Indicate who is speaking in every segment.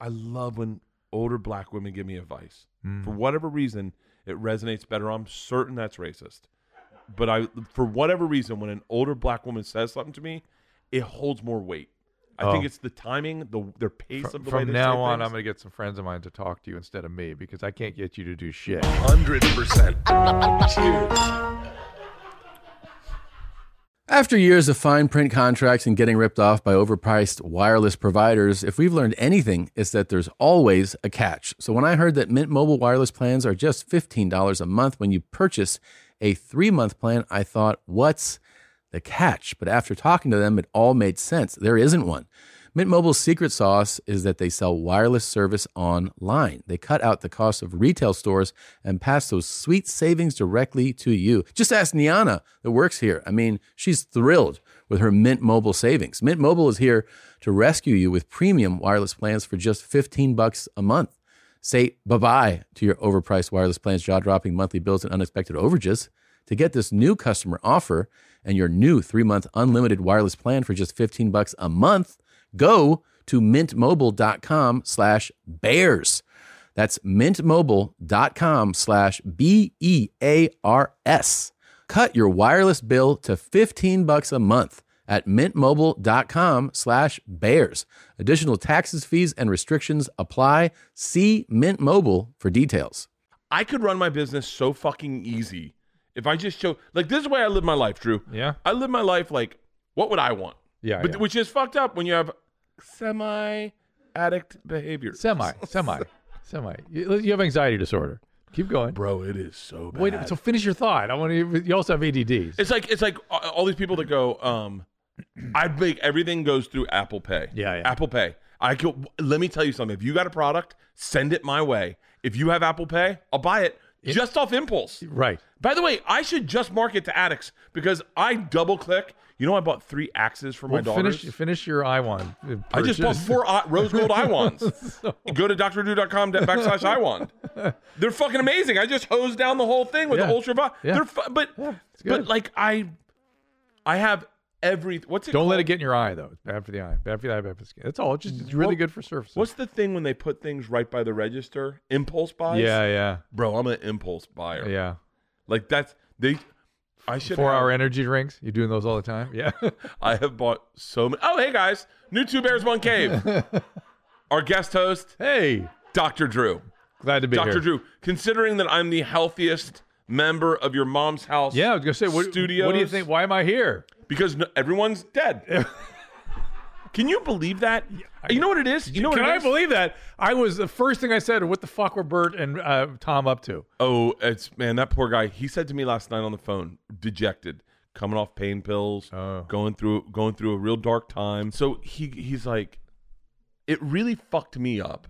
Speaker 1: I love when older black women give me advice.
Speaker 2: Mm.
Speaker 1: For whatever reason, it resonates better. I'm certain that's racist. But I for whatever reason, when an older black woman says something to me, it holds more weight. I think
Speaker 2: Oh.
Speaker 1: it's the timing, the their pace of the way
Speaker 2: From
Speaker 1: they
Speaker 2: now
Speaker 1: say
Speaker 2: on,
Speaker 1: things.
Speaker 2: I'm going to get some friends of mine to talk to you instead of me because I can't get you to do shit.
Speaker 3: Hundred percent. Cheers.
Speaker 4: After years of fine print contracts and getting ripped off by overpriced wireless providers, if we've learned anything, it's that there's always a catch. So when I heard that Mint Mobile wireless plans are just $15 a month when you purchase a three month plan, I thought, what's the catch? But after talking to them, it all made sense. There isn't one. Mint Mobile's secret sauce is that they sell wireless service online. They cut out the cost of retail stores and pass those sweet savings directly to you. Just ask Niana that works here. I mean, she's thrilled with her Mint Mobile savings. Mint Mobile is here to rescue you with premium wireless plans for just 15 bucks a month. Say bye bye to your overpriced wireless plans, jaw dropping monthly bills, and unexpected overages. To get this new customer offer and your new three month unlimited wireless plan for just 15 bucks a month, go to mintmobile.com slash bears. That's mintmobile.com slash B E A R S. Cut your wireless bill to 15 bucks a month at mintmobile.com slash bears. Additional taxes, fees, and restrictions apply. See Mint Mobile for details.
Speaker 1: I could run my business so fucking easy if I just show like this is the way I live my life, Drew.
Speaker 2: Yeah.
Speaker 1: I live my life like what would I want?
Speaker 2: Yeah,
Speaker 1: But
Speaker 2: yeah.
Speaker 1: which is fucked up when you have semi addict behavior.
Speaker 2: Semi, semi, semi. You you have anxiety disorder. Keep going.
Speaker 1: Bro, it is so bad.
Speaker 2: Wait, so finish your thought. I want to. You also have ADD.
Speaker 1: It's like it's like a- all these people that go, um, I make everything goes through Apple Pay.
Speaker 2: Yeah, yeah.
Speaker 1: Apple Pay. I can, let me tell you something. If you got a product, send it my way. If you have Apple Pay, I'll buy it just off impulse.
Speaker 2: Right.
Speaker 1: By the way, I should just market to addicts because I double click. You know, I bought three axes for my
Speaker 2: Well,
Speaker 1: daughters.
Speaker 2: finish, finish your I one.
Speaker 1: I just bought four I- rose gold Iwans. Go to drdrew.com da- backslash Iwan. They're fucking amazing. I just hosed down the whole thing with
Speaker 2: Yeah.
Speaker 1: the ultra.
Speaker 2: Yeah.
Speaker 1: They're fu- but
Speaker 2: it's
Speaker 1: but
Speaker 2: good.
Speaker 1: like I, I have every what's it?
Speaker 2: Don't let
Speaker 1: called?
Speaker 2: it get in your eye though. It's bad for the eye. Bad for the eye. Bad for the skin. That's all. It's just it's really
Speaker 1: What-
Speaker 2: good for surfaces.
Speaker 1: What's the thing when they put things right by the register? Impulse buys.
Speaker 2: yeah,
Speaker 1: bro, I'm an impulse buyer.
Speaker 2: yeah, yeah.
Speaker 1: like that's they. I should
Speaker 2: Four
Speaker 1: have-
Speaker 2: hour energy drinks. You doing those all the time? Yeah.
Speaker 1: I have bought so many. Oh, hey guys, new two bears, one cave. Our guest host,
Speaker 2: hey,
Speaker 1: Dr. Drew.
Speaker 2: glad to be
Speaker 1: Dr.
Speaker 2: here.
Speaker 1: Drew, considering that I'm the healthiest member of your mom's house,
Speaker 2: Yeah, I was gonna say what
Speaker 1: studios.
Speaker 2: What do you think? Why am I here?
Speaker 1: Because no, everyone's dead. Can you believe that? you know what it is. You know what
Speaker 2: Can
Speaker 1: it
Speaker 2: I
Speaker 1: is?
Speaker 2: believe that? I was the first thing I said. What the fuck were Bert and uh, Tom up to?
Speaker 1: Oh, it's man, that poor guy. He said to me last night on the phone, dejected, coming off pain pills,
Speaker 2: Oh.
Speaker 1: going through going through a real dark time. So he he's like, it really fucked me up.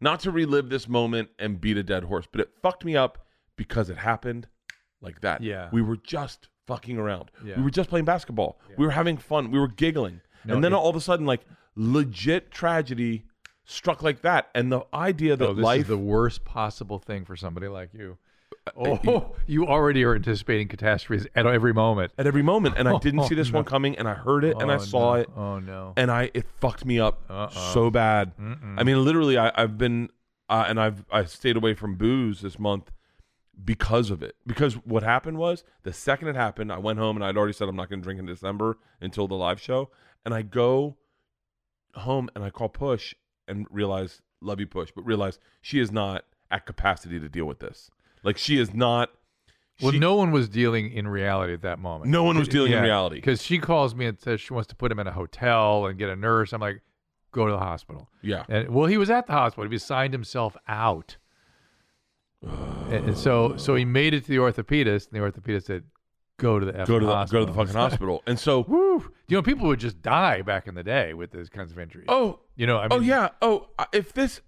Speaker 1: Not to relive this moment and beat a dead horse, but it fucked me up because it happened like that.
Speaker 2: Yeah.
Speaker 1: We were just fucking around.
Speaker 2: Yeah.
Speaker 1: We were just playing basketball. We were having fun. We were giggling. and then all of a sudden, like legit tragedy struck like that. And the idea that
Speaker 2: Oh, this
Speaker 1: life Uh,
Speaker 2: is the worst possible thing for somebody like you. Oh, you already are anticipating catastrophes at every moment.
Speaker 1: at every moment and I didn't see this one coming and I heard it and I
Speaker 2: Oh,
Speaker 1: saw
Speaker 2: no. Uh-uh.
Speaker 1: it
Speaker 2: Oh no.
Speaker 1: and I it fucked me up so bad. I mean literally I, I've been uh, and I've I stayed away from booze this month because of it. Because what happened was the second it happened, I went home and I'd already said I'm not gonna drink in December until the live show. And I go home and I call Push and realize love you Push, but realize she is not at capacity to deal with this. Like she is not
Speaker 2: well,
Speaker 1: she-
Speaker 2: no one was dealing in reality at that moment.
Speaker 1: no one was dealing in reality.
Speaker 2: because she calls me and says she wants to put him in a hotel and get a nurse. I'm like, go to the hospital.
Speaker 1: Yeah.
Speaker 2: And well, he was at the hospital. He signed himself out. and, and so, so he made it to the orthopedist, and the orthopedist said, "Go to the
Speaker 1: Go
Speaker 2: effing
Speaker 1: to the
Speaker 2: hospital.
Speaker 1: go to the fucking hospital. And so
Speaker 2: Woo. You know, people would just die back in the day with those kinds of injuries.
Speaker 1: Oh,
Speaker 2: you know, I mean,
Speaker 1: oh yeah. Oh, uh, if this,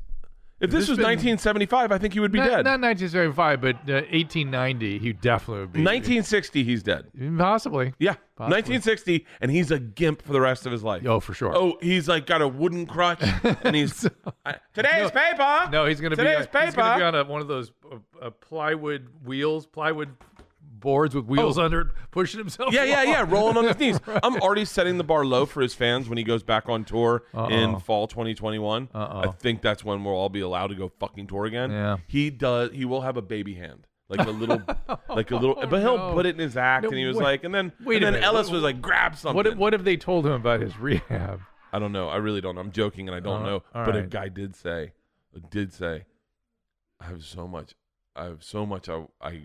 Speaker 1: if this,
Speaker 2: this
Speaker 1: was
Speaker 2: been-
Speaker 1: 1975, I think he would be
Speaker 2: not,
Speaker 1: dead.
Speaker 2: not 1975, but uh, 1890, he definitely would be
Speaker 1: 1960, he's dead.
Speaker 2: possibly.
Speaker 1: Yeah,
Speaker 2: Possibly.
Speaker 1: 1960, and he's a gimp for the rest of his life.
Speaker 2: Oh, for sure.
Speaker 1: Oh, he's like got a wooden crutch, and he's I- today's paper.
Speaker 2: No, he's gonna be.
Speaker 1: today's
Speaker 2: He's
Speaker 1: paper.
Speaker 2: gonna be on a, one of those uh, uh, plywood wheels, plywood boards with wheels under it, pushing himself.
Speaker 1: Oh. Yeah, yeah,
Speaker 2: along.
Speaker 1: yeah. Rolling on his knees. I'm already setting the bar low for his fans when he goes back on tour in fall 2021. I think that's when we'll all be allowed to go fucking tour again.
Speaker 2: Yeah.
Speaker 1: He does. He will have a baby hand, like a little, like a little. But he'll
Speaker 2: Oh, no.
Speaker 1: put it in his act,
Speaker 2: No,
Speaker 1: and he was
Speaker 2: wait-
Speaker 1: like, and then,
Speaker 2: wait
Speaker 1: and
Speaker 2: a
Speaker 1: then
Speaker 2: minute.
Speaker 1: Ellis was like, grab something.
Speaker 2: What if, what if they told him about his rehab?
Speaker 1: I don't know. I really don't. I'm joking, and I don't
Speaker 2: Uh,
Speaker 1: know.
Speaker 2: all
Speaker 1: But a
Speaker 2: right.
Speaker 1: guy did say, did say, I have so much. I have so much. I I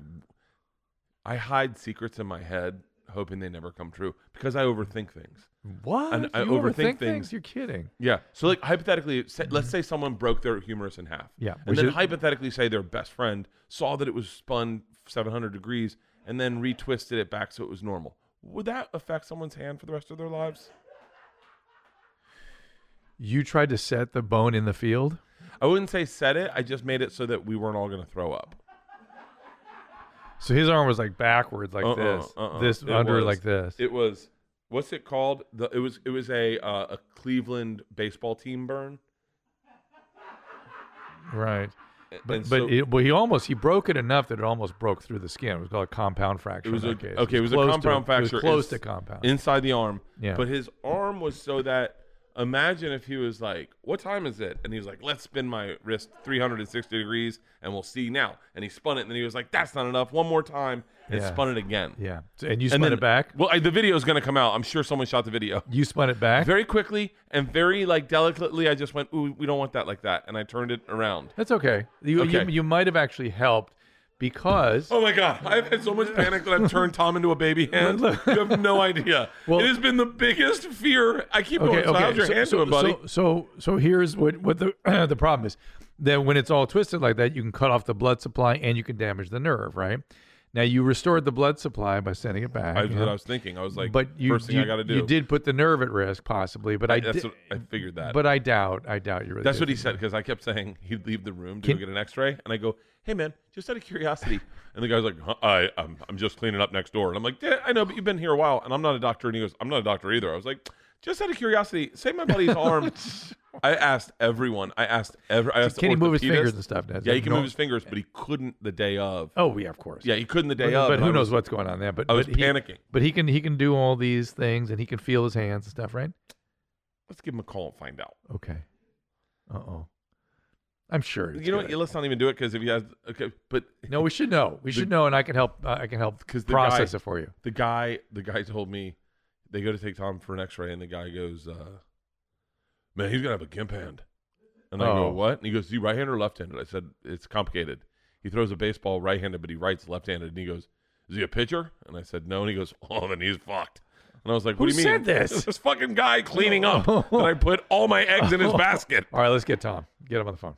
Speaker 1: I hide secrets in my head, hoping they never come true because I overthink things.
Speaker 2: What?
Speaker 1: And I
Speaker 2: you
Speaker 1: overthink
Speaker 2: things?
Speaker 1: things.
Speaker 2: You're kidding.
Speaker 1: Yeah. So like hypothetically, say, let's say someone broke their humerus in half.
Speaker 2: Yeah,
Speaker 1: And
Speaker 2: which
Speaker 1: then
Speaker 2: is-
Speaker 1: hypothetically say their best friend saw that it was spun 700 degrees and then retwisted it back so it was normal. Would that affect someone's hand for the rest of their lives?
Speaker 2: You tried to set the bone in the field.
Speaker 1: I wouldn't say set it. I just made it so that we weren't all going to throw up.
Speaker 2: So his arm was like backwards, like
Speaker 1: Uh-uh,
Speaker 2: this,
Speaker 1: uh-uh.
Speaker 2: this
Speaker 1: It
Speaker 2: under,
Speaker 1: was-
Speaker 2: like this.
Speaker 1: It was what's it called? The it was it was a uh, a Cleveland baseball team burn.
Speaker 2: right. But
Speaker 1: And
Speaker 2: but
Speaker 1: so-
Speaker 2: it, well, he almost he broke it enough that it almost broke through the skin. It was called a compound fracture.
Speaker 1: It was
Speaker 2: in
Speaker 1: a,
Speaker 2: that case.
Speaker 1: okay. It was a
Speaker 2: close to-
Speaker 1: compound
Speaker 2: it was
Speaker 1: fracture.
Speaker 2: close
Speaker 1: ins-
Speaker 2: to compound.
Speaker 1: inside the arm.
Speaker 2: Yeah.
Speaker 1: But his arm was so that imagine if he was like, "What time is it?" And he was like, "Let's spin my wrist 360 degrees, and we'll see now." And he spun it, and then he was like, "That's not enough. One more time," and
Speaker 2: Yeah.
Speaker 1: spun it again.
Speaker 2: yeah. So- and you spun
Speaker 1: And then
Speaker 2: it back.
Speaker 1: Well, I, the video is going to come out. I'm sure someone shot the video.
Speaker 2: You spun it back.
Speaker 1: Very quickly and very like delicately, I just went, "Ooh, we don't want that like that," and I turned it around.
Speaker 2: That's okay. You, you-
Speaker 1: Okay.
Speaker 2: you might have actually helped because
Speaker 1: Oh my god, I've had so much panic that I've turned Tom into a baby hand. You have no idea.
Speaker 2: Well-
Speaker 1: it has been the biggest fear. I keep going.
Speaker 2: okay,
Speaker 1: So
Speaker 2: okay.
Speaker 1: how's your
Speaker 2: so,
Speaker 1: hand
Speaker 2: so,
Speaker 1: doing, buddy?
Speaker 2: So, so so here's what what the the problem is. That when it's all twisted like that, you can cut off the blood supply and you can damage the nerve. Right now, you restored the blood supply by sending it back.
Speaker 1: That's
Speaker 2: yeah.
Speaker 1: what I was thinking. I was like,
Speaker 2: but you
Speaker 1: first thing
Speaker 2: you,
Speaker 1: I got to do.
Speaker 2: you did put the nerve at risk possibly. But I,
Speaker 1: That's
Speaker 2: did,
Speaker 1: what, I figured that.
Speaker 2: but I doubt I doubt you really.
Speaker 1: that's
Speaker 2: did.
Speaker 1: what he said because I kept saying he'd leave the room to go get an X-ray, and I go, "Hey man, just out of curiosity." And the guy's like, huh, "I I'm, I'm just cleaning up next door," and I'm like, yeah, "I know, but you've been here a while, and I'm not a doctor." And he goes, "I'm not a doctor either." I was like. Just out of curiosity, say my buddy's arm. I asked everyone. I asked every. I asked the
Speaker 2: Can he move his
Speaker 1: orthopedist.
Speaker 2: fingers and stuff? Ned?
Speaker 1: Yeah, he can
Speaker 2: No-
Speaker 1: move his fingers, but he couldn't the day of.
Speaker 2: Oh yeah, of course.
Speaker 1: Yeah, he couldn't the day
Speaker 2: But,
Speaker 1: of.
Speaker 2: but
Speaker 1: and I
Speaker 2: who
Speaker 1: was-
Speaker 2: knows what's going on there? But
Speaker 1: I was
Speaker 2: but he-
Speaker 1: panicking.
Speaker 2: But he can he can do all these things and he can feel his hands and stuff, right?
Speaker 1: Let's give him a call and find out.
Speaker 2: Okay. Uh oh. I'm sure. it's
Speaker 1: You know
Speaker 2: good.
Speaker 1: what? Let's not even do it because if he has, okay, but
Speaker 2: No, we should know. We should know, and I can help. Uh, I can help
Speaker 1: 'Cause the
Speaker 2: process
Speaker 1: guy-
Speaker 2: it for you.
Speaker 1: the guy, the guy told me they go to take Tom for an X-ray, and the guy goes, uh, "Man, he's gonna have a gimp hand." And I go,
Speaker 2: Oh.
Speaker 1: "What?" And he goes, "Is he right-handed or left-handed?" I said, "It's complicated." He throws a baseball right-handed, but he writes left-handed, and he goes, "Is he a pitcher?" And I said, "No," and he goes, "Oh, then he's fucked." And I was like, "What
Speaker 2: Who
Speaker 1: do you mean?"
Speaker 2: said this?
Speaker 1: This fucking guy cleaning up that I put all my eggs in his basket.
Speaker 2: All right, let's get Tom. Get him on the phone.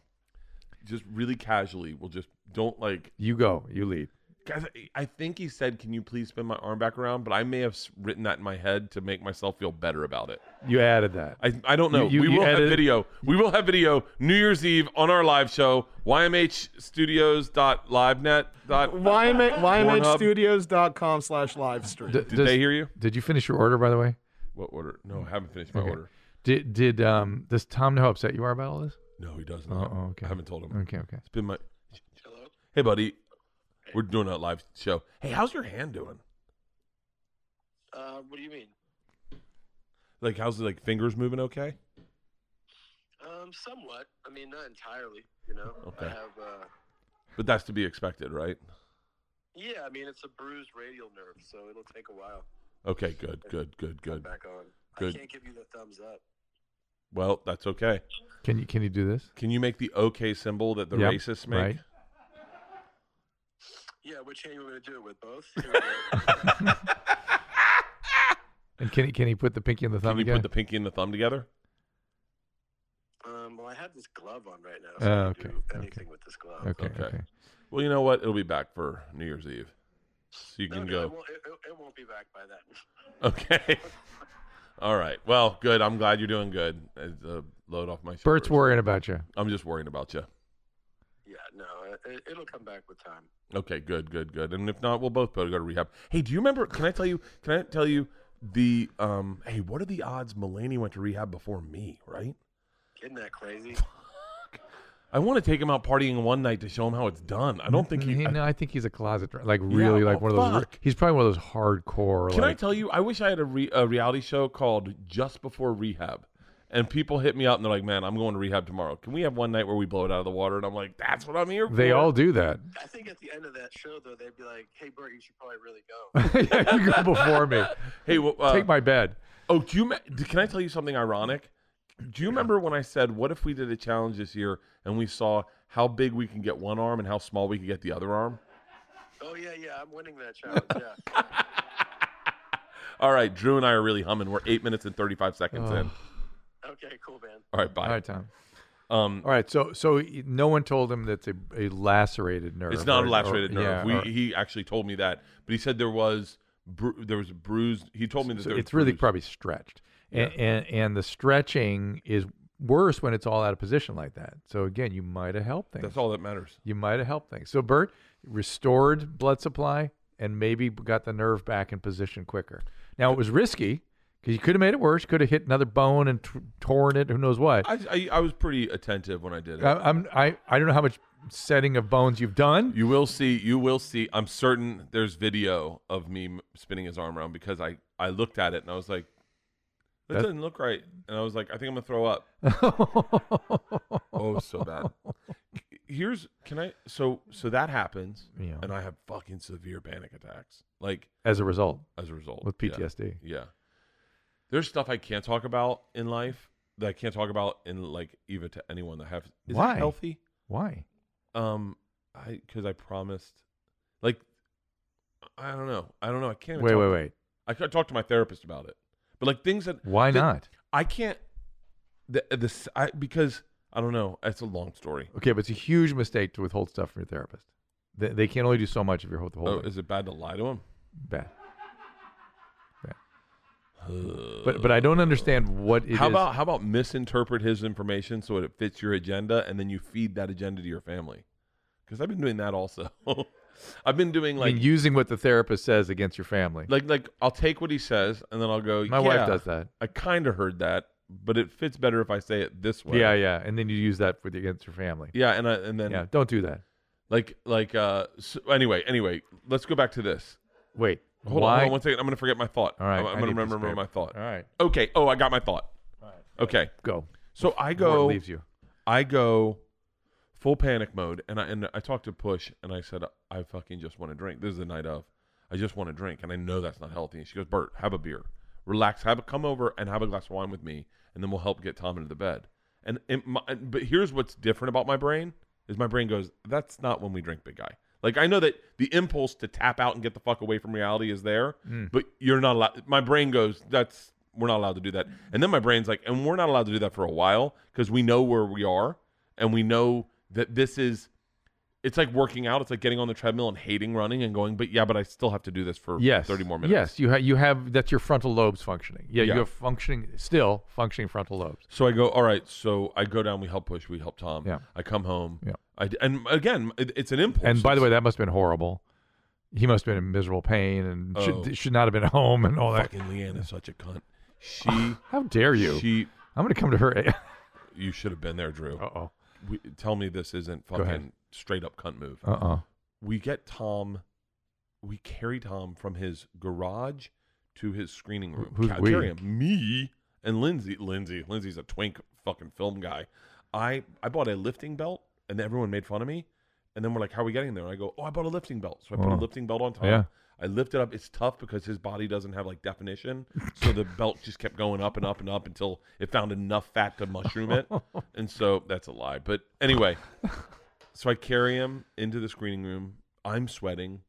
Speaker 1: just really casually we will just don't like
Speaker 2: You go. You lead.
Speaker 1: guys I- i think he said can you please spin my arm back around but i may have s- written that in my head to make myself feel better about it
Speaker 2: You added that.
Speaker 1: i, I don't know
Speaker 2: You- you-
Speaker 1: we
Speaker 2: you
Speaker 1: will have
Speaker 2: edited-
Speaker 1: video we will have video new year's eve on our live show ymhstudios.livenet dot
Speaker 5: YM-
Speaker 1: Pornhub.
Speaker 5: YMHstudios.com slash live stream.
Speaker 2: D-
Speaker 1: did
Speaker 2: does-
Speaker 1: they hear you
Speaker 2: Did you finish your order, by the way?
Speaker 1: what order no i haven't finished my order
Speaker 2: Did did um does Tom know how upset you are about all this?
Speaker 1: no he doesn't
Speaker 2: Oh, okay.
Speaker 1: i haven't told him
Speaker 2: Okay, okay.
Speaker 1: it's been my hey buddy we're doing a live show hey how's your hand doing
Speaker 6: Uh, what do you mean?
Speaker 1: like how's the like fingers moving okay
Speaker 6: Um, somewhat. I mean, not entirely. You know,
Speaker 1: Okay.
Speaker 6: I have. Uh,
Speaker 1: but that's to be expected right
Speaker 6: yeah, I mean, it's a bruised radial nerve, so it'll take a while.
Speaker 1: Okay, good, good, good,
Speaker 6: to come
Speaker 1: good.
Speaker 6: Back on.
Speaker 1: Good.
Speaker 6: I can't give you the thumbs up.
Speaker 1: Well, that's okay.
Speaker 2: Can you can you do this?
Speaker 1: Can you make the okay symbol that the
Speaker 2: Yep,
Speaker 1: racists make?
Speaker 2: right.
Speaker 6: Yeah, which hand you want me to do it with? Both. Here we go.
Speaker 2: And can he can he put the pinky and the
Speaker 1: Can
Speaker 2: thumb
Speaker 1: you
Speaker 2: again?
Speaker 1: put the pinky and the thumb together?
Speaker 6: um, well, I have this glove on right now. So
Speaker 2: Uh,
Speaker 6: I can
Speaker 2: okay,
Speaker 6: do
Speaker 2: okay.
Speaker 6: anything with this glove.
Speaker 2: okay,
Speaker 1: Oh, Okay.
Speaker 2: okay,
Speaker 1: Well, you know what? It'll be back for New Year's Eve. So you
Speaker 6: No,
Speaker 1: can
Speaker 6: no, It
Speaker 1: go.
Speaker 6: won't, it, it- it won't be back by then.
Speaker 1: Okay. All right. Well, good. I'm glad you're doing good. It's a load off my shoulders.
Speaker 2: Bert's worrying about you.
Speaker 1: I'm just worrying about you.
Speaker 6: Yeah, no, it- it, it'll come back with time.
Speaker 1: Okay, good, good, good. And if not, we'll both go to go to rehab. Hey, do you remember? Can I tell you? Can I tell you the um? Hey, what are the odds? Mulaney went to rehab before me, right?
Speaker 6: Isn't that crazy?
Speaker 1: I want to take him out partying one night to show him how it's done. I don't think he. I-
Speaker 2: no, I think he's a closet drunk. Like really, like
Speaker 1: oh,
Speaker 2: one of those.
Speaker 1: fuck.
Speaker 2: He's probably one of those hardcore.
Speaker 1: Can I
Speaker 2: like,
Speaker 1: tell you? I wish I had a, re, a reality show called Just Before Rehab, and people hit me up and they're like, "Man, I'm going to rehab tomorrow. Can we have one night where we blow it out of the water?" And I'm like, "That's what I'm here for."
Speaker 2: They all do that.
Speaker 6: I think at the end of that show, though, they'd be like, "Hey, Bert, you should probably really go."
Speaker 2: yeah, you go before me.
Speaker 1: Hey, well, uh,
Speaker 2: Take my bed.
Speaker 1: Oh, do you? me- d- Can I tell you something ironic? Do you remember when I said, "What if we did a challenge this year and we saw how big we can get one arm and how small we can get the other arm?"
Speaker 6: Oh yeah, yeah, I'm winning that challenge. Yeah,
Speaker 1: All right, Drew and I are really humming. We're eight minutes and thirty-five seconds in.
Speaker 6: okay, cool, man.
Speaker 1: All right, bye.
Speaker 2: All right, Tom.
Speaker 1: Um,
Speaker 2: All right, so so he- no one told him that's a, a lacerated nerve.
Speaker 1: It's not
Speaker 2: or-
Speaker 1: a
Speaker 2: or-
Speaker 1: lacerated nerve.
Speaker 2: yeah,
Speaker 1: we,
Speaker 2: or-
Speaker 1: he actually told me that, but he said there was bru- there was a bruise. He told me that
Speaker 2: so
Speaker 1: there was
Speaker 2: it's really
Speaker 1: bruise.
Speaker 2: probably stretched, and, and and the stretching is worse when it's all out of position like that. So again, you might have helped things.
Speaker 1: that's all that matters.
Speaker 2: You might have helped things. So Bert restored blood supply and maybe got the nerve back in position quicker. Now it was risky because you could have made it worse. Could have hit another bone and t- torn it. Who knows what?
Speaker 1: I, I I was pretty attentive when I did it.
Speaker 2: I, I'm I, I don't know how much setting of bones you've done.
Speaker 1: you will see. You will see. I'm certain there's video of me m- spinning his arm around because I I looked at it and I was like, that,
Speaker 2: That-
Speaker 1: doesn't look right. And I was like, I think I'm gonna throw up. Oh, so bad. Here's can I so so that happens
Speaker 2: Yeah.
Speaker 1: and I have fucking severe panic attacks like
Speaker 2: As a result,
Speaker 1: as a result
Speaker 2: with
Speaker 1: Yeah.
Speaker 2: PTSD.
Speaker 1: Yeah. There's stuff I can't talk about in life that I can't talk about in like even to anyone that have is
Speaker 2: Why?
Speaker 1: That healthy.
Speaker 2: Why?
Speaker 1: Um, I because I promised, like, I don't know, I don't know, I can't. even
Speaker 2: Wait,
Speaker 1: talk-
Speaker 2: wait, wait.
Speaker 1: I could talk to my therapist about it, but like things that
Speaker 2: Why
Speaker 1: that
Speaker 2: not?
Speaker 1: I can't. The this I because I don't know. It's a long story.
Speaker 2: Okay, but it's a huge mistake to withhold stuff from your therapist. They, they can only do so much if you're
Speaker 1: Oh,
Speaker 2: withholding.
Speaker 1: is it bad to lie to him?
Speaker 2: bad. Bad. But but I don't understand what it is.
Speaker 1: how about how about misinterpret his information so it fits your agenda, and then you feed that agenda to your family? Because I've been doing that also. I've been doing
Speaker 2: I mean,
Speaker 1: like
Speaker 2: using what the therapist says against your family?
Speaker 1: like like I'll take what he says, and then I'll go.
Speaker 2: My wife
Speaker 1: "Yeah,
Speaker 2: does that.
Speaker 1: I kind of heard that, but it fits better if I say it this way.
Speaker 2: Yeah, yeah. And then you use that with against your family.
Speaker 1: yeah, and I, and then
Speaker 2: Yeah, don't do that.
Speaker 1: like like uh. So anyway, anyway, let's go back to this.
Speaker 2: Wait.
Speaker 1: Hold on,
Speaker 2: why?
Speaker 1: hold on one second. I'm gonna forget my thought.
Speaker 2: All right,
Speaker 1: I'm,
Speaker 2: I
Speaker 1: I'm gonna
Speaker 2: need this
Speaker 1: remember
Speaker 2: paper.
Speaker 1: my thought.
Speaker 2: All right.
Speaker 1: Okay. Oh, I got my thought. Okay.
Speaker 2: Go.
Speaker 1: So I
Speaker 2: Before it
Speaker 1: go.
Speaker 2: leaves you.
Speaker 1: I go full panic mode, and I and I talked to Push, and I said I fucking just want to drink. This is the night of. I just want to drink, and I know that's not healthy. And she goes, Bert, have a beer, relax, have a come over, and have a glass of wine with me, and then we'll help get Tom into the bed. And it, my, but here's what's different about my brain is my brain goes, that's not when we drink, big guy. Like I know that the impulse to tap out and get the fuck away from reality is there, but you're not allowed. My brain goes, that's we're not allowed to do that. And then my brain's like, and we're not allowed to do that for a while because we know where we are and we know that this is it's like working out. It's like getting on the treadmill and hating running and going, but yeah, but I still have to do this for
Speaker 2: Yes.
Speaker 1: 30 more minutes.
Speaker 2: Yes, you have you have that's your frontal lobes functioning. Yeah,
Speaker 1: Yeah.
Speaker 2: you have functioning still functioning frontal lobes.
Speaker 1: So I go, all right. So I go down, we help push, we help Tom.
Speaker 2: Yeah.
Speaker 1: I come home.
Speaker 2: Yeah.
Speaker 1: I, and again, it, it's an impulse.
Speaker 2: And by the
Speaker 1: It's-
Speaker 2: way, that must have been horrible. He must have been in miserable pain and
Speaker 1: Oh.
Speaker 2: should, should not have been at home and all that.
Speaker 1: fucking Leanne is such a cunt. She,
Speaker 2: How dare you?
Speaker 1: she,
Speaker 2: I'm going to come to her. uh
Speaker 1: you should have been there, Drew.
Speaker 2: oh.
Speaker 1: We, tell me this isn't
Speaker 2: ahead.
Speaker 1: fucking straight up cunt move.
Speaker 2: Uh oh.
Speaker 1: we get Tom, we carry Tom from his garage to his screening room.
Speaker 2: who's
Speaker 1: Ca-
Speaker 2: we?
Speaker 1: Carry him. Me and Lindsay. Lindsay. Lindsay's a twink fucking film guy. I I bought a lifting belt and everyone made fun of me. And then we're like, how are we getting there? And I go, oh, I bought a lifting belt. So I put
Speaker 2: Oh.
Speaker 1: a lifting belt on Tom.
Speaker 2: Yeah.
Speaker 1: I lift it up. It's tough because his body doesn't have like definition. So the belt just kept going up and up and up until it found enough fat to mushroom it. And so that's a lie. But anyway, so I carry him into the screening room. I'm sweating.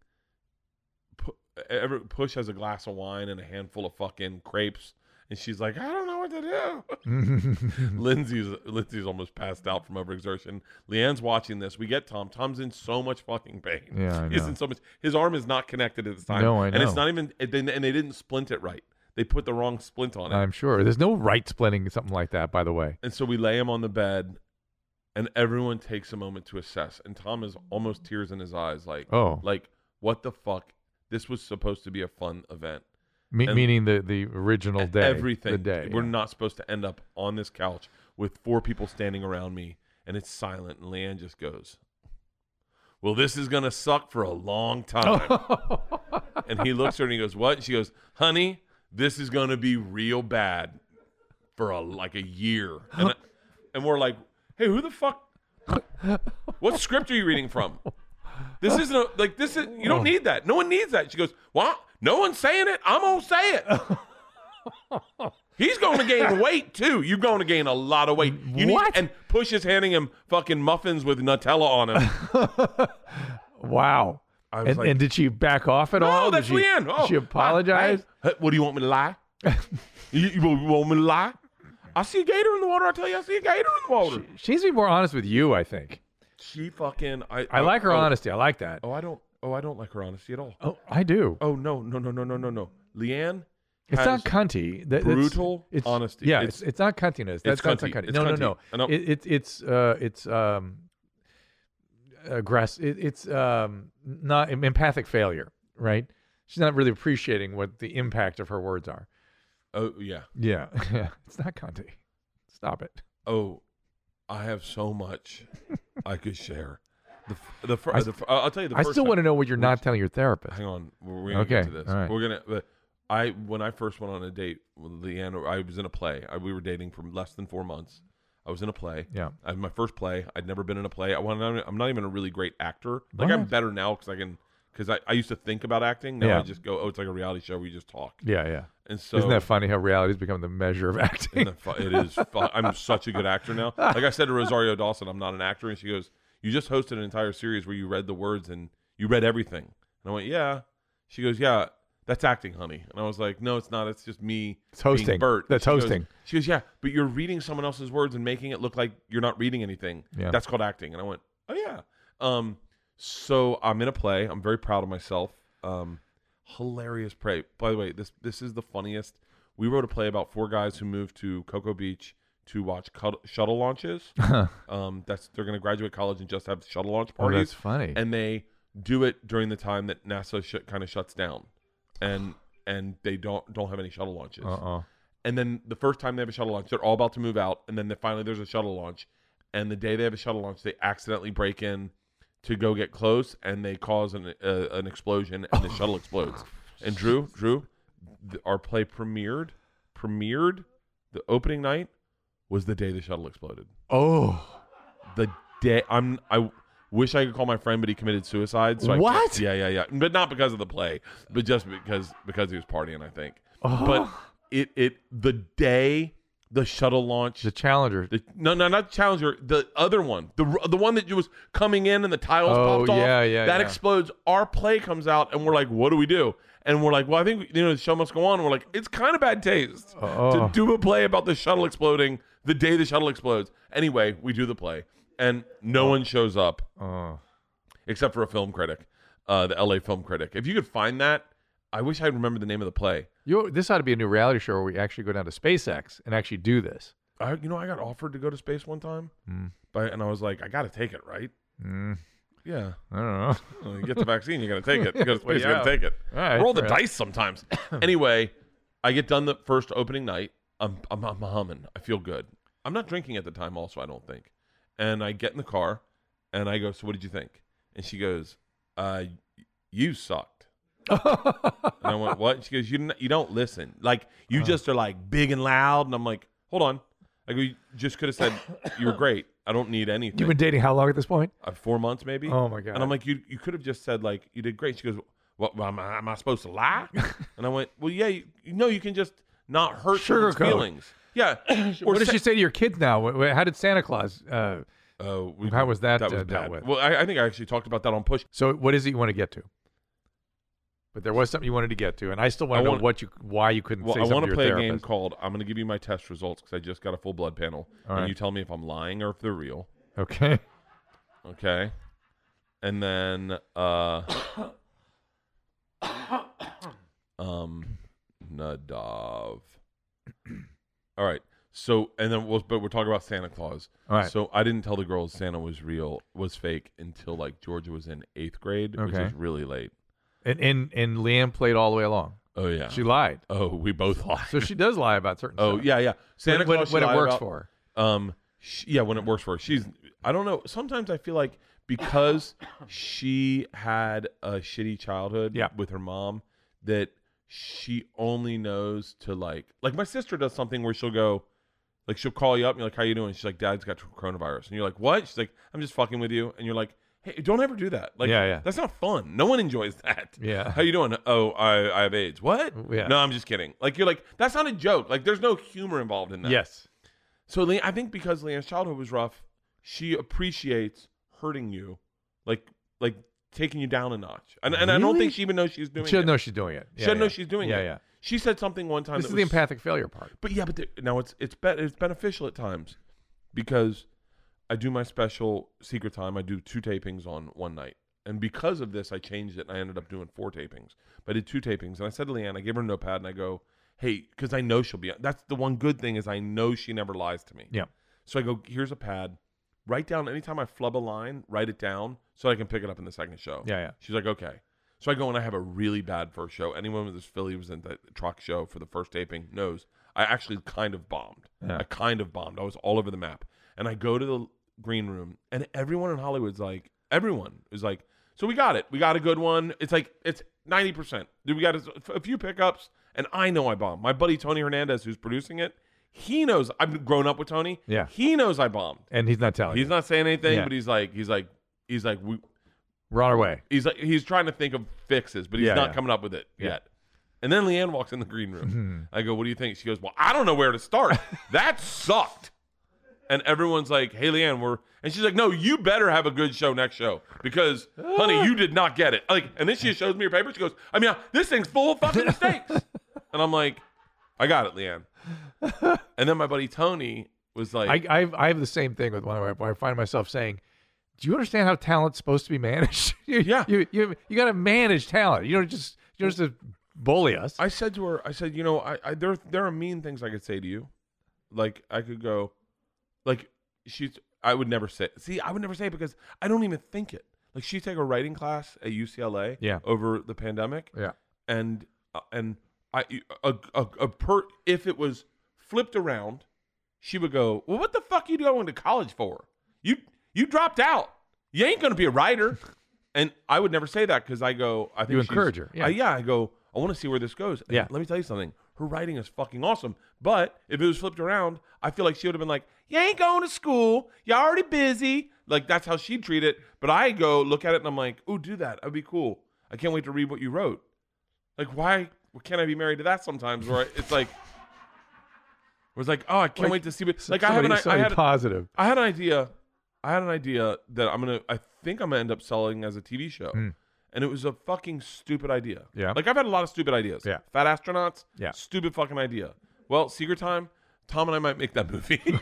Speaker 1: Pu- every, Push has a glass of wine and a handful of fucking crepes. And she's like, I don't know what to do. Lindsay's Lindsay's almost passed out from overexertion. Leanne's watching this. We get Tom. Tom's in so much fucking pain.
Speaker 2: Yeah, I
Speaker 1: he's
Speaker 2: know.
Speaker 1: in so much. His arm is not connected at this time.
Speaker 2: No, I
Speaker 1: And it's
Speaker 2: know.
Speaker 1: not even. And they, and they didn't splint it right. They put the wrong splint on it.
Speaker 2: I'm sure. There's no right splitting something like that, by the way.
Speaker 1: And so we lay him on the bed, and everyone takes a moment to assess. And Tom is almost tears in his eyes, like,
Speaker 2: Oh.
Speaker 1: like what the fuck? This was supposed to be a fun event.
Speaker 2: Me-
Speaker 1: And- e,
Speaker 2: meaning the, the original day.
Speaker 1: Everything.
Speaker 2: The day.
Speaker 1: We're
Speaker 2: yeah.
Speaker 1: not supposed to end up on this couch with four people standing around me and it's silent, and Leanne just goes, "Well, this is gonna suck for a long
Speaker 2: Oh,
Speaker 1: time." and he looks at her and he goes, "What?" And she goes, "Honey, this is gonna be real bad for a like a year." And, I- and we're like, "Hey, who the fuck? What script are you reading from?" This isn't a, like this is you don't need that. No one needs that. She goes, Well, no one's saying it. I'm gonna say it. He's gonna gain weight too. You're gonna gain a lot of weight. You
Speaker 2: What?
Speaker 1: and Push is handing him fucking muffins with Nutella on him.
Speaker 2: Wow.
Speaker 1: I was
Speaker 2: And,
Speaker 1: like,
Speaker 2: and did she back off at
Speaker 1: No,
Speaker 2: all? Did
Speaker 1: that's
Speaker 2: she,
Speaker 1: Leanne.
Speaker 2: did
Speaker 1: Oh,
Speaker 2: she apologized?
Speaker 1: I- I- what do you want me to lie? you, you want me to lie? I see a gator in the water. I tell you, I see a gator in the water.
Speaker 2: She needs to be more honest with you, I think.
Speaker 1: She, fucking. I,
Speaker 2: I like her
Speaker 1: oh,
Speaker 2: honesty. I like that.
Speaker 1: Oh, I don't. Oh, I don't like her honesty at all.
Speaker 2: Oh, I do.
Speaker 1: Oh no, no, no, no, no, no, no. Leanne.
Speaker 2: It's
Speaker 1: has-
Speaker 2: not cunty. That- that's-
Speaker 1: brutal
Speaker 2: it's,
Speaker 1: honesty.
Speaker 2: Yeah,
Speaker 1: It's-
Speaker 2: it's, it's not cuntiness. That's, that's
Speaker 1: cunty.
Speaker 2: not cunty.
Speaker 1: It's
Speaker 2: no,
Speaker 1: cunty.
Speaker 2: no,
Speaker 1: I
Speaker 2: no,
Speaker 1: know.
Speaker 2: It, it, it's uh, it's um, aggressive. It, it's um, not em- empathic failure. Right? She's not really appreciating what the impact of her words are.
Speaker 1: Oh yeah.
Speaker 2: Yeah, yeah. It's not cunty. Stop it.
Speaker 1: Oh, I have so much I could share. The f- the, fir-
Speaker 2: I-
Speaker 1: the fir- I'll I'll tell you the
Speaker 2: I
Speaker 1: first
Speaker 2: still
Speaker 1: time-
Speaker 2: want to know what you're not
Speaker 1: Which-
Speaker 2: telling your therapist.
Speaker 1: Hang on, we're we're gonna get
Speaker 2: Okay,
Speaker 1: to this.
Speaker 2: all right.
Speaker 1: We're gonna. But I when I first went on a date with Leanne, I was in a play. I, we were dating for less than four months. I was in a play.
Speaker 2: Yeah.
Speaker 1: I, my first play. I'd never been in a play. I want. I'm not even a really great actor. Like I'm
Speaker 2: What?
Speaker 1: better now because I can. Because I, I used to think about acting. Now I
Speaker 2: Yeah.
Speaker 1: just go. Oh, it's like a reality show. where you just talk.
Speaker 2: Yeah, yeah.
Speaker 1: And so
Speaker 2: Isn't that funny how reality's become the measure of acting?
Speaker 1: and the fu- it is. Fu- I'm such a good actor now. Like I said to Rosario Dawson, I'm not an actor, and she goes, "You just hosted an entire series where you read the words and you read everything." And I went, "Yeah." She goes, "Yeah, that's acting, honey." And I was like, "No, it's not. It's just me."
Speaker 2: It's
Speaker 1: being
Speaker 2: hosting.
Speaker 1: Bert.
Speaker 2: That's
Speaker 1: She goes-
Speaker 2: hosting.
Speaker 1: she goes, "Yeah, but you're reading someone else's words and making it look like you're not reading anything.
Speaker 2: Yeah.
Speaker 1: That's called acting." And I went, "Oh yeah." Um, so I'm in a play. I'm very proud of myself. Um, hilarious play. By the way, this this is the funniest. We wrote a play about four guys who moved to Cocoa Beach to watch cuddle, shuttle launches. um, that's they're going to graduate college and just have shuttle launch
Speaker 2: oh,
Speaker 1: parties.
Speaker 2: that's funny.
Speaker 1: And they do it during the time that NASA sh- kind of shuts down, and and they don't don't have any shuttle launches.
Speaker 2: Uh-oh.
Speaker 1: And then the first time they have a shuttle launch, they're all about to move out, and then they, finally there's a shuttle launch. And the day they have a shuttle launch, they accidentally break in to go get close, and they cause an uh, an explosion, and the shuttle explodes. And Drew, Drew, th- our play premiered, premiered the opening night was the day the shuttle exploded.
Speaker 2: Oh.
Speaker 1: The day I'm I wish I could call my friend, but he committed suicide. So I can't-
Speaker 2: What?
Speaker 1: yeah, yeah, yeah. But not because of the play, but just because because he was partying. I think but
Speaker 2: Oh.
Speaker 1: it it the day the shuttle launch
Speaker 2: the Challenger.
Speaker 1: the, no no not challenger the other one the r- the one that was coming in and the tiles
Speaker 2: Oh,
Speaker 1: popped off
Speaker 2: yeah, yeah,
Speaker 1: that
Speaker 2: yeah.
Speaker 1: explodes our play comes out and we're like what do we do and we're like well i think you know the show must go on and we're like it's kind of bad taste to
Speaker 2: Uh-oh.
Speaker 1: do a play about the shuttle exploding the day the shuttle explodes anyway we do the play and no one shows up
Speaker 2: Oh.
Speaker 1: except for a film critic uh, the la film critic if you could find that i wish i remember the name of the play
Speaker 2: You, this ought to be a new reality show where we actually go down to SpaceX and actually do this.
Speaker 1: I, you know, I got offered to go to space one time,
Speaker 2: Mm.
Speaker 1: but and I was like, I got to take it, right?
Speaker 2: Mm,
Speaker 1: Yeah,
Speaker 2: I don't know.
Speaker 1: Well, you get the vaccine, you got to take it. You go to space, you
Speaker 2: Yeah.
Speaker 1: got to take it.
Speaker 2: All right,
Speaker 1: Roll the
Speaker 2: fair
Speaker 1: dice sometimes. anyway, I get done the first opening night. I'm, I'm I'm humming. I feel good. I'm not drinking at the time, also. I don't think. And I get in the car, and I go, "So what did you think?" And she goes, "Uh, y- you sucked." And I went, "What?" And she goes, "You n- you don't listen. Like
Speaker 2: Uh-huh.
Speaker 1: you just are like big and loud." And I'm like, "Hold on." Like we just could have said, "You were great. I don't need anything."
Speaker 2: You've been dating how long at this point?
Speaker 1: uh, four months maybe.
Speaker 2: Oh, my God.
Speaker 1: And I'm like, you you could have just said like you did great. She goes, well, well, am, I, am I supposed to lie? and I went, well, yeah, you, you know, you can just not hurt someone's
Speaker 2: Sugarcoat.
Speaker 1: feelings. Yeah. or
Speaker 2: what does
Speaker 1: sa-
Speaker 2: she say to your kids now? Wh- wh- How did Santa Claus? Uh,
Speaker 1: Oh, we-
Speaker 2: How was that,
Speaker 1: That
Speaker 2: uh,
Speaker 1: was
Speaker 2: dealt
Speaker 1: bad.
Speaker 2: with?
Speaker 1: Well, I, I think I actually talked about that on Push.
Speaker 2: so, what is it you want to get to? But there was something you wanted to get to, and I still
Speaker 1: I
Speaker 2: want to know
Speaker 1: wanna-
Speaker 2: what you, why you couldn't
Speaker 1: Well,
Speaker 2: say
Speaker 1: I
Speaker 2: something
Speaker 1: want
Speaker 2: to
Speaker 1: to
Speaker 2: your
Speaker 1: play a game
Speaker 2: therapist.
Speaker 1: called I'm going to give you my test results because I just got a full blood panel,
Speaker 2: All
Speaker 1: and
Speaker 2: right.
Speaker 1: you tell me if I'm lying or if they're real.
Speaker 2: Okay.
Speaker 1: Okay. And then uh um Nadav. All right. So and then we'll but we're talking about Santa Claus.
Speaker 2: All right.
Speaker 1: So I didn't tell the girls Santa was real was fake until like Georgia was in eighth grade, which
Speaker 2: Okay.
Speaker 1: is really late.
Speaker 2: and, and and Leanne played all the way along.
Speaker 1: Oh yeah.
Speaker 2: She lied,
Speaker 1: oh, we both lied.
Speaker 2: so she does lie about certain.
Speaker 1: oh
Speaker 2: stuff.
Speaker 1: yeah, yeah. Santa
Speaker 2: when,
Speaker 1: Claus she
Speaker 2: when it
Speaker 1: lied
Speaker 2: works
Speaker 1: about-
Speaker 2: for. her.
Speaker 1: Um, sh yeah, when it works for her, she's I don't know. Sometimes I feel like because she had a shitty childhood
Speaker 2: Yeah.
Speaker 1: with her mom, that she only knows to like like my sister does something where she'll go like she'll call you up and you're like, How you doing? She's like, Dad's got coronavirus. And you're like, What? She's like, I'm just fucking with you. And you're like, Hey, don't ever do that. Like
Speaker 2: Yeah, yeah.
Speaker 1: that's not fun. No one enjoys that.
Speaker 2: Yeah.
Speaker 1: How you doing? Oh, I, I have AIDS. What?
Speaker 2: Yeah.
Speaker 1: No, I'm just kidding. Like you're like, that's not a joke. Like there's no humor involved in that.
Speaker 2: Yes.
Speaker 1: So Le- I think because Leanne's childhood was rough, she appreciates hurting you, like like taking you down a notch. And, and I don't
Speaker 2: Really?
Speaker 1: think she even knows she's doing
Speaker 2: She
Speaker 1: it.
Speaker 2: doesn't know she's doing it.
Speaker 1: she
Speaker 2: Yeah,
Speaker 1: doesn't
Speaker 2: yeah.
Speaker 1: know she's doing
Speaker 2: yeah,
Speaker 1: it.
Speaker 2: Yeah,
Speaker 1: She said something one time.
Speaker 2: This
Speaker 1: that
Speaker 2: is the
Speaker 1: was-
Speaker 2: empathic failure part.
Speaker 1: But yeah, but the, now it's it's be, it's beneficial at times because I do my special secret time. I do two tapings on one night. And because of this, I changed it and I ended up doing four tapings. But I did two tapings. And I said to Leanne, I gave her a notepad and I go, hey, because I know she'll be. That's the one good thing is I know she never lies to me.
Speaker 2: Yeah.
Speaker 1: So I go, here's a pad. Write down anytime I flub a line, write it down so I can pick it up in the second show.
Speaker 2: Yeah, yeah.
Speaker 1: She's like, okay. So I go and I have a really bad first show. Anyone with this Philly was in the truck show for the first taping knows I actually kind of bombed.
Speaker 2: Yeah.
Speaker 1: I kind of bombed. I was all over the map. And I go to the green room and everyone in Hollywood's like, everyone is like, so we got it. We got a good one. It's like, it's 90%. Dude, We got a, a few pickups and I know I bombed. My buddy Tony Hernandez, who's producing it, he knows I've grown up with Tony.
Speaker 2: Yeah.
Speaker 1: He knows I bombed.
Speaker 2: And he's not telling.
Speaker 1: He's
Speaker 2: you.
Speaker 1: not saying anything,
Speaker 2: Yeah.
Speaker 1: but he's like, he's like, he's like, we,
Speaker 2: We're on our way.
Speaker 1: he's like he's trying to think of fixes, but he's
Speaker 2: Yeah,
Speaker 1: not
Speaker 2: yeah.
Speaker 1: coming up with it
Speaker 2: Yeah. Mm-hmm.
Speaker 1: yet. And then Leanne walks in the green room. I go, "What do you think?" She goes, "Well, I don't know where to start. that sucked." And everyone's like, "Hey, Leanne, we're," and she's like, "No, you better have a good show next show because, honey, you did not get it." Like, and then she shows me her paper. She goes, "I mean, this thing's full of fucking mistakes." and I'm like, "I got it, Leanne." and then my buddy Tony was like,
Speaker 2: I, I, have, I have the same thing with one of my, where I find myself saying, do you understand how talent's supposed to be managed? you,
Speaker 1: Yeah.
Speaker 2: You, you, you got to manage talent. You don't just, you don't just bully us.
Speaker 1: I said to her, I said, you know, I, I there there are mean things I could say to you. Like I could go, like she's I would never say see, I would never say it because I don't even think it. Like she took a writing class at UCLA
Speaker 2: Yeah.
Speaker 1: over the pandemic
Speaker 2: yeah.
Speaker 1: and uh, and I a, a, a per if it was flipped around, she would go, "Well, what the fuck you going to college for? You you dropped out. You ain't gonna be a writer." And I would never say that because I go, "I think
Speaker 2: You
Speaker 1: she's-
Speaker 2: encourage her, yeah.
Speaker 1: I, yeah, I go, I want to see where this goes. And
Speaker 2: Yeah.
Speaker 1: let me tell you something. Her writing is fucking awesome. But if it was flipped around, I feel like she would have been like, "You ain't going to school. You're already busy." Like that's how she'd treat it. But I go look at it and I'm like, "Ooh, do that. That'd be cool. I can't wait to read what you wrote." Like, why can't I be married to that sometimes? Where I- it's like, where it's like, oh, I can't wait to see. But like, I have
Speaker 2: Somebody-
Speaker 1: an, I,
Speaker 2: somebody
Speaker 1: had,
Speaker 2: positive.
Speaker 1: I had an idea. I had an idea that I'm gonna, I think I'm gonna end up selling as a TV show, and it was a fucking stupid idea.
Speaker 2: Hmm. Yeah.
Speaker 1: Like I've had a lot of stupid ideas.
Speaker 2: Yeah.
Speaker 1: Fat astronauts.
Speaker 2: Yeah.
Speaker 1: Stupid fucking idea. Well, Secret Time. Tom and I might make that movie.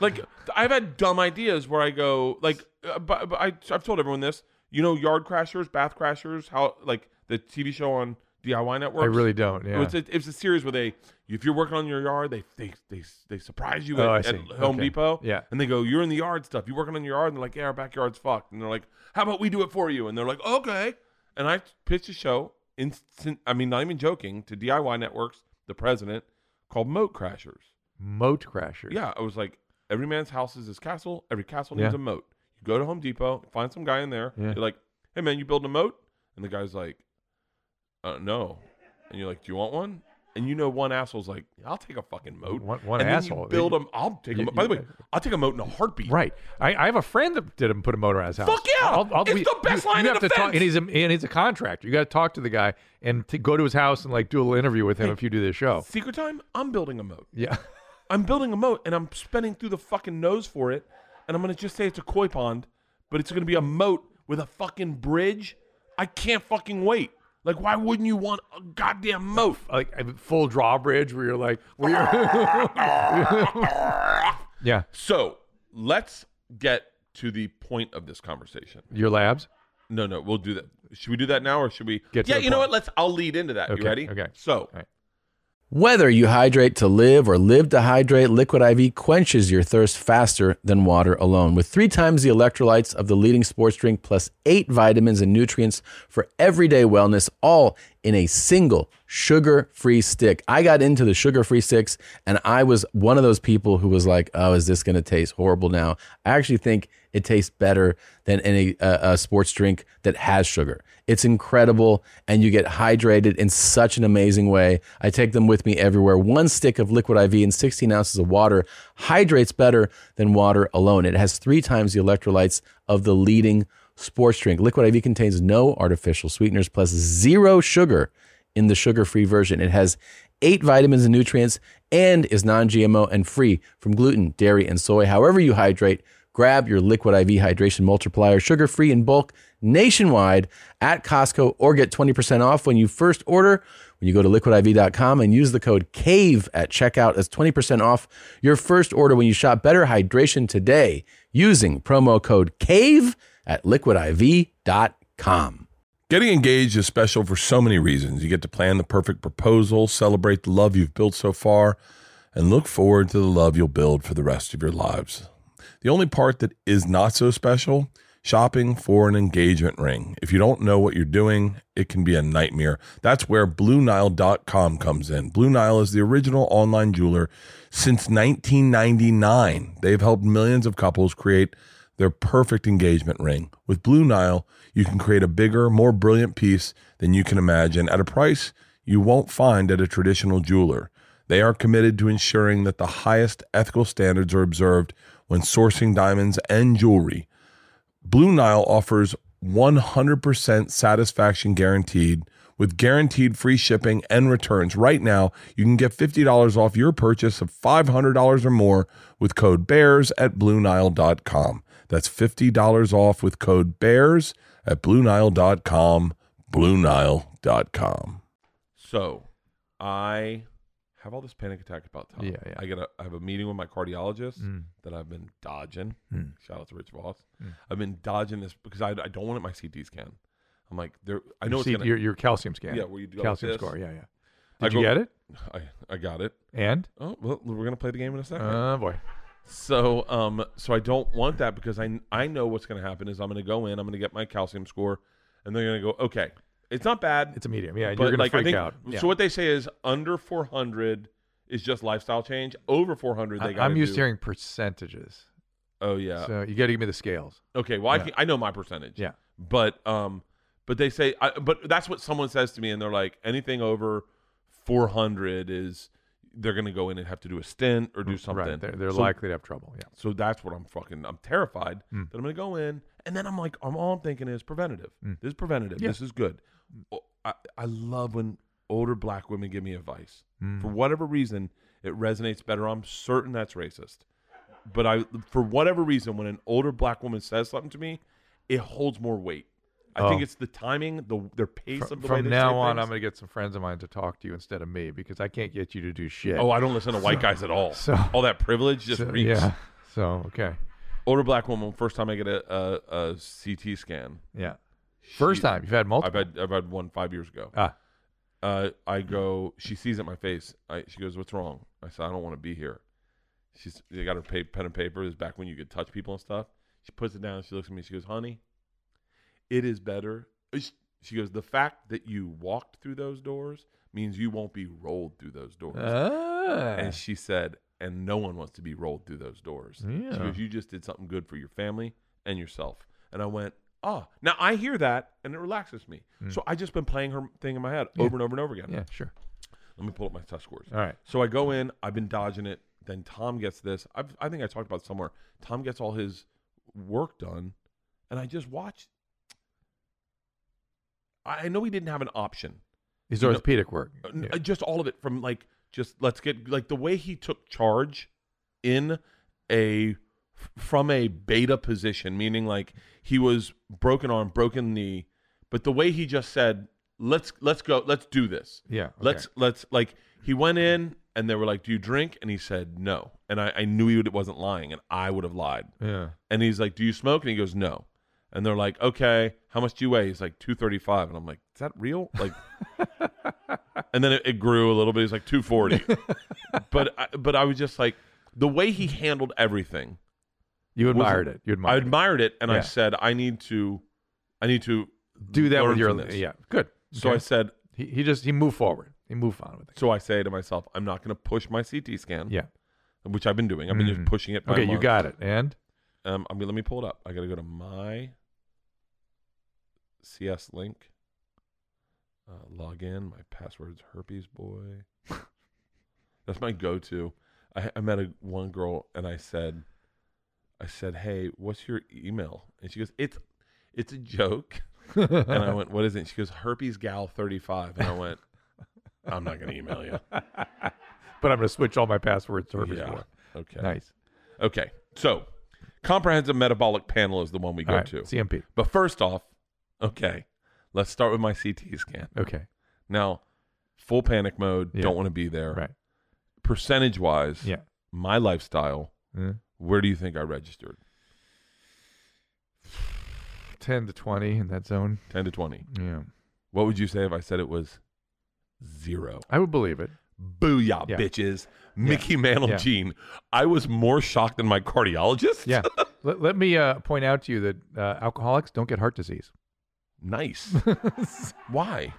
Speaker 1: like I've had dumb ideas where I go like, uh, but, but I I've told everyone this. You know, Yard Crashers, Bath Crashers, how like the TV show on DIY Network.
Speaker 2: I really don't. Yeah.
Speaker 1: It was a, it was a series where they, if you're working on your yard, they they they, they surprise you
Speaker 2: Oh,
Speaker 1: at,
Speaker 2: I
Speaker 1: at
Speaker 2: see.
Speaker 1: Home
Speaker 2: Okay.
Speaker 1: Depot.
Speaker 2: Yeah.
Speaker 1: And they go, you're in the yard stuff. You're working on your yard. And they're like, yeah, our backyard's fucked. And they're like, how about we do it for you? And they're like, okay. And I pitched a show, instant, I mean, not even joking, to DIY Networks, the president, called Moat Crashers.
Speaker 2: Moat crasher.
Speaker 1: Yeah, I was like, every man's house is his castle. Every castle
Speaker 2: Yeah.
Speaker 1: needs a moat. You go to Home Depot, find some guy in there.
Speaker 2: Yeah.
Speaker 1: You're like, hey man, you building a moat? And the guy's like, uh, no. And you're like, do you want one? And you know, one asshole's like, I'll take a fucking moat.
Speaker 2: One- one
Speaker 1: and then
Speaker 2: asshole.
Speaker 1: You build them. I'll take a
Speaker 2: You-
Speaker 1: moat. By the
Speaker 2: you-
Speaker 1: way, I'll take a moat in a heartbeat.
Speaker 2: Right. I, I have a friend that did him put a motor on his house.
Speaker 1: Fuck yeah! It's
Speaker 2: we-
Speaker 1: the best line
Speaker 2: you
Speaker 1: of
Speaker 2: have to talk,
Speaker 1: defense!
Speaker 2: and he's a and he's a contractor. You got to talk to the guy and to go to his house and like do a little interview with him if you do this show.
Speaker 1: Secret time, I'm building a moat.
Speaker 2: Yeah.
Speaker 1: I'm building a moat and I'm spinning through the fucking nose for it. And I'm going to just say it's a koi pond, but it's going to be a moat with a fucking bridge. I can't fucking wait. Like, why wouldn't you want a goddamn moat?
Speaker 2: like a full drawbridge where you're like where you're- yeah
Speaker 1: So let's get to the point of this conversation.
Speaker 2: your labs
Speaker 1: No, no, we'll do that. Should we do that now or should we
Speaker 2: Get to
Speaker 1: Yeah,
Speaker 2: the
Speaker 1: you know
Speaker 2: point.
Speaker 1: what? Let's I'll lead into that.
Speaker 2: Okay,
Speaker 1: You ready?
Speaker 2: okay.
Speaker 1: So
Speaker 2: right.
Speaker 4: Whether you hydrate to live or live to hydrate, Liquid IV quenches your thirst faster than water alone. With three times the electrolytes of the leading sports drink, plus eight vitamins and nutrients for everyday wellness, all in a single sugar free stick. I got into the sugar free sticks and I was one of those people who was like, oh, is this going to taste horrible now? I actually think it tastes better than any uh, a sports drink that has sugar. It's incredible and you get hydrated in such an amazing way. I take them with me everywhere. One stick of liquid IV and 16 ounces of water hydrates better than water alone. It has three times the electrolytes of the leading sports drink. Liquid IV contains no artificial sweeteners plus zero sugar in the sugar free version. It has eight vitamins and nutrients and is non GMO and free from gluten, dairy, and soy. However, you hydrate, grab your Liquid IV Hydration Multiplier sugar free in bulk nationwide at Costco or get 20% off when you first order. When you go to liquidiv.com and use the code CAVE E at checkout, that's 20% off your first order when you shop Better Hydration today using promo code CAVE E at liquidiv.com.
Speaker 1: Getting engaged is special for so many reasons. You get to plan the perfect proposal, celebrate the love you've built so far, and look forward to the love you'll build for the rest of your lives. The only part that is not so special shopping for an engagement ring. If you don't know what you're doing, it can be a nightmare. That's where BlueNile.com comes in. Blue Nile is the original online jeweler since 1999. They've helped millions of couples create their perfect engagement ring. With Blue Nile, you can create a bigger, more brilliant piece than you can imagine at a price you won't find at a traditional jeweler. They are committed to ensuring that the highest ethical standards are observed when sourcing diamonds and jewelry. Blue Nile offers 100% satisfaction guaranteed with guaranteed free shipping and returns. Right now, you can get $50 off your purchase of $500 or more with code BEARS at BlueNile.com. That's $50 off with code BEARS at BlueNile.com. BlueNile.com. So I have all this panic attack about time.
Speaker 2: Yeah, Mm. yeah.
Speaker 1: I get a, I have a meeting with my cardiologist that I've been dodging.
Speaker 2: Mm.
Speaker 1: Shout out to Rich Voss. I've been dodging this because I, I don't want it my CT scan. I'm like, there. I know
Speaker 2: See,
Speaker 1: it's gonna.
Speaker 2: your, your calcium scan.
Speaker 1: Yeah, where you do like
Speaker 2: calcium
Speaker 1: this.
Speaker 2: score. Yeah, yeah.
Speaker 1: I
Speaker 2: Did you
Speaker 1: go-
Speaker 2: get it?
Speaker 1: I, I got it.
Speaker 2: And
Speaker 1: Oh well, we're gonna play the game in a second.
Speaker 2: oh boy,
Speaker 1: So um so I don't want that because I I know what's going to happen is I'm going to go in, I'm going to get my calcium score and they're going to go, "Okay, it's not bad."
Speaker 2: it's a medium. Yeah, and
Speaker 1: but
Speaker 2: you're gonna
Speaker 1: like, I
Speaker 2: freak
Speaker 1: think-
Speaker 2: out. Yeah.
Speaker 1: So what they say is under 400 is just lifestyle change. Over 400 they
Speaker 2: I,
Speaker 1: got
Speaker 2: I'm used
Speaker 1: do.
Speaker 2: to hearing percentages.
Speaker 1: Oh yeah.
Speaker 2: So you got to give me the scales.
Speaker 1: okay, well I
Speaker 2: Yeah.
Speaker 1: can, I know my percentage.
Speaker 2: Yeah.
Speaker 1: But um but they say I, but that's what someone says to me and they're like anything over 400 is they're going to go in and have to do a stint or do something.
Speaker 2: Right. They're, they're
Speaker 1: So
Speaker 2: likely to have trouble. Yeah.
Speaker 1: So that's what I'm fucking. I'm terrified
Speaker 2: Mm.
Speaker 1: that I'm gonna go in, and then I'm like, I'm all I'm thinking is preventative.
Speaker 2: Mm.
Speaker 1: This is preventative. This is good. O- I, I love when older black women give me advice.
Speaker 2: Mm.
Speaker 1: For whatever reason, it resonates better. I'm certain that's racist, but I, for whatever reason, when an older black woman says something to me, it holds more weight. I think
Speaker 2: Oh.
Speaker 1: it's the timing, the their pace
Speaker 2: Fr-
Speaker 1: of the way
Speaker 2: From
Speaker 1: they
Speaker 2: now
Speaker 1: say
Speaker 2: on,
Speaker 1: things.
Speaker 2: I'm going to get some friends of mine to talk to you instead of me because I can't get you to do shit.
Speaker 1: Oh, I don't listen to white guys at all.
Speaker 2: so-
Speaker 1: all that privilege just
Speaker 2: so,
Speaker 1: reeks.
Speaker 2: yeah. So okay,
Speaker 1: Older black woman. First time I get a, a, a CT scan.
Speaker 2: yeah. First
Speaker 1: She-
Speaker 2: time you've had multiple.
Speaker 1: I've had I've had one five years ago.
Speaker 2: Ah.
Speaker 1: Uh, I go. She sees it in my face. I, she goes, "What's wrong?" I said, "I don't want to be here." She's they got her pa- pen and paper. This is back when you could touch people and stuff. She puts it down. She looks at me. She goes, "Honey, it is better." It's- She goes, "The fact that you walked through those doors means you won't be rolled through those doors."
Speaker 2: Ah.
Speaker 1: And she said, "And no one wants to be rolled through those doors." She
Speaker 2: Yeah.
Speaker 1: goes, "You just did something good for your family and yourself." And I went, "Ah." Now I hear that, and it relaxes me. So I just been playing her thing in my head over and over and over again.
Speaker 2: Hmm. yeah, sure.
Speaker 1: Let me pull up my test scores.
Speaker 2: All right.
Speaker 1: So I go in. I've been dodging it. Then Tom gets this. I've, I think I talked about it somewhere. Tom gets all his work done, and I just watch. I I know he didn't have an option.
Speaker 2: His
Speaker 1: You know-
Speaker 2: orthopedic work.
Speaker 1: Uh,
Speaker 2: Yeah.
Speaker 1: n- just all of it from like just let's get like the way he took charge in a f- from a beta position meaning like he was broken arm broken knee but the way he just said let's let's go let's do this
Speaker 2: Yeah, okay.
Speaker 1: let's let's like he went in and they were like do you drink and he said no and i, I knew he would, wasn't lying and i would have lied
Speaker 2: yeah.
Speaker 1: and he's like, "Do you smoke?" And he goes, "No." And they're like, "Okay, how much do you weigh?" He's like, "235." And I'm like, "Is that real?" Like, and then it, it grew a little bit. He's like, "240." but I, but I was just like, the way he handled everything,
Speaker 2: You
Speaker 1: was-
Speaker 2: admired it. You admired.
Speaker 1: I
Speaker 2: it.
Speaker 1: admired it, and I
Speaker 2: Yeah.
Speaker 1: said, "I need to, I need to
Speaker 2: Do that
Speaker 1: learn
Speaker 2: with your.
Speaker 1: from this."
Speaker 2: Yeah. Good.
Speaker 1: So I
Speaker 2: Okay.
Speaker 1: said,
Speaker 2: He, he just he moved forward. He moved on with it.
Speaker 1: So I say to myself, I'm not going to push my CT scan,
Speaker 2: Yeah. Mm.
Speaker 1: which I've been doing. I've been just pushing it. By
Speaker 2: Okay, you
Speaker 1: month.
Speaker 2: got it. And
Speaker 1: Um, I mean, let me pull it up. I got to go to my CS link. Uh, log in. My password's herpes boy. That's my go-to. I, I met a one girl and I said, I said, hey, what's your email? And she goes, it's, it's a joke. and I went, what is it? She goes, herpes gal thirty five. And I went, I'm not gonna email you.
Speaker 2: but I'm going to switch all my passwords to Herpes Boy.
Speaker 1: Okay.
Speaker 2: Nice.
Speaker 1: Okay. So, comprehensive metabolic panel is the one we go
Speaker 2: All right,
Speaker 1: to.
Speaker 2: CMP.
Speaker 1: But first off, okay, let's start with my CT scan.
Speaker 2: Okay.
Speaker 1: Now, full panic mode,
Speaker 2: Yeah.
Speaker 1: don't want to be there.
Speaker 2: Right.
Speaker 1: Percentage wise,
Speaker 2: Yeah.
Speaker 1: my lifestyle,
Speaker 2: Mm.
Speaker 1: where do you think I registered?
Speaker 2: 10 to 20 in that zone.
Speaker 1: 10 to 20.
Speaker 2: Yeah.
Speaker 1: What would you say if I said it was zero?
Speaker 2: I would believe it.
Speaker 1: Booyah,
Speaker 2: Yeah.
Speaker 1: bitches. Mickey Mantle
Speaker 2: Yeah.
Speaker 1: Gene. I was more shocked than my cardiologist.
Speaker 2: Yeah. let, let me uh, point out to you that uh, alcoholics don't get heart disease.
Speaker 1: Nice. Why?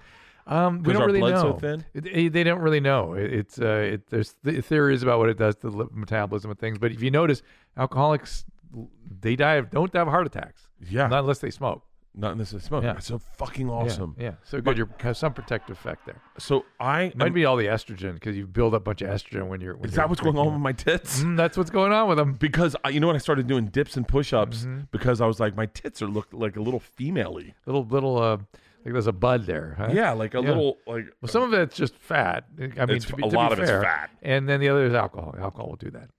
Speaker 2: Um, we
Speaker 1: 'Cause
Speaker 2: don't
Speaker 1: our
Speaker 2: really
Speaker 1: blood's so
Speaker 2: know.
Speaker 1: thin?
Speaker 2: It- it- they don't really know. It, it's uh, it, there's th- theories about what it does to the lip metabolism and things. But if you notice, alcoholics they die of don't die of heart attacks.
Speaker 1: Yeah.
Speaker 2: Not unless they smoke.
Speaker 1: Not in this smoke.
Speaker 2: Yeah.
Speaker 1: That's so fucking
Speaker 2: Yeah,
Speaker 1: awesome.
Speaker 2: Yeah. So good. You have some protective effect there.
Speaker 1: So I
Speaker 2: Might be all the estrogen because you build up a bunch of estrogen when you're. When
Speaker 1: Is
Speaker 2: you're
Speaker 1: that what's going on
Speaker 2: drinking.
Speaker 1: with my tits?
Speaker 2: Mm, that's what's going on with them.
Speaker 1: Because I, you know what, I started doing dips and push-ups
Speaker 2: Mm-hmm.
Speaker 1: because I was like, my tits are look like a little female-y.
Speaker 2: Little little uh, like there's a bud there. Huh?
Speaker 1: Yeah, like a
Speaker 2: Uh, Yeah.
Speaker 1: little like.
Speaker 2: Well, some of it's just fat. I mean,
Speaker 1: It's-
Speaker 2: to be,
Speaker 1: a
Speaker 2: to be
Speaker 1: lot of it's
Speaker 2: fair.
Speaker 1: fat.
Speaker 2: and then the other is alcohol. Alcohol will do that.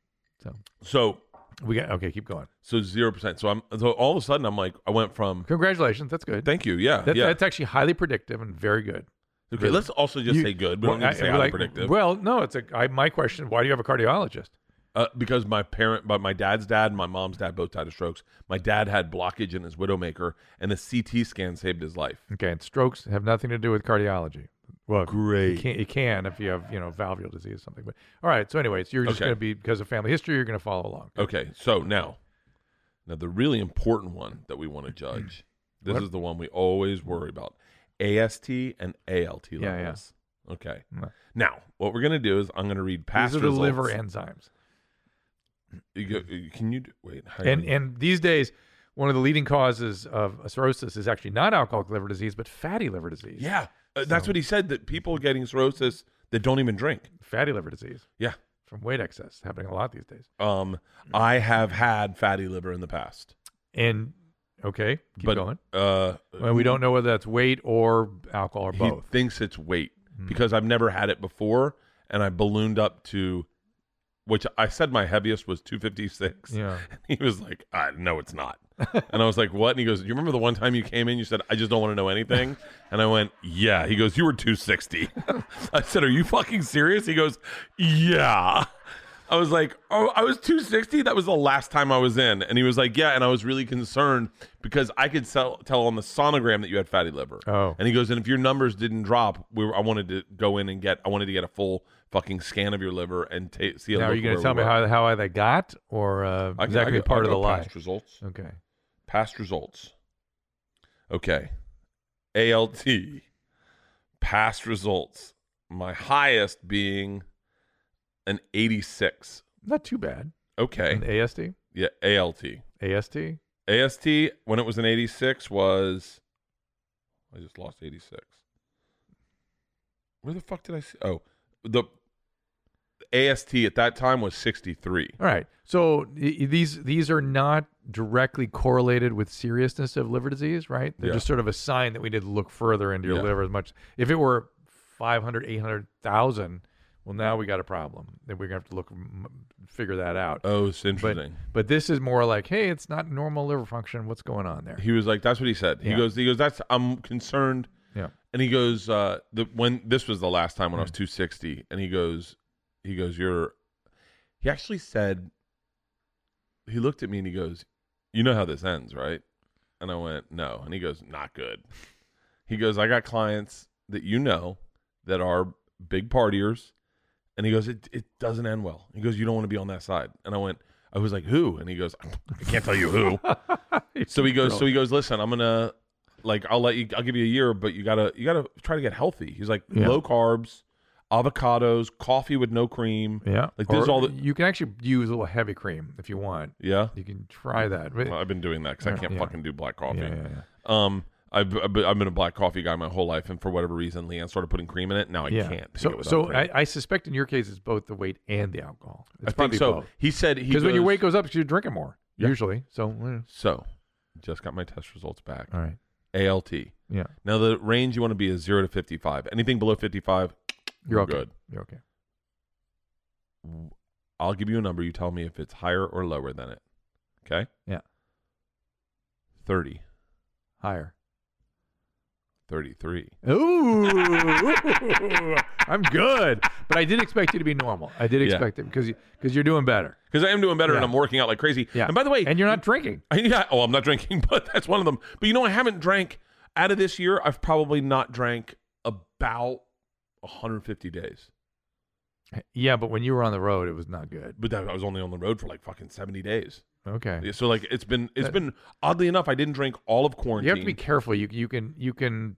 Speaker 1: So
Speaker 2: We got okay. Keep going.
Speaker 1: so zero percent. So I'm so all of a sudden I'm like I went from
Speaker 2: Congratulations. That's good.
Speaker 1: thank you yeah
Speaker 2: That,
Speaker 1: yeah
Speaker 2: That's actually highly predictive and very good.
Speaker 1: okay. Let's also just
Speaker 2: You-
Speaker 1: say good. We don't
Speaker 2: Well,
Speaker 1: need to say
Speaker 2: I-
Speaker 1: highly
Speaker 2: like,
Speaker 1: predictive
Speaker 2: Well, no, it's a I, my question. Why do you have a cardiologist?
Speaker 1: uh, because my parent, but my dad's dad and my mom's dad both died of strokes. My dad had blockage in his widowmaker, and the CT scan saved his life.
Speaker 2: Okay, and strokes have nothing to do with cardiology. Well,
Speaker 1: Great.
Speaker 2: It can, it can if you have you know valvular disease or something. But all right. So, anyways, you're just
Speaker 1: Okay.
Speaker 2: going to be because of family history, you're going to follow along.
Speaker 1: Okay, so now, now the really important one that we want to judge. This
Speaker 2: What?
Speaker 1: is the one we always worry about: AST and ALT levels.
Speaker 2: Yeah, yeah.
Speaker 1: Okay.
Speaker 2: Mm.
Speaker 1: Now, what we're gonna do is I'm gonna read past
Speaker 2: These are the
Speaker 1: results.
Speaker 2: liver enzymes.
Speaker 1: You go- you- can you do, wait? hang
Speaker 2: And
Speaker 1: on.
Speaker 2: and these days, one of the leading causes of cirrhosis is actually not alcoholic liver disease, but fatty liver disease.
Speaker 1: yeah, uh, that's what he said. That people are getting cirrhosis that don't even drink.
Speaker 2: fatty liver disease
Speaker 1: Yeah.
Speaker 2: from weight excess happening a lot these days.
Speaker 1: Um, I have had fatty liver in the past,
Speaker 2: And okay, keep
Speaker 1: but
Speaker 2: going.
Speaker 1: uh,
Speaker 2: Well, we don't know whether that's weight or alcohol or
Speaker 1: he
Speaker 2: both. Hmm.
Speaker 1: thinks it's weight because I've never had it before, and I ballooned up to, which I said my heaviest was two fifty six.
Speaker 2: Yeah.
Speaker 1: He was like, I no, it's not. and I was like, what? And he goes, you remember the one time you came in, you said, I just don't want to know anything. and I went, yeah. He goes, you were 260. I said, are you fucking serious? He goes, yeah. I was like, oh, I was 260. That was the last time I was in. And he was like, yeah. And I was really concerned because I could sell, tell on the sonogram that you had fatty liver.
Speaker 2: Oh.
Speaker 1: And he goes, and if your numbers didn't drop, we were, I wanted to go in and get, I wanted to get a full fucking scan of your liver and ta- see. A
Speaker 2: Now, are
Speaker 1: look
Speaker 2: you going
Speaker 1: where
Speaker 2: to tell
Speaker 1: we
Speaker 2: me
Speaker 1: were.
Speaker 2: how, how they got, or uh,
Speaker 1: I
Speaker 2: is
Speaker 1: can-
Speaker 2: that
Speaker 1: I
Speaker 2: going to
Speaker 1: can-
Speaker 2: be part
Speaker 1: I
Speaker 2: of the
Speaker 1: got
Speaker 2: lie?
Speaker 1: past results.
Speaker 2: Okay.
Speaker 1: Past results. Okay. ALT. Past results. My highest being an 86.
Speaker 2: Not too bad.
Speaker 1: Okay.
Speaker 2: And AST?
Speaker 1: Yeah, ALT.
Speaker 2: AST?
Speaker 1: AST when it was an 86 was I just lost 86. Where the fuck did I see? Oh, the AST at that time was 63.
Speaker 2: All right. So th- these these are not directly correlated with seriousness of liver disease, right? They're
Speaker 1: Yeah.
Speaker 2: just sort of a sign that we need to look further into your
Speaker 1: Yeah.
Speaker 2: liver as much. If it were 500, 800,000, well, now we got a problem. Then we're going to have to look, m- figure that out.
Speaker 1: Oh, it's
Speaker 2: but,
Speaker 1: interesting.
Speaker 2: but this is more like, hey, it's not normal liver function. What's going on there?
Speaker 1: he was like, "That's what he said." He
Speaker 2: Yeah.
Speaker 1: goes, "He goes, that's I'm concerned
Speaker 2: Yeah.
Speaker 1: And he goes, uh, the, when this was the last time when I was 260, and he goes, he goes, you're, he actually said, he looked at me and he goes, you know how this ends, right? And I went, no. And he goes, not good. He goes, I got clients that you know that are big partiers. And he goes, it, it doesn't end well. He goes, you don't want to be on that side. And I went, I was like, who? And he goes, I can't tell you who. so he goes, so he goes, listen, I'm going to, like I'll let you I'll give you a year, but you gotta you gotta try to get healthy. He's like
Speaker 2: Yeah.
Speaker 1: low carbs, avocados, coffee with no cream.
Speaker 2: Yeah.
Speaker 1: Like there's
Speaker 2: Or
Speaker 1: all the
Speaker 2: you can actually use a little heavy cream if you want.
Speaker 1: Yeah.
Speaker 2: You can try that. But-
Speaker 1: Well, I've been doing that because I can't
Speaker 2: yeah.
Speaker 1: fucking do black Mm, coffee.
Speaker 2: yeah, yeah, yeah.
Speaker 1: Um I've, I've been- I've been a black coffee guy my whole life, and for whatever reason, Leanne started putting cream in it. Now I
Speaker 2: yeah.
Speaker 1: can't. take it
Speaker 2: So,
Speaker 1: without
Speaker 2: so
Speaker 1: cream.
Speaker 2: I, I suspect in your case it's both the weight and the alcohol. It's
Speaker 1: I think
Speaker 2: probably
Speaker 1: so. He said he
Speaker 2: Because when your
Speaker 1: goes-
Speaker 2: weight goes up, you're drinking more
Speaker 1: Yeah.
Speaker 2: usually. So, eh,
Speaker 1: So, just got my test results back.
Speaker 2: all right.
Speaker 1: ALT.
Speaker 2: Uh, Yeah.
Speaker 1: Now the range you want to be is zero to fifty-five. Anything below fifty-five,
Speaker 2: You're
Speaker 1: we're
Speaker 2: okay.
Speaker 1: good.
Speaker 2: You're okay.
Speaker 1: I'll give you a number. You tell me if it's higher or lower than it. Okay.
Speaker 2: Yeah.
Speaker 1: 30,
Speaker 2: Higher.
Speaker 1: 33.
Speaker 2: Ooh, I'm good, but I did expect you to be normal. I did
Speaker 1: Yeah.
Speaker 2: expect it because because you're doing better.
Speaker 1: Because I am doing better and
Speaker 2: Yeah.
Speaker 1: I'm working out like crazy.
Speaker 2: Yeah.
Speaker 1: And by the way,
Speaker 2: and you're not drinking.
Speaker 1: yeah, oh, I'm not drinking, but that's one of them. But you know, I haven't drank out of this year. I've probably not drank about 150 days.
Speaker 2: Yeah, but when you were on the road, it was not good.
Speaker 1: But that, I was only on the road for like fucking 70 days.
Speaker 2: Okay.
Speaker 1: Yeah, So like it's been it's
Speaker 2: That-
Speaker 1: been oddly enough, I didn't drink all of quarantine.
Speaker 2: You have to be careful. You you can you can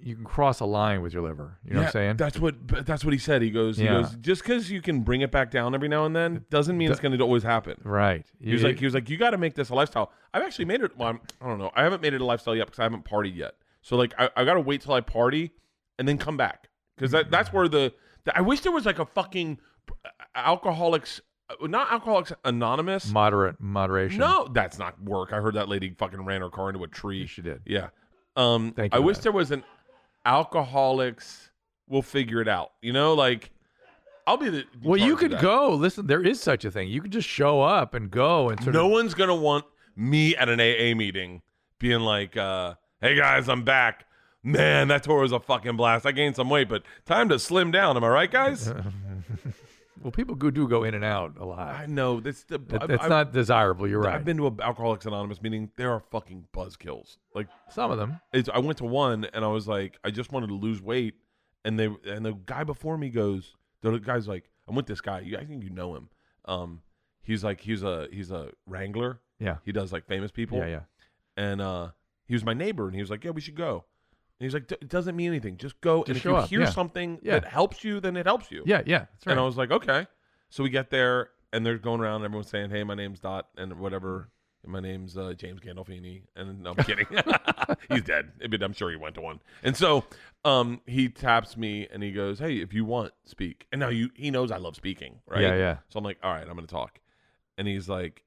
Speaker 2: you can cross a line with your liver. You know what I'm
Speaker 1: Yeah,
Speaker 2: saying?
Speaker 1: That's what but that's what he said. He goes,
Speaker 2: Yeah.
Speaker 1: he goes, just because you can bring it back down every now and then doesn't mean it's going to always happen.
Speaker 2: right.
Speaker 1: He was like, he was like, you got to make this a lifestyle. I've actually made it. Well, I'm, I don't know. I haven't made it a lifestyle yet because I haven't partied yet. So like, I, I got to wait till I party and then come back because that, that's where the, the. I wish there was like a fucking uh, alcoholics, uh, not alcoholics anonymous.
Speaker 2: moderate moderation.
Speaker 1: No, that's not work. I heard that lady fucking ran her car into a tree.
Speaker 2: she did.
Speaker 1: Yeah. Um,
Speaker 2: Thank
Speaker 1: I
Speaker 2: you,
Speaker 1: wish
Speaker 2: Matt.
Speaker 1: there was an alcoholics. We'll figure it out. You know, like I'll be the. in
Speaker 2: Well,
Speaker 1: charge
Speaker 2: you
Speaker 1: of
Speaker 2: could
Speaker 1: that.
Speaker 2: go. Listen, there is such a thing. You could just show up and go and sort
Speaker 1: No
Speaker 2: of.
Speaker 1: one's gonna want me at an AA meeting being like, uh, "Hey guys, I'm back." Man, that tour was a fucking blast. I gained some weight, but time to slim down. Am I right, guys?
Speaker 2: Well, people go, do go in and out a lot.
Speaker 1: I know that's the.
Speaker 2: That-
Speaker 1: I-
Speaker 2: that's
Speaker 1: I-
Speaker 2: not desirable. You're right.
Speaker 1: I've been to an Alcoholics Anonymous meeting. There are fucking buzzkills. Like
Speaker 2: Some of them.
Speaker 1: it's, I went to one and I was like, I just wanted to lose weight, and they and the guy before me goes, the guy's like, I'm with this guy. You, I think you know him. Um, he's like, he's a he's a wrangler.
Speaker 2: Yeah.
Speaker 1: He does like famous people.
Speaker 2: Yeah, yeah.
Speaker 1: and uh, he was my neighbor, and he was like, "Yeah, we should go." And he's like, "D- "It doesn't mean anything. Just go, and
Speaker 2: Just
Speaker 1: if you
Speaker 2: show up,
Speaker 1: hear
Speaker 2: yeah.
Speaker 1: something
Speaker 2: Yeah.
Speaker 1: that helps you, then it helps you."
Speaker 2: Yeah, yeah. That's right.
Speaker 1: And I was like, "Okay." So we get there, and they're going around, and everyone's saying, "Hey, my name's Dot," and whatever. And my name's uh, James Gandolfini, and no, I'm kidding. He's dead, but I'm sure he went to one. And so, um, he taps me and he goes, "Hey, if you want, speak." And now you, he knows I love speaking, right?
Speaker 2: Yeah, yeah.
Speaker 1: So I'm like, all right, I'm gonna talk. And he's like,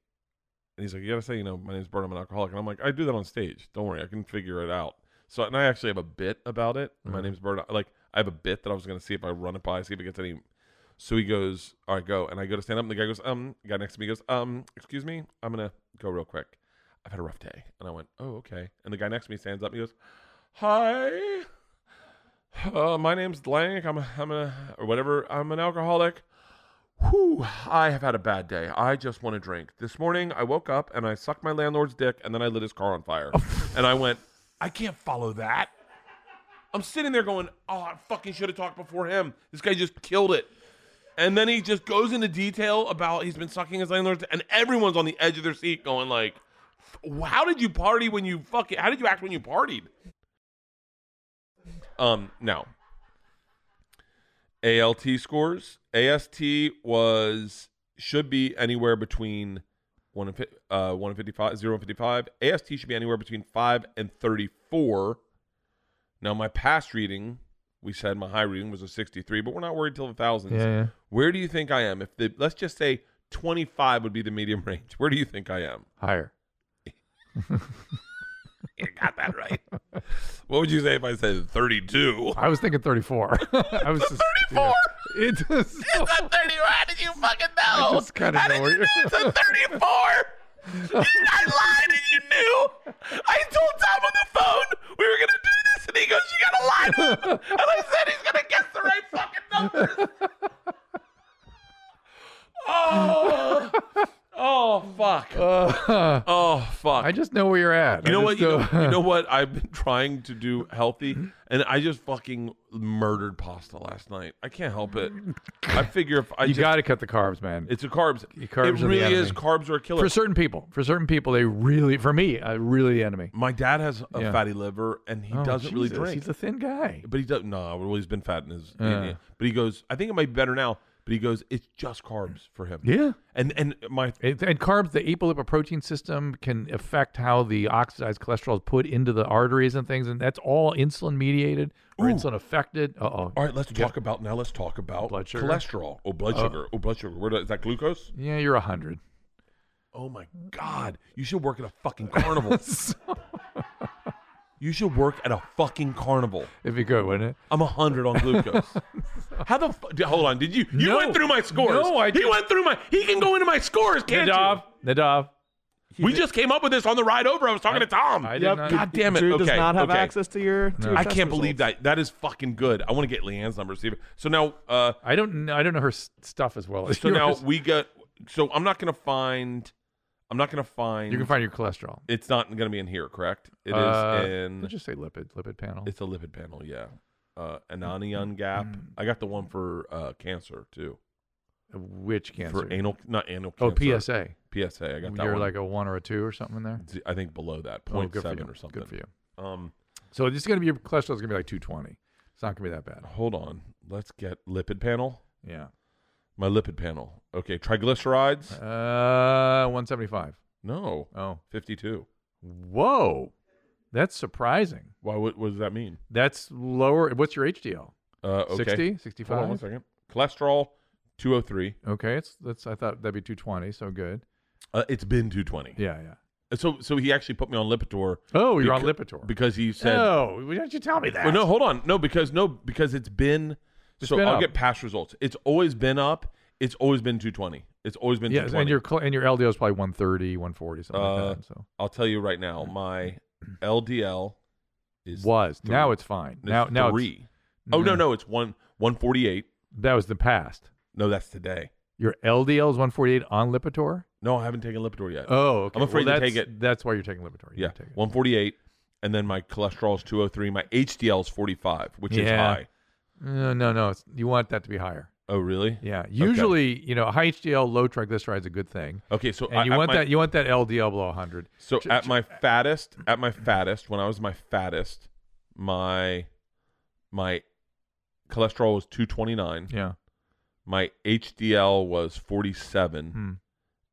Speaker 1: and he's like, you gotta say, you know, my name's Bert, I'm an alcoholic. And I'm like, I do that on stage. Don't worry, I can figure it out. So and I actually have a bit about it. My name's Bert. Like I have a bit that I was gonna see if I run it by, see if it gets any. So he goes, all right, go. And I go to stand up, and the guy goes, um, the guy next to me goes, um, excuse me, I'm gonna go real quick. I've had a rough day. And I went, oh, okay. And the guy next to me stands up and he goes, hi. Uh, my name's Blank. I'm I'm a or whatever. I'm an alcoholic. Whew, I have had a bad day. I just want to drink. This morning I woke up and I sucked my landlord's dick and then I lit his car on fire. and I went, I can't follow that. I'm sitting there going, Oh, I fucking should have talked before him. This guy just killed it. And then he just goes into detail about he's been sucking his landlord's and everyone's on the edge of their seat going like, how did you party when you fucking how did you act when you partied? Um, now, ALT scores. AST was should be anywhere between one and fif- uh one and fifty five zero and fifty five. AST should be anywhere between five and thirty four. Now, my past reading, we said my high reading was a sixty three, but we're not worried till the thousands.
Speaker 2: yeah, yeah.
Speaker 1: Where do you think I am? If the let's just say twenty five would be the medium range. Where do you think I am?
Speaker 2: Higher.
Speaker 1: You got that right. what would you say if I said thirty two?
Speaker 2: I was thinking 34. I was just,
Speaker 1: 34?
Speaker 2: Yeah. It just,
Speaker 1: It's a 30. How did you fucking know?
Speaker 2: I just kinda
Speaker 1: How
Speaker 2: know
Speaker 1: did
Speaker 2: where
Speaker 1: you
Speaker 2: you're-
Speaker 1: It's a 34. You- I lied and you knew. I told Tom on the phone we were going to do this, and he goes, You got to lie to him. And I said, He's going to guess the right fucking numbers. Oh, oh fuck.
Speaker 2: uh,
Speaker 1: Oh, fuck. fuck.
Speaker 2: I just know where you're at.
Speaker 1: you
Speaker 2: I
Speaker 1: know what?
Speaker 2: just
Speaker 1: You know, you know what? I've been trying to do healthy, and I just fucking murdered pasta last night. I can't help it. I figure if I
Speaker 2: you
Speaker 1: just,
Speaker 2: got to cut the carbs, man.
Speaker 1: it's a carbs.
Speaker 2: Your carbs are
Speaker 1: it
Speaker 2: the
Speaker 1: really is.
Speaker 2: enemy.
Speaker 1: Carbs are a killer.
Speaker 2: for certain people. For certain people, they really. For me, I really the enemy.
Speaker 1: My dad has a
Speaker 2: Yeah.
Speaker 1: fatty liver, and he
Speaker 2: Oh,
Speaker 1: doesn't really
Speaker 2: Jesus,
Speaker 1: drink.
Speaker 2: He's a thin guy.
Speaker 1: But he does no. Well, he's been fat in his.
Speaker 2: Yeah.
Speaker 1: But he goes. I think it might be better now. But he goes. It's just carbs for him.
Speaker 2: Yeah.
Speaker 1: And and my
Speaker 2: It, and carbs, the apolipoprotein system can affect how the oxidized cholesterol is put into the arteries and things, and that's all insulin mediated or insulin affected. Uh oh.
Speaker 1: all right. Let's talk about now. Let's talk about
Speaker 2: Blood sugar?
Speaker 1: cholesterol. Oh, blood sugar. Oh, blood sugar. Where do- is that glucose?
Speaker 2: Yeah, you're a hundred.
Speaker 1: Oh my God! You should work at a fucking carnival. you should work at a fucking carnival.
Speaker 2: It'd be good, wouldn't it?
Speaker 1: I'm a hundred on glucose. How the fu- d- hold on? Did you you
Speaker 2: No.
Speaker 1: went through my scores?
Speaker 2: No, I
Speaker 1: he went through my. He can go into my scores, can't
Speaker 2: Nadav, Nadav.
Speaker 1: you? We just came up with this on the ride over. I was talking to Tom.
Speaker 2: I did
Speaker 5: Yep.
Speaker 2: not.
Speaker 1: God damn it!
Speaker 5: Drew does
Speaker 1: Okay,
Speaker 5: not have
Speaker 1: okay.
Speaker 5: access to your. To your
Speaker 1: I
Speaker 5: test
Speaker 1: can't believe
Speaker 5: results.
Speaker 1: that. That is fucking good. I want to get Leanne's number. See if, so now, uh,
Speaker 2: I don't. Know, I don't know her s- stuff as well as
Speaker 1: so now
Speaker 2: yours.
Speaker 1: we got. So I'm not gonna find. I'm not gonna find.
Speaker 2: you can find your cholesterol.
Speaker 1: It's not gonna be in here, correct? It is
Speaker 2: Uh,
Speaker 1: in.
Speaker 2: Let's just say lipid, lipid panel.
Speaker 1: Mm. It's a lipid panel, yeah. Uh, an
Speaker 2: Mm,
Speaker 1: anion gap. I got the one for uh, cancer too.
Speaker 2: Which cancer?
Speaker 1: For anal, not anal
Speaker 2: oh,
Speaker 1: cancer.
Speaker 2: PSA.
Speaker 1: PSA. I got that
Speaker 2: You're
Speaker 1: one.
Speaker 2: like a one or a two or something in there.
Speaker 1: Z- I think below that,
Speaker 2: Oh,
Speaker 1: 0.7
Speaker 2: good for you.
Speaker 1: or something.
Speaker 2: Good for you.
Speaker 1: Um,
Speaker 2: So this is gonna be your cholesterol is gonna be like 220. It's not gonna be that bad.
Speaker 1: hold on. Let's get lipid panel.
Speaker 2: Yeah.
Speaker 1: My lipid panel. Okay, triglycerides.
Speaker 2: Uh, 175.
Speaker 1: No,
Speaker 2: Oh,
Speaker 1: fifty-two.
Speaker 2: whoa, that's surprising.
Speaker 1: Why? What, what does that mean?
Speaker 2: That's lower. What's your HDL?
Speaker 1: Uh, okay.
Speaker 2: 60,
Speaker 1: Hold on one
Speaker 2: 65.
Speaker 1: second. Cholesterol, two hundred three.
Speaker 2: Okay, it's that's. I thought that'd be 220. So good.
Speaker 1: Uh, it's been two twenty.
Speaker 2: Yeah, yeah.
Speaker 1: So, so he actually put me on Lipitor
Speaker 2: Oh, you're on
Speaker 1: Becau-
Speaker 2: Lipitor.
Speaker 1: because he said
Speaker 2: No, why don't you tell me that?
Speaker 1: Well, no, hold on. No, because no, because it's been. so
Speaker 2: been
Speaker 1: I'll
Speaker 2: up.
Speaker 1: get past results. It's always been up. It's always been 220. It's always been
Speaker 2: Yeah,
Speaker 1: 220.
Speaker 2: and your cl- and your LDL is probably 130, 140, something
Speaker 1: Uh,
Speaker 2: like that. So
Speaker 1: I'll tell you right now, my LDL is
Speaker 2: was
Speaker 1: three.
Speaker 2: now it's fine.
Speaker 1: is
Speaker 2: Now now it's- Mm. Mm-hmm.
Speaker 1: three. Oh no, no, it's one 148.
Speaker 2: that was the past.
Speaker 1: No, that's today.
Speaker 2: Your LDL is 148 on Lipitor.
Speaker 1: No, I haven't taken Lipitor yet.
Speaker 2: Oh, okay.
Speaker 1: I'm afraid
Speaker 2: well,
Speaker 1: to
Speaker 2: that's-
Speaker 1: take it.
Speaker 2: That's why you're taking Lipitor. You
Speaker 1: yeah,
Speaker 2: can take it.
Speaker 1: 148, and then my cholesterol is 203. My HDL is 45, which is
Speaker 2: Yeah.
Speaker 1: high.
Speaker 2: No, no, no. It's, you want that to be higher.
Speaker 1: Oh really?
Speaker 2: Yeah. Usually, you know, high HDL, low triglycerides, a good thing.
Speaker 1: Okay, so
Speaker 2: And
Speaker 1: I,
Speaker 2: you
Speaker 1: at
Speaker 2: want
Speaker 1: my-
Speaker 2: that. You want that LDL below 100.
Speaker 1: So
Speaker 2: Ch-
Speaker 1: at
Speaker 2: ch-
Speaker 1: my fattest, at my fattest, when I was my fattest, my my cholesterol was 229,
Speaker 2: Yeah.
Speaker 1: my HDL was 47,
Speaker 2: Hmm.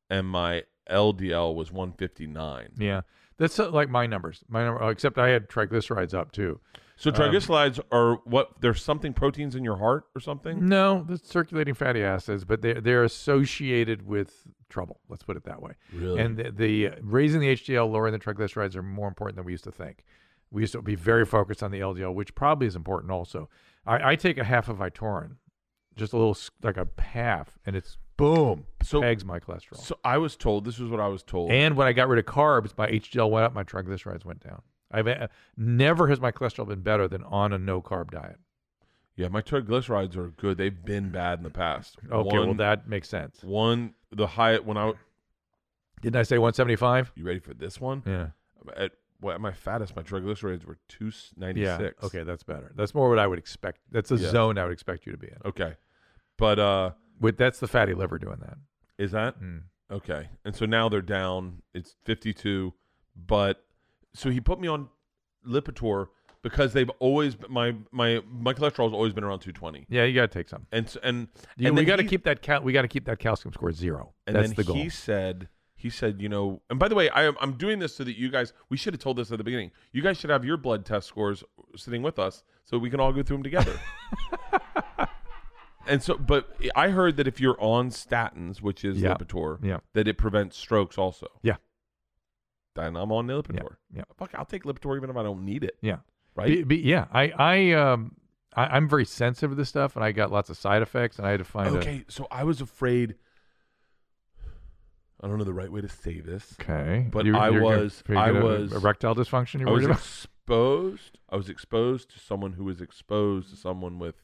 Speaker 1: and my LDL was 159.
Speaker 2: Yeah. That's uh, like my numbers. My number, oh, except I had triglycerides up too.
Speaker 1: So triglycerides are what there's something proteins in your heart or something?
Speaker 2: No, that's circulating fatty acids, but they're they're associated with trouble. Let's put it that way.
Speaker 1: Really?
Speaker 2: And the, the uh, raising the HDL, lowering the triglycerides are more important than we used to think. We used to be very focused on the LDL, which probably is important also. I, I take a half of Itoran, just a little s- like a half, and it's boom
Speaker 1: So-
Speaker 2: pegs my cholesterol.
Speaker 1: So I was told this is what I was told.
Speaker 2: and when I got rid of carbs, my HDL went up, my triglycerides went down. I've uh, never has my cholesterol been better than on a no carb diet.
Speaker 1: yeah, my triglycerides are good. They've been bad in the past.
Speaker 2: Okay, well
Speaker 1: One-
Speaker 2: that makes sense.
Speaker 1: one the high when I
Speaker 2: Didn't I say 175?
Speaker 1: you ready for this one?
Speaker 2: Yeah.
Speaker 1: at well, at my fattest, my triglycerides were two ninety
Speaker 2: Yeah.
Speaker 1: six.
Speaker 2: Okay, that's better. That's more what I would expect. That's the
Speaker 1: Yeah.
Speaker 2: zone I would expect you to be in.
Speaker 1: Okay. But uh
Speaker 2: With that's the fatty liver doing that.
Speaker 1: is that
Speaker 2: Mm.
Speaker 1: okay? And so now they're down. It's fifty two. But so he put me on Lipitor because they've always my my my cholesterol's always been around two twenty.
Speaker 2: Yeah, you got to take some.
Speaker 1: And so, and
Speaker 2: You,
Speaker 1: and
Speaker 2: we
Speaker 1: then
Speaker 2: got to
Speaker 1: he-
Speaker 2: keep that cal- we got to keep that calcium score zero.
Speaker 1: And
Speaker 2: that's
Speaker 1: then
Speaker 2: the goal.
Speaker 1: he said, he said, you know, and by the way, I am, I'm doing this so that you guys, we should have told this at the beginning. You guys should have your blood test scores sitting with us so we can all go through them together. and so, but I heard that if you're on statins, which is
Speaker 2: Yeah.
Speaker 1: Lipitor,
Speaker 2: Yeah.
Speaker 1: that it prevents strokes also.
Speaker 2: Yeah.
Speaker 1: Then I'm on Lipitor.
Speaker 2: Yeah.
Speaker 1: Fuck, I'll take Lipitor even if I don't need it.
Speaker 2: Yeah.
Speaker 1: Right?
Speaker 2: Be- be- yeah. I I um I, I'm very sensitive to this stuff, and I got lots of side effects, and I had to find a-
Speaker 1: okay, so I was afraid. I don't know the right way to say this.
Speaker 2: Okay,
Speaker 1: But
Speaker 2: You-
Speaker 1: I
Speaker 2: you're gonna
Speaker 1: was-
Speaker 2: figure
Speaker 1: I
Speaker 2: out
Speaker 1: was-
Speaker 2: e-, erectile dysfunction. You're
Speaker 1: I was
Speaker 2: worried about?
Speaker 1: exposed. I was exposed to someone who was exposed to someone with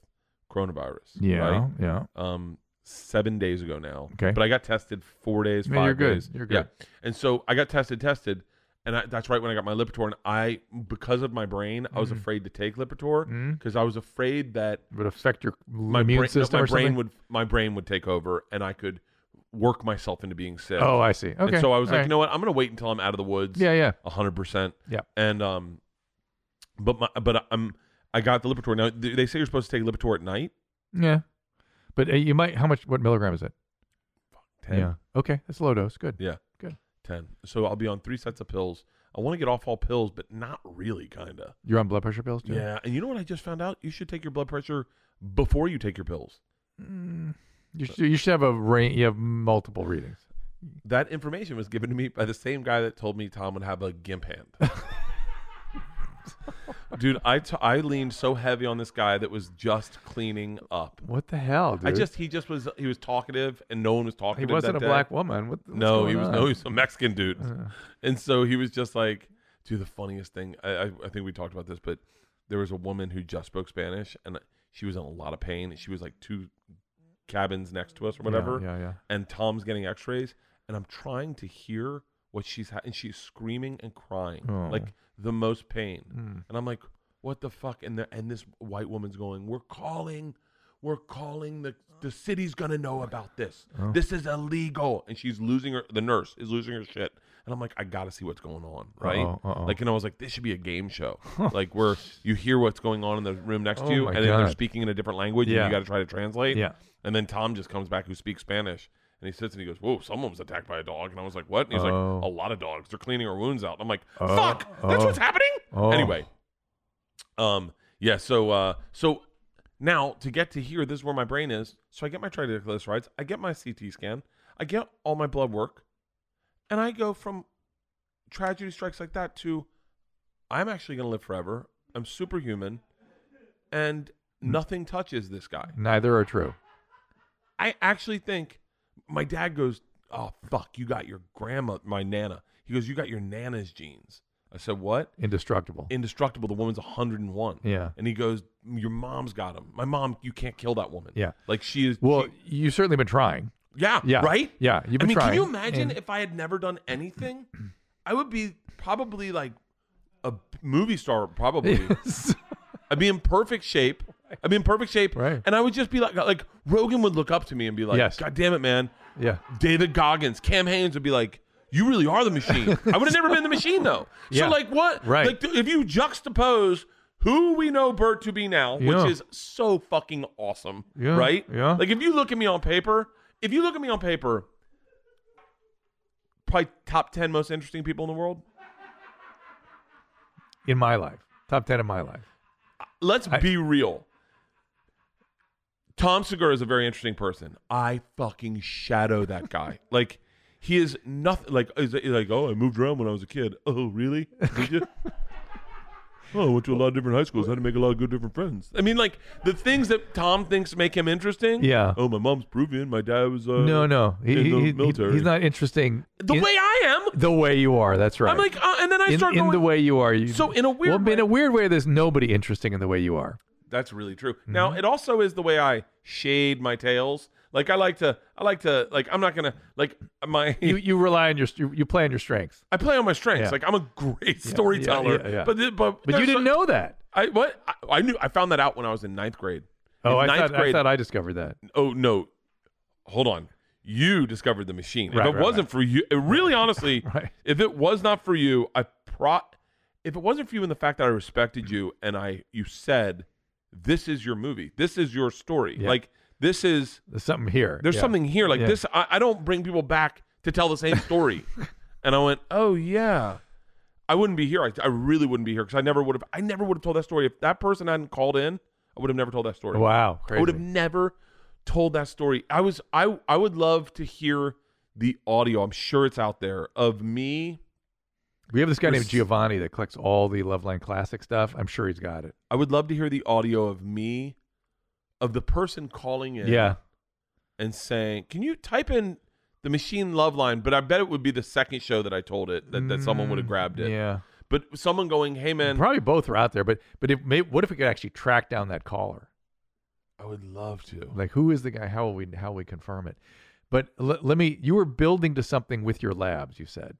Speaker 1: coronavirus.
Speaker 2: Yeah,
Speaker 1: right?
Speaker 2: yeah.
Speaker 1: Um, seven days ago now.
Speaker 2: Okay.
Speaker 1: But I got tested four days,
Speaker 2: No,
Speaker 1: five
Speaker 2: you're good.
Speaker 1: days.
Speaker 2: You're
Speaker 1: Yeah.
Speaker 2: good.
Speaker 1: And so I got tested, tested, and I, that's right when I got my Lipitor. And I, because of my brain, I was
Speaker 2: Mm-hmm.
Speaker 1: afraid to take Lipitor
Speaker 2: Mhm.
Speaker 1: because I was afraid that
Speaker 2: would affect your
Speaker 1: my
Speaker 2: immune
Speaker 1: brain, no,
Speaker 2: system
Speaker 1: my
Speaker 2: or
Speaker 1: brain
Speaker 2: something?
Speaker 1: would my brain would take over, and I could work myself into being sick.
Speaker 2: Oh, I see. Okay.
Speaker 1: And so I was like,
Speaker 2: All right.
Speaker 1: you know what? I'm gonna wait until I'm out of the woods.
Speaker 2: Yeah, yeah.
Speaker 1: hundred percent.
Speaker 2: Yeah.
Speaker 1: And um, but my but I'm I got the Lipitor. Now th- they say you're supposed to take Lipitor at night.
Speaker 2: Yeah. But uh, you might, how much, what milligram is it?
Speaker 1: 10,
Speaker 2: Yeah. Okay. That's low dose. Good.
Speaker 1: Yeah.
Speaker 2: Good.
Speaker 1: Ten. So I'll be on three sets of pills. I want to get off all pills, but not really, kinda.
Speaker 2: You're on blood pressure pills too?
Speaker 1: Yeah. And you know what I just found out? You should take your blood pressure before you take your pills.
Speaker 2: Mm. You should, you should have a range, you have multiple readings.
Speaker 1: That information was given to me by the same guy that told me Tom would have a gimp hand. Dude, I, t- I leaned so heavy on this guy that was just cleaning up.
Speaker 2: What the hell, dude?
Speaker 1: I just he just was he was talkative and no one was talking.
Speaker 2: he wasn't a
Speaker 1: that day.
Speaker 2: black woman. What, what's
Speaker 1: no,
Speaker 2: going
Speaker 1: he was
Speaker 2: on?
Speaker 1: no, he was a Mexican dude, and so he was just like, dude, the funniest thing. I, I, I think we talked about this, but there was a woman who just spoke Spanish, and she was in a lot of pain. She was like two cabins next to us or
Speaker 2: Yeah,
Speaker 1: whatever,
Speaker 2: Yeah, yeah.
Speaker 1: and Tom's getting X-rays, and I'm trying to hear what she's ha- and she's screaming and crying
Speaker 2: Oh. Hmm.
Speaker 1: like the most pain, and I'm like, what the fuck? And the, and this white woman's going, we're calling, we're calling the the city's gonna know about this.
Speaker 2: Oh.
Speaker 1: This is illegal, and she's losing her. The nurse is losing her shit, and I'm like, I gotta see what's going on, right?
Speaker 2: Uh-oh, uh-oh.
Speaker 1: Like, and I was like, this should be a game show, like where you hear what's going on in the room next
Speaker 2: Oh
Speaker 1: to you,
Speaker 2: my
Speaker 1: and then they're
Speaker 2: God.
Speaker 1: speaking in a different language,
Speaker 2: Yeah.
Speaker 1: and you gotta try to translate,
Speaker 2: Yeah.
Speaker 1: and then Tom just comes back who speaks Spanish. And he sits and he goes, Whoa, someone was attacked by a dog. And I was like, What? And he's
Speaker 2: Oh.
Speaker 1: like, A lot of dogs. They're cleaning our wounds out. And I'm like,
Speaker 2: Oh.
Speaker 1: Fuck, that's
Speaker 2: Oh.
Speaker 1: what's happening.
Speaker 2: Oh.
Speaker 1: Anyway. Um, yeah, so uh so now to get to here, this is where my brain is. So I get my triglycerides, I get my CT scan, I get all my blood work, and I go from tragedy strikes like that to I'm actually gonna live forever. I'm superhuman, and
Speaker 2: Hmm.
Speaker 1: nothing touches this guy.
Speaker 2: Oh. Neither are true.
Speaker 1: I actually think my dad goes, "Oh fuck, you got your grandma, my nana." He goes, "You got your nana's genes." I said, "What?"
Speaker 2: Indestructible.
Speaker 1: Indestructible. The woman's 101.
Speaker 2: Yeah.
Speaker 1: And he goes, "Your mom's got him. My mom, you can't kill that woman."
Speaker 2: Yeah.
Speaker 1: Like she is.
Speaker 2: well,
Speaker 1: she-
Speaker 2: you've certainly been trying.
Speaker 1: yeah.
Speaker 2: yeah,
Speaker 1: Right.
Speaker 2: yeah, you've
Speaker 1: I
Speaker 2: been
Speaker 1: mean, can you
Speaker 2: trying,
Speaker 1: imagine
Speaker 2: and-
Speaker 1: if I had never done anything? I would be probably like a movie star. Probably. I'd be in perfect shape. I'd be in perfect shape.
Speaker 2: Right.
Speaker 1: And I would just be like, like Rogan would look up to me and be like,
Speaker 2: Yes.
Speaker 1: God damn it, man.
Speaker 2: yeah.
Speaker 1: David Goggins, Cam Haynes would be like, "You really are the machine." I would have never been the machine though.
Speaker 2: Yeah.
Speaker 1: So like, what?
Speaker 2: Right.
Speaker 1: Like, if you juxtapose who we know Bert to be now,
Speaker 2: Yeah.
Speaker 1: which is so fucking awesome,
Speaker 2: Yeah,
Speaker 1: right?
Speaker 2: yeah.
Speaker 1: Like, if you look at me on paper, if you look at me on paper, probably top ten most interesting people in the world.
Speaker 2: In my life, top ten in my life.
Speaker 1: Let's be real. Tom Segura is a very interesting person. I fucking shadow that guy. like he is nothing. Like is he's like oh I moved around when I was a kid. Oh really? Did you? oh I went to a lot of different high schools. Had to make a lot of good different friends. I mean like the things that Tom thinks make him interesting.
Speaker 2: Yeah.
Speaker 1: Oh my mom's Peruvian. My dad was uh,
Speaker 2: No, no, he,
Speaker 1: in the
Speaker 2: he- he-
Speaker 1: military.
Speaker 2: he's not interesting.
Speaker 1: the
Speaker 2: in-
Speaker 1: way I am.
Speaker 2: the way you are. That's right.
Speaker 1: I'm like uh, and then I
Speaker 2: in,
Speaker 1: start
Speaker 2: in
Speaker 1: going
Speaker 2: the way you are. You,
Speaker 1: So in a weird
Speaker 2: well, in a
Speaker 1: way-
Speaker 2: weird way, there's nobody interesting in the way you are.
Speaker 1: That's really true.
Speaker 2: Mm-hmm.
Speaker 1: Now it also is the way I shade my tails. Like I like to, I like to, like I'm not gonna like my.
Speaker 2: You you rely on your you, you play on your strengths,
Speaker 1: I play on my strengths.
Speaker 2: Yeah.
Speaker 1: Like I'm a great storyteller.
Speaker 2: yeah, yeah.
Speaker 1: But th- but
Speaker 2: but you
Speaker 1: there's
Speaker 2: didn't
Speaker 1: so-
Speaker 2: know that.
Speaker 1: I what I, I knew. I found that out when I was in ninth grade.
Speaker 2: Oh,
Speaker 1: in
Speaker 2: I
Speaker 1: ninth
Speaker 2: thought, I
Speaker 1: grade.
Speaker 2: thought I discovered that.
Speaker 1: oh no, hold on. You discovered the machine.
Speaker 2: Right,
Speaker 1: if it
Speaker 2: right,
Speaker 1: wasn't for you, it really honestly,
Speaker 2: Right.
Speaker 1: if it was not for you, I pro. If it wasn't for you and the fact that I respected you and I, you said, "This is your movie. This is your story.
Speaker 2: Yeah.
Speaker 1: Like this is."
Speaker 2: There's something here.
Speaker 1: there's
Speaker 2: Yeah.
Speaker 1: something here like
Speaker 2: Yeah.
Speaker 1: this I, I don't bring people back to tell the same story and i went oh yeah i wouldn't be here i, I really wouldn't be here because i never would have i never would have told that story if that person hadn't called in i would have never told that story
Speaker 2: Wow,
Speaker 1: i
Speaker 2: crazy.
Speaker 1: would have never told that story i was i i would love to hear the audio i'm sure it's out there of me
Speaker 2: we have this guy named
Speaker 1: There's-
Speaker 2: Giovanni that collects all the Loveline classic stuff. I'm sure he's got it.
Speaker 1: i would love to hear the audio of me of the person calling in
Speaker 2: yeah.
Speaker 1: and saying, "Can you type in the machine love line?" But I bet it would be the second show that I told it that, that someone would have grabbed it.
Speaker 2: Mm, Yeah.
Speaker 1: But someone going, "Hey man,
Speaker 2: Probably both are out there, but but if, may, what if we could actually track down that caller?
Speaker 1: I would love to."
Speaker 2: Like, who is the guy? How will we how will we confirm it? But l- let me. You were building to something with your labs. You said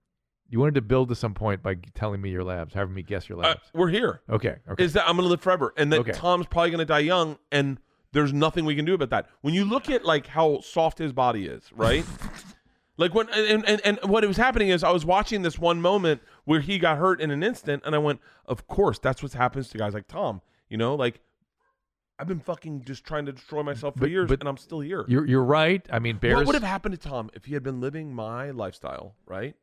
Speaker 2: You wanted to build to some point by g- telling me your labs, having me guess your
Speaker 1: Uh,
Speaker 2: labs.
Speaker 1: we're here.
Speaker 2: okay. Okay.
Speaker 1: Is that I'm going to live forever, and that
Speaker 2: Okay.
Speaker 1: Tom's probably going to die young, and there's nothing we can do about that. When you look at like how soft his body is, right? like when and, and and what was happening is I was watching this one moment where he got hurt in an instant, and I went, of course, that's what happens to guys like Tom. You know, like I've been fucking just trying to destroy myself for
Speaker 2: But-
Speaker 1: years,
Speaker 2: but
Speaker 1: and I'm still here.
Speaker 2: You're you're right. I mean, Bears.
Speaker 1: What would have happened to Tom if he had been living my lifestyle, right?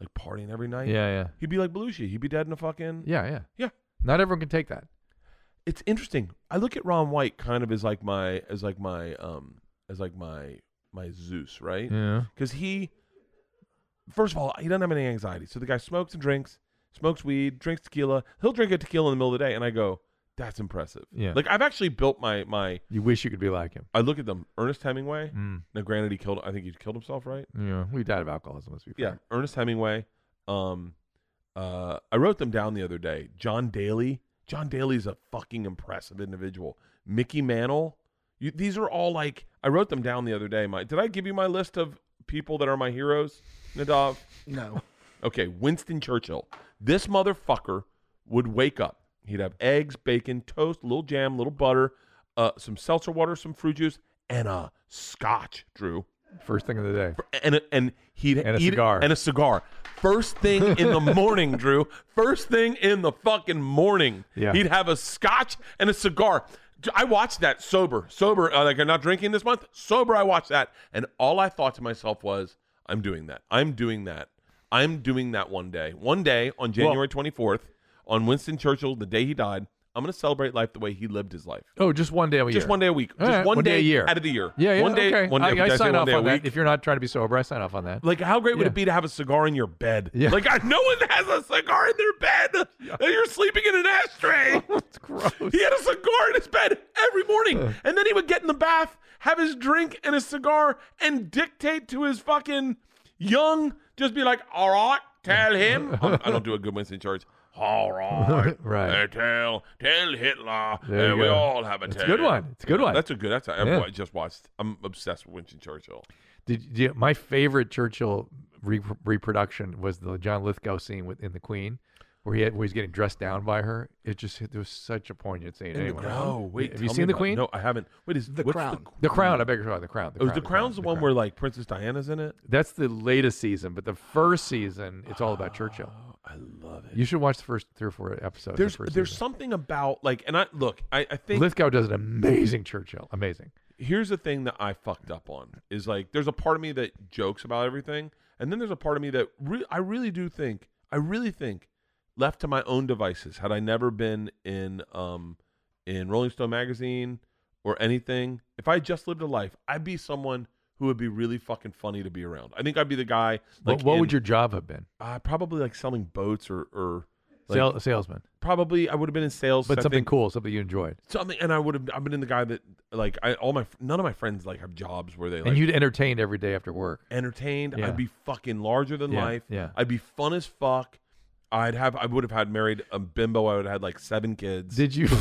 Speaker 1: Like partying every night.
Speaker 2: yeah, yeah,
Speaker 1: He'd be like Belushi. He'd be dead in a fucking.
Speaker 2: yeah, yeah.
Speaker 1: Yeah.
Speaker 2: Not everyone can take that.
Speaker 1: It's interesting. I look at Ron White kind of as like my as like my um as like my my Zeus, right?
Speaker 2: Yeah.
Speaker 1: Because he, first of all, he doesn't have any anxiety. So the guy smokes and drinks, smokes weed, drinks tequila. He'll drink a tequila in the middle of the day, and I go, "That's impressive."
Speaker 2: Yeah.
Speaker 1: Like I've actually built my my.
Speaker 2: You wish you could be like him.
Speaker 1: I look at them. Ernest Hemingway.
Speaker 2: Mm.
Speaker 1: Now, granted, he killed. I think he killed himself, right?
Speaker 2: Yeah. We died of alcoholism. Let's be
Speaker 1: yeah
Speaker 2: fair.
Speaker 1: ernest hemingway um uh i wrote them down the other day john daly john daly is a fucking impressive individual mickey mantle you, these are all like i wrote them down the other day my did i give you my list of people that are my heroes nadav
Speaker 5: No.
Speaker 1: okay winston churchill this motherfucker would wake up he'd have eggs bacon toast a little jam a little butter uh, some seltzer water some fruit juice and a scotch drew
Speaker 2: First thing of the day.
Speaker 1: and and he'd
Speaker 2: And a
Speaker 1: eat it-
Speaker 2: cigar.
Speaker 1: and a cigar. First thing in the morning, Drew. First thing in the fucking morning,
Speaker 2: Yeah.
Speaker 1: he'd have a scotch and a cigar. I watched that sober, sober. Uh, like I'm not drinking this month. Sober, I watched that, and all I thought to myself was, "I'm doing that. I'm doing that. I'm doing that one day. One day on January 24th, on Winston Churchill, the day he died, I'm gonna celebrate life the way he lived his life.
Speaker 2: Oh, just one day a year.
Speaker 1: Just one day a week.
Speaker 2: All
Speaker 1: just
Speaker 2: right,
Speaker 1: one,
Speaker 2: one day a year.
Speaker 1: out of the year.
Speaker 2: Yeah, yeah.
Speaker 1: One day.
Speaker 2: okay.
Speaker 1: One day.
Speaker 2: I,
Speaker 1: did
Speaker 2: I
Speaker 1: say
Speaker 2: sign
Speaker 1: one
Speaker 2: off
Speaker 1: day a
Speaker 2: on that.
Speaker 1: week?
Speaker 2: If you're not trying to be sober, I sign off on that.
Speaker 1: Like, how great would
Speaker 2: Yeah.
Speaker 1: it be to have a cigar in your bed?
Speaker 2: Yeah.
Speaker 1: Like, I, no one has a cigar in their bed. You're sleeping in an ashtray.
Speaker 2: That's gross.
Speaker 1: he had a cigar in his bed every morning.
Speaker 2: Uh.
Speaker 1: and then he would get in the bath, have his drink and his cigar, and dictate to his fucking young, just be like, all right, tell him. I'm- I don't do a good Winston Church. All right.
Speaker 2: Right.
Speaker 1: Uh, tell, tell Hitler.
Speaker 2: There you
Speaker 1: uh, we
Speaker 2: go.
Speaker 1: all have a
Speaker 2: It's a
Speaker 1: tale.
Speaker 2: good one. It's a good one.
Speaker 1: That's a good. That's a,
Speaker 2: Yeah.
Speaker 1: I just watched. I'm obsessed with Winston Churchill.
Speaker 2: Did, did my favorite Churchill re- reproduction was the John Lithgow scene with, in The Queen, where he had, where he's getting dressed down by her. it just it was such a poignant scene.
Speaker 1: In the
Speaker 2: Anyway.
Speaker 1: Crown?
Speaker 2: have you
Speaker 1: tell me
Speaker 2: seen The
Speaker 1: about-
Speaker 2: Queen?
Speaker 1: No, I haven't. Wait, is
Speaker 5: The
Speaker 1: what's
Speaker 5: Crown.
Speaker 2: The Crown. I beg your pardon. The Crown. The,
Speaker 1: oh,
Speaker 2: crown,
Speaker 1: the Crown's the, one
Speaker 2: Crown.
Speaker 1: where like Princess Diana's in it.
Speaker 2: That's the latest season, but the first season, it's all about Churchill.
Speaker 1: I love it.
Speaker 2: You should watch the first three or four episodes. of
Speaker 1: Oh, There's
Speaker 2: the first
Speaker 1: there's
Speaker 2: season.
Speaker 1: something about like, and I look, I, I think
Speaker 2: Lithgow does an amazing Churchill. Amazing.
Speaker 1: here's the thing that I fucked up on is like, there's a part of me that jokes about everything, and then there's a part of me that re- I really do think, I really think, left to my own devices, had I never been in um in Rolling Stone magazine or anything, if I just lived a life, I'd be someone who would be really fucking funny to be around. I think I'd be the guy. Like,
Speaker 2: what what
Speaker 1: in-
Speaker 2: would your job have been?
Speaker 1: uh, probably like selling boats or or like,
Speaker 2: Sale, salesman,
Speaker 1: probably I would have been in sales,
Speaker 2: but
Speaker 1: I
Speaker 2: something
Speaker 1: think-
Speaker 2: cool, something you enjoyed,
Speaker 1: something, and I would have I've been in the guy that like I all my none of my friends like have jobs where they like
Speaker 2: and you'd entertained every day after work.
Speaker 1: entertained.
Speaker 2: Yeah.
Speaker 1: I'd be fucking larger than
Speaker 2: Yeah,
Speaker 1: life.
Speaker 2: yeah.
Speaker 1: I'd be fun as fuck. I'd have I would have had married a bimbo. I would have had like seven kids.
Speaker 2: Did you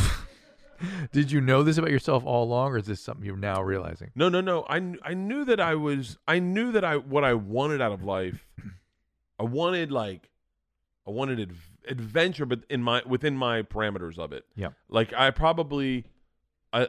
Speaker 2: did you know this about yourself all along, or is this something you're now realizing?
Speaker 1: no, no, no. I kn- I knew that I was I knew that I what I wanted out of life. I wanted like I wanted adv- adventure, but in my within my parameters of it.
Speaker 2: Yeah.
Speaker 1: like i probably i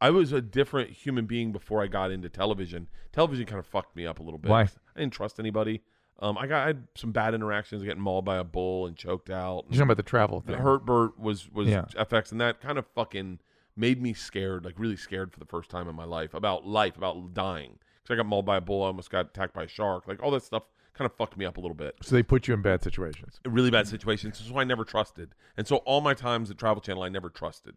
Speaker 1: i was a different human being before i got into television television kind of fucked me up a little bit
Speaker 2: Why?
Speaker 1: i didn't trust anybody um i got I had some bad interactions getting mauled by a bull and choked out
Speaker 2: You're talking about the travel thing.
Speaker 1: Hurtbert was was
Speaker 2: Yeah.
Speaker 1: FX, and that kind of fucking made me scared, like really scared for the first time in my life about life, about dying. Because I got mauled by a bull, I almost got attacked by a shark, like all that stuff kind of fucked me up a little bit
Speaker 2: So they put you in bad situations.
Speaker 1: really bad situations. So I never trusted, and so all my times at Travel Channel, I never trusted.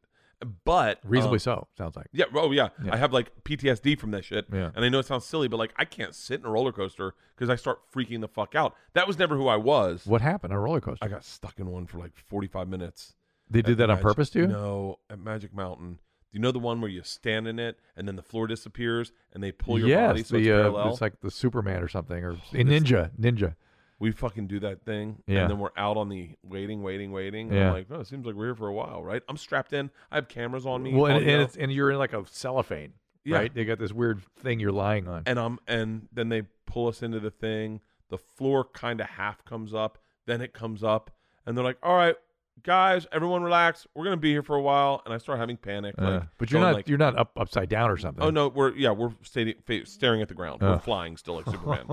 Speaker 1: But
Speaker 2: Reasonably
Speaker 1: um,
Speaker 2: so, sounds like.
Speaker 1: yeah. Oh yeah.
Speaker 2: Yeah.
Speaker 1: I have like PTSD from that shit.
Speaker 2: Yeah.
Speaker 1: And I know it sounds silly, but like I can't sit in a roller coaster because I start freaking the fuck out. That was never who I was.
Speaker 2: What happened on a roller coaster?
Speaker 1: I got stuck in one for like forty five minutes.
Speaker 2: they did that on
Speaker 1: Magic-
Speaker 2: purpose to you?
Speaker 1: No, at Magic Mountain. Do you know the one where you stand in it and then the floor disappears and they pull your
Speaker 2: yes,
Speaker 1: body so
Speaker 2: the,
Speaker 1: it's
Speaker 2: uh,
Speaker 1: parallel?
Speaker 2: it's like the Superman or something, or Ninja, Ninja.
Speaker 1: we fucking do that thing
Speaker 2: Yeah.
Speaker 1: and then we're out on the waiting waiting waiting and
Speaker 2: Yeah.
Speaker 1: i'm like no it seems like we're here for a while right i'm strapped in i have cameras on me
Speaker 2: Well, and,
Speaker 1: audio,
Speaker 2: and, it's, and you're in like a cellophane,
Speaker 1: Yeah.
Speaker 2: right? They got this weird thing you're lying on.
Speaker 1: and i'm and then they pull us into the thing The floor kind of half comes up, then it comes up, and they're like, "All right, guys, everyone relax. We're gonna be here for a while." And I start having panic. like,
Speaker 2: Uh, but you're
Speaker 1: going
Speaker 2: not
Speaker 1: like,
Speaker 2: you're not up upside down or something.
Speaker 1: Oh no, we're yeah, we're stati- fa- staring at the ground. We're
Speaker 2: Ugh.
Speaker 1: flying still like Superman.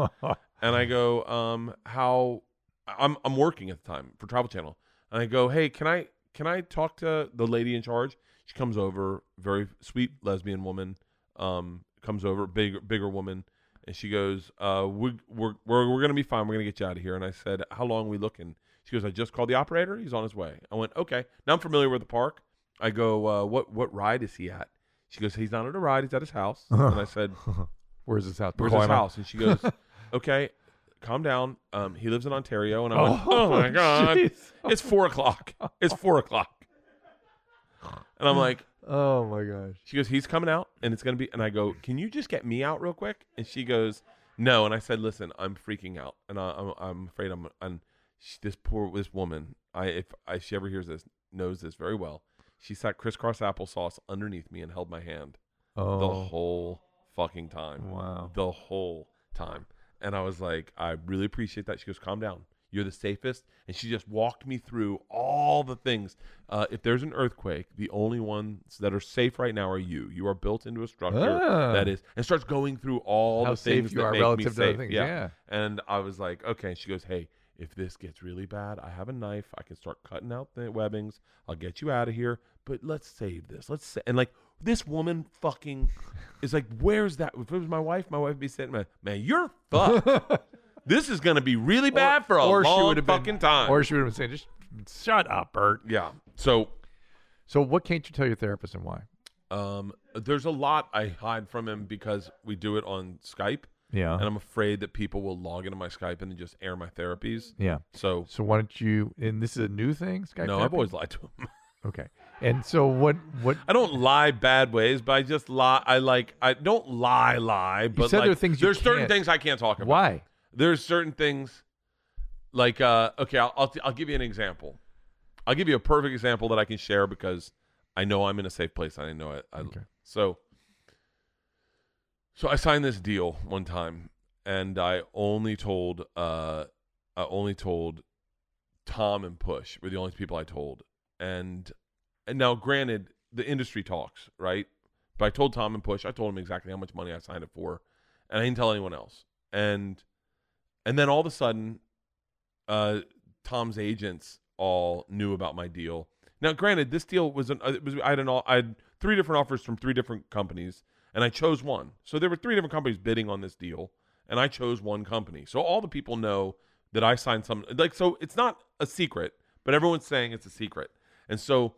Speaker 1: and I go, um, how? I'm I'm working at the time for Travel Channel, and I go, hey, can I can I talk to the lady in charge? She comes over, very sweet lesbian woman. Um, comes over, big bigger woman, and she goes, uh, we, we're we're we're gonna be fine. We're gonna get you out of here. And I said, how long we looking? She goes, I just called the operator. He's on his way. I went, okay. Now I'm familiar with the park. I go, uh, what what ride is he at? She goes, he's not at a ride. He's at his house. and I said,
Speaker 2: Where's this house?
Speaker 1: where's his
Speaker 2: Pacoima?
Speaker 1: house? And she goes, okay, calm down. Um, he lives in Ontario. And I went,
Speaker 2: Oh,
Speaker 1: oh, my god,
Speaker 2: jeez.
Speaker 1: it's four o'clock. It's four o'clock. And I'm like,
Speaker 2: Oh my gosh.
Speaker 1: she goes, he's coming out, and it's gonna be. And I go, can you just get me out real quick? And she goes, no. And I said, listen, I'm freaking out, and I, I'm I'm afraid I'm. And she, this poor this woman, I if I, she ever hears this, knows this very well. She sat crisscross applesauce underneath me and held my hand
Speaker 2: Oh
Speaker 1: the whole fucking time.
Speaker 2: wow.
Speaker 1: The whole time. And I was like, I really appreciate that. She goes, calm down. You're the safest. And she just walked me through all the things. Uh, if there's an earthquake, the only ones that are safe right now are you. You are built into a structure
Speaker 2: Ah.
Speaker 1: that is, and starts going through all
Speaker 2: Oh, How
Speaker 1: the
Speaker 2: safe
Speaker 1: things
Speaker 2: you
Speaker 1: that
Speaker 2: are
Speaker 1: make
Speaker 2: relative
Speaker 1: me
Speaker 2: to other
Speaker 1: safe.
Speaker 2: things,
Speaker 1: Yeah.
Speaker 2: yeah.
Speaker 1: And I was like, okay. And she goes, hey, if this gets really bad, I have a knife. I can start cutting out the webbings. I'll get you out of here. But let's save this. Let's sa-. and like this woman fucking is like, where's that? If it was my wife, my wife would be sitting there, man, you're fucked. this is gonna be really bad for a long
Speaker 2: would've
Speaker 1: fucking
Speaker 2: been,
Speaker 1: time.
Speaker 2: Or she would have been saying, just shut up, Bert.
Speaker 1: yeah. So
Speaker 2: So what can't you tell your therapist and why?
Speaker 1: um, there's a lot I hide from him because we do it on Skype,
Speaker 2: Yeah.
Speaker 1: and I'm afraid that people will log into my Skype and just air my therapies.
Speaker 2: yeah.
Speaker 1: So
Speaker 2: So why don't you and this is a new thing, Skype?
Speaker 1: no,
Speaker 2: therapy?
Speaker 1: I've always lied to him.
Speaker 2: Okay. And so what what
Speaker 1: I don't lie bad ways, but I just lie. I like I don't lie, lie. But
Speaker 2: said there
Speaker 1: like,
Speaker 2: are things you
Speaker 1: there's certain
Speaker 2: can't-
Speaker 1: things I can't talk about.
Speaker 2: why?
Speaker 1: There's certain things, like uh, okay, I'll I'll, I'll give you an example. I'll give you a perfect example that I can share because I know I'm in a safe place. I know it. I,
Speaker 2: Okay.
Speaker 1: So, so I signed this deal one time, and I only told uh, I only told Tom and Push were the only people I told, and and now granted the industry talks right, but I told Tom and Push I told him exactly how much money I signed it for, and I didn't tell anyone else, and and then all of a sudden, uh, Tom's agents all knew about my deal. Now, granted, this deal was an uh, it was I had an all I had three different offers from three different companies, and I chose one. So there were three different companies bidding on this deal, and I chose one company. So all the people know that I signed some like so it's not a secret, but everyone's saying it's a secret, and so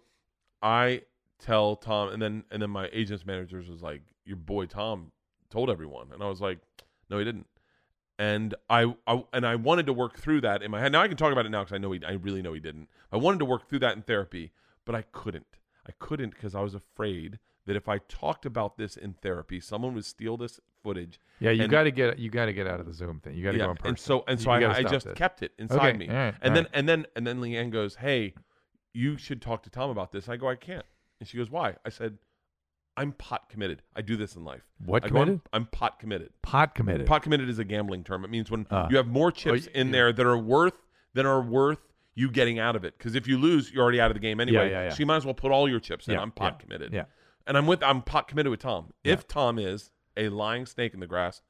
Speaker 1: I tell Tom, and then and then my agents managers was like, "Your boy Tom told everyone," and I was like, "No, he didn't." and I, I and I wanted to work through that in my head. Now I can talk about it now because I know he, I really know he didn't. I wanted to work through that in therapy, but I couldn't. I couldn't because I was afraid that if I talked about this in therapy, someone would steal this footage.
Speaker 2: Yeah, you
Speaker 1: and-
Speaker 2: got to get you got to get out of the Zoom thing. You got to go in person.
Speaker 1: and so and
Speaker 2: You
Speaker 1: so I,
Speaker 2: gotta
Speaker 1: I
Speaker 2: stop
Speaker 1: just
Speaker 2: this.
Speaker 1: kept it inside
Speaker 2: Okay,
Speaker 1: me.
Speaker 2: all right, all
Speaker 1: and then
Speaker 2: right.
Speaker 1: and then and then Leanne goes, "Hey, you should talk to Tom about this." I go, "I can't," and she goes, "Why?" I said, "I'm pot committed. I do this in life.
Speaker 2: What
Speaker 1: I go, "I'm-
Speaker 2: committed?
Speaker 1: I'm pot committed."
Speaker 2: pot committed.
Speaker 1: Pot committed is a gambling term. It means when
Speaker 2: Ah.
Speaker 1: you have more chips
Speaker 2: y-
Speaker 1: in
Speaker 2: yeah.
Speaker 1: there that are worth that are worth you getting out of it. Because if you lose, you're already out of the game anyway.
Speaker 2: yeah, yeah.
Speaker 1: So you might as well put all your chips in.
Speaker 2: Yeah,
Speaker 1: I'm pot
Speaker 2: yeah,
Speaker 1: committed.
Speaker 2: yeah.
Speaker 1: And I'm with I'm pot committed with Tom. If Tom is a lying snake in the grass,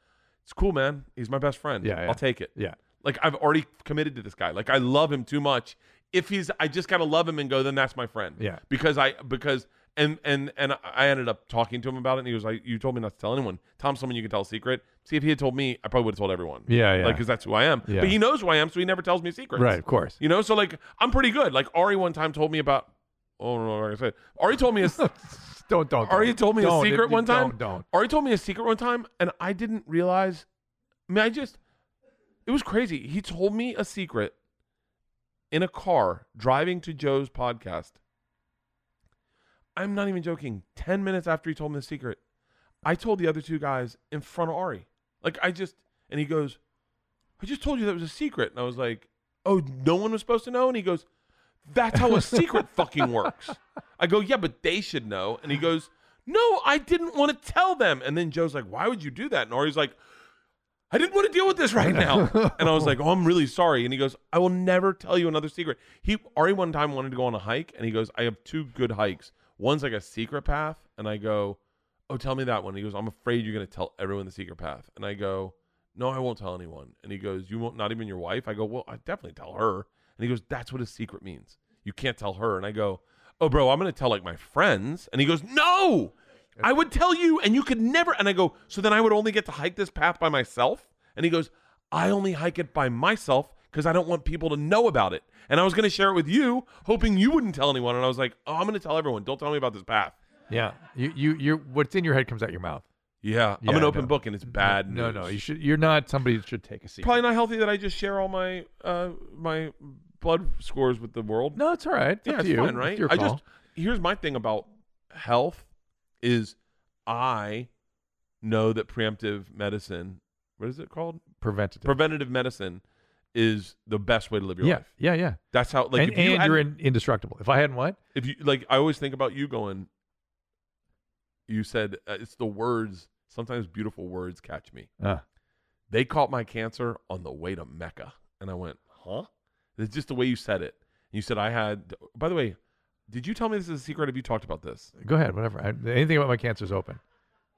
Speaker 1: it's cool, man. He's my best friend.
Speaker 2: Yeah, yeah.
Speaker 1: I'll take it.
Speaker 2: yeah.
Speaker 1: Like I've already committed to this guy. Like I love him too much. If he's, I just gotta love him and go. Then that's my friend.
Speaker 2: Yeah.
Speaker 1: Because I because and and and I ended up talking to him about it, and he was like, "You told me not to tell anyone. Tom's someone you can tell a secret. See, if he had told me, I probably would have told everyone.
Speaker 2: Yeah, yeah.
Speaker 1: Like because that's who I am.
Speaker 2: Yeah.
Speaker 1: But he knows who I am, so he never tells me secrets.
Speaker 2: Right, of course.
Speaker 1: You know, so like I'm pretty good. Like Ari one time told me about. Oh no, like I said, Ari told me a.
Speaker 2: Don't don't.
Speaker 1: Ari
Speaker 2: don't.
Speaker 1: told me a
Speaker 2: Don't,
Speaker 1: secret
Speaker 2: it-
Speaker 1: one time.
Speaker 2: Don't don't.
Speaker 1: Ari told me a secret one time, and I didn't realize. I mean, I just. It was crazy. He told me a secret in a car driving to Joe's podcast. I'm not even joking. 10 minutes after he told me the secret, I told the other two guys in front of Ari. Like, I just. And he goes, I just told you that was a secret. And I was like, oh, no one was supposed to know? And he goes, that's how a secret fucking works. I go, yeah, but they should know. And he goes, no, I didn't want to tell them. And then Joe's like, why would you do that? And Ari's like, I didn't want to deal with this right now. And I was like, oh, I'm really sorry. And he goes, I will never tell you another secret. He Ari one time wanted to go on a hike, and he goes, I have two good hikes. One's like a secret path, and I go, oh, tell me that one. He goes, I'm afraid you're going to tell everyone the secret path. And I go, no, I won't tell anyone. And he goes, you won't, not even your wife? I go, well, I definitely tell her. And he goes, that's what a secret means. You can't tell her. And I go, oh, bro, I'm going to tell like my friends. And he goes, no, I would tell you and you could never. And I go, so then I would only get to hike this path by myself? And he goes, I only hike it by myself because I don't want people to know about it. And I was going to share it with you, hoping you wouldn't tell anyone. And I was like, oh, I'm going to tell everyone. Don't tell me about this path.
Speaker 2: Yeah, you you you. What's in your head comes out your mouth.
Speaker 1: Yeah,
Speaker 2: Yeah,
Speaker 1: I'm an
Speaker 2: I
Speaker 1: open
Speaker 2: know.
Speaker 1: book and it's bad.
Speaker 2: No, no,
Speaker 1: news.
Speaker 2: you should. You're not somebody that should take a seat.
Speaker 1: probably not healthy that I just share all my uh my blood scores with the world.
Speaker 2: No, it's all right. It's
Speaker 1: yeah,
Speaker 2: up to
Speaker 1: it's
Speaker 2: you.
Speaker 1: fine, right?
Speaker 2: It's your
Speaker 1: I
Speaker 2: call.
Speaker 1: just here's my thing about health is I know that preemptive medicine, what is it called?
Speaker 2: preventative.
Speaker 1: Preventative medicine is the best way to live your
Speaker 2: yeah,
Speaker 1: life.
Speaker 2: yeah, yeah.
Speaker 1: That's how like
Speaker 2: and
Speaker 1: if
Speaker 2: and
Speaker 1: you
Speaker 2: you
Speaker 1: had-
Speaker 2: are in, indestructible. If I hadn't what?
Speaker 1: if you like I always think about you going you said uh, it's the words sometimes beautiful words catch me.
Speaker 2: Uh,
Speaker 1: they caught my cancer on the way to Mecca. And I went, huh? It's just the way you said it. You said, I had, by the way, did you tell me this is a secret? Have you talked about this?
Speaker 2: go ahead. Whatever. I, anything about my cancer is open.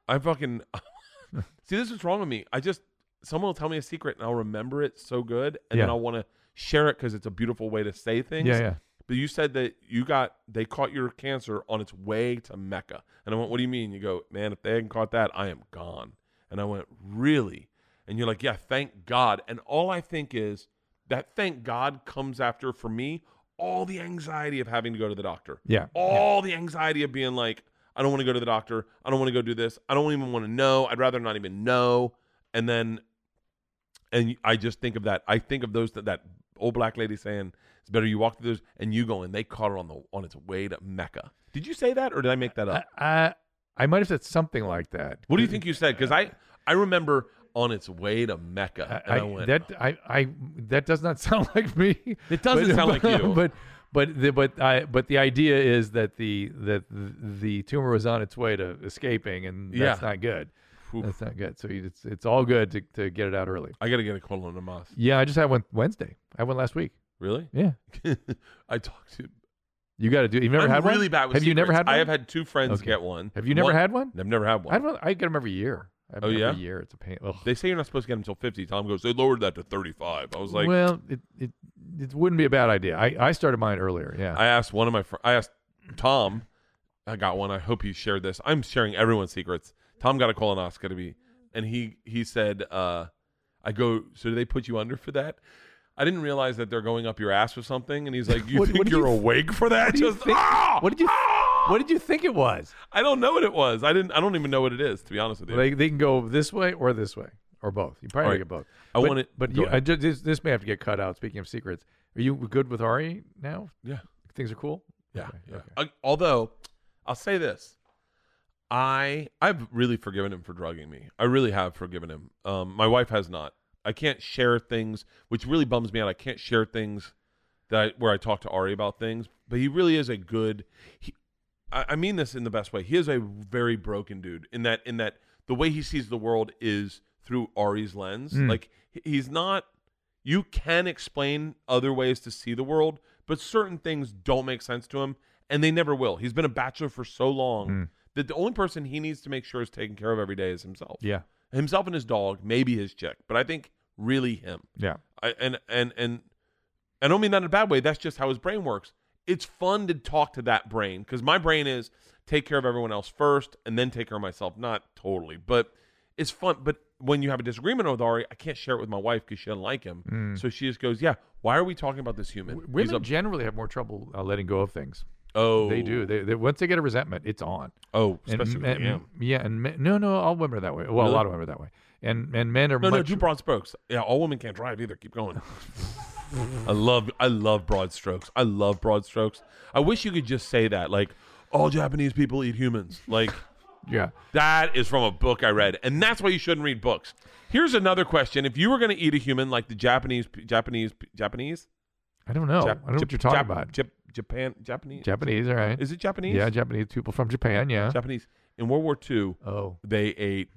Speaker 1: I fucking, see, this is what's wrong with me. I just, someone will tell me a secret and I'll remember it so good. And then
Speaker 2: Yeah.
Speaker 1: I'll want to share it because it's a beautiful way to say things.
Speaker 2: Yeah, yeah.
Speaker 1: But you said that you got, they caught your cancer on its way to Mecca. And I went, what do you mean? You go, man, if they hadn't caught that, I am gone. And I went, really? And you're like, yeah, thank God. And all I think is that thank God comes after for me all the anxiety of having to go to the doctor.
Speaker 2: Yeah.
Speaker 1: All the anxiety of being like, I don't want to go to the doctor. I don't want to go do this. I don't even want to know. I'd rather not even know. And then, and I just think of that. I think of those that, that old black lady saying, "It's better you walk through those." And you going, they caught it on the on its way to Mecca. Did you say that, or did I make that up?
Speaker 2: I, I I might have said something like that.
Speaker 1: What do you think you said? Because I I remember on its way to Mecca, and I,
Speaker 2: I,
Speaker 1: went.
Speaker 2: that I, I that does not sound like me.
Speaker 1: It doesn't sound like you.
Speaker 2: But but the, but I but the idea is that the that the tumor was on its way to escaping, and that's
Speaker 1: Yeah.
Speaker 2: not good.
Speaker 1: Oof.
Speaker 2: That's not good. So you, it's it's all good to, to get it out early.
Speaker 1: I gotta get a colon in Moss.
Speaker 2: Yeah, I just had one Wednesday. I had one last week.
Speaker 1: Really?
Speaker 2: Yeah,
Speaker 1: I talked to.
Speaker 2: you got to do. You've never
Speaker 1: I'm
Speaker 2: had one.
Speaker 1: really bad with
Speaker 2: have you never
Speaker 1: secrets.
Speaker 2: had one?
Speaker 1: I have had two friends
Speaker 2: Okay.
Speaker 1: get one.
Speaker 2: Have you never
Speaker 1: One-
Speaker 2: had one?
Speaker 1: I've never had one.
Speaker 2: I had one. I get them every year. I have
Speaker 1: Oh,
Speaker 2: 'em every
Speaker 1: yeah?
Speaker 2: year. It's a pain. Ugh.
Speaker 1: They say you're not supposed to get them until 50. Tom goes, they lowered that to 35. I was like,
Speaker 2: well, it, it it wouldn't be a bad idea. I, I started mine earlier. Yeah.
Speaker 1: I asked one of my friends, I asked Tom, I got one. I hope he shared this. I'm sharing everyone's secrets. Tom got a colonoscopy, and he he said, uh, I go, so do they put you under for that? I didn't realize that they're going up your ass with something. And he's like, you
Speaker 2: What-
Speaker 1: think
Speaker 2: what did
Speaker 1: you're
Speaker 2: you-
Speaker 1: awake for that?
Speaker 2: do you
Speaker 1: Just,
Speaker 2: think-
Speaker 1: "Ah!
Speaker 2: what did you-
Speaker 1: Ah!"
Speaker 2: What did you think it was?
Speaker 1: I don't know what it was. I didn't. I don't even know what it is, to be honest with you.
Speaker 2: They, they can go this way or this way or both. You probably
Speaker 1: All right.
Speaker 2: get both.
Speaker 1: I
Speaker 2: but,
Speaker 1: want it-
Speaker 2: But
Speaker 1: go
Speaker 2: you, I
Speaker 1: ahead.
Speaker 2: ju- this, this may have to get cut out. Speaking of secrets, are you good with Ari now?
Speaker 1: Yeah.
Speaker 2: Things are cool.
Speaker 1: Yeah.
Speaker 2: Okay,
Speaker 1: yeah.
Speaker 2: okay.
Speaker 1: I- although I'll say this, I I've really forgiven him for drugging me. I really have forgiven him. Um, my wife has not. I can't share things, which really bums me out. I can't share things that I, where I talk to Ari about things. But he really is a good. He, I, I mean this in the best way. He is a very broken dude. In that, in that, the way he sees the world is through Ari's lens.
Speaker 2: Mm.
Speaker 1: Like he- he's not. You can explain other ways to see the world, but certain things don't make sense to him, and they never will. He's been a bachelor for so long
Speaker 2: Mm.
Speaker 1: that the only person he needs to make sure is taken care of every day is himself.
Speaker 2: Yeah.
Speaker 1: Himself and his dog, maybe his chick, but I think really him.
Speaker 2: Yeah.
Speaker 1: I, and and and I don't mean that in a bad way. That's just how his brain works. It's fun to talk to that brain because my brain is take care of everyone else first and then take care of myself. Not totally, but it's fun. But when you have a disagreement with Ari, I can't share it with my wife because she doesn't like him. So she just goes, "Yeah, why are we talking about this human?
Speaker 2: Mm. W-
Speaker 1: He's
Speaker 2: Women
Speaker 1: a-
Speaker 2: generally have more trouble uh, letting go of things.
Speaker 1: oh,
Speaker 2: They do. They, they once they get a resentment, it's on.
Speaker 1: Oh,
Speaker 2: And
Speaker 1: especially
Speaker 2: men-
Speaker 1: with him.
Speaker 2: yeah, and men, no, no, all women are that way. Well,
Speaker 1: Really?
Speaker 2: a lot of women are that way, and and men are
Speaker 1: No, no,
Speaker 2: much.
Speaker 1: do broad strokes. Yeah, all women can't drive either. Keep going. I love I love broad strokes. I love broad strokes. I wish you could just say that. Like, all Japanese people eat humans. Like
Speaker 2: yeah,
Speaker 1: that is from a book I read. And that's why you shouldn't read books. Here's another question. If you were gonna eat a human like the Japanese Japanese Japanese?
Speaker 2: I don't know.
Speaker 1: Jap-
Speaker 2: I don't know what
Speaker 1: Jap-
Speaker 2: you're talking
Speaker 1: Jap-
Speaker 2: about.
Speaker 1: Jap- Japan Japanese
Speaker 2: Japanese, all right.
Speaker 1: Is it Japanese?
Speaker 2: Yeah, Japanese people from Japan. Yeah.
Speaker 1: Japanese. In World War II,
Speaker 2: oh,
Speaker 1: they ate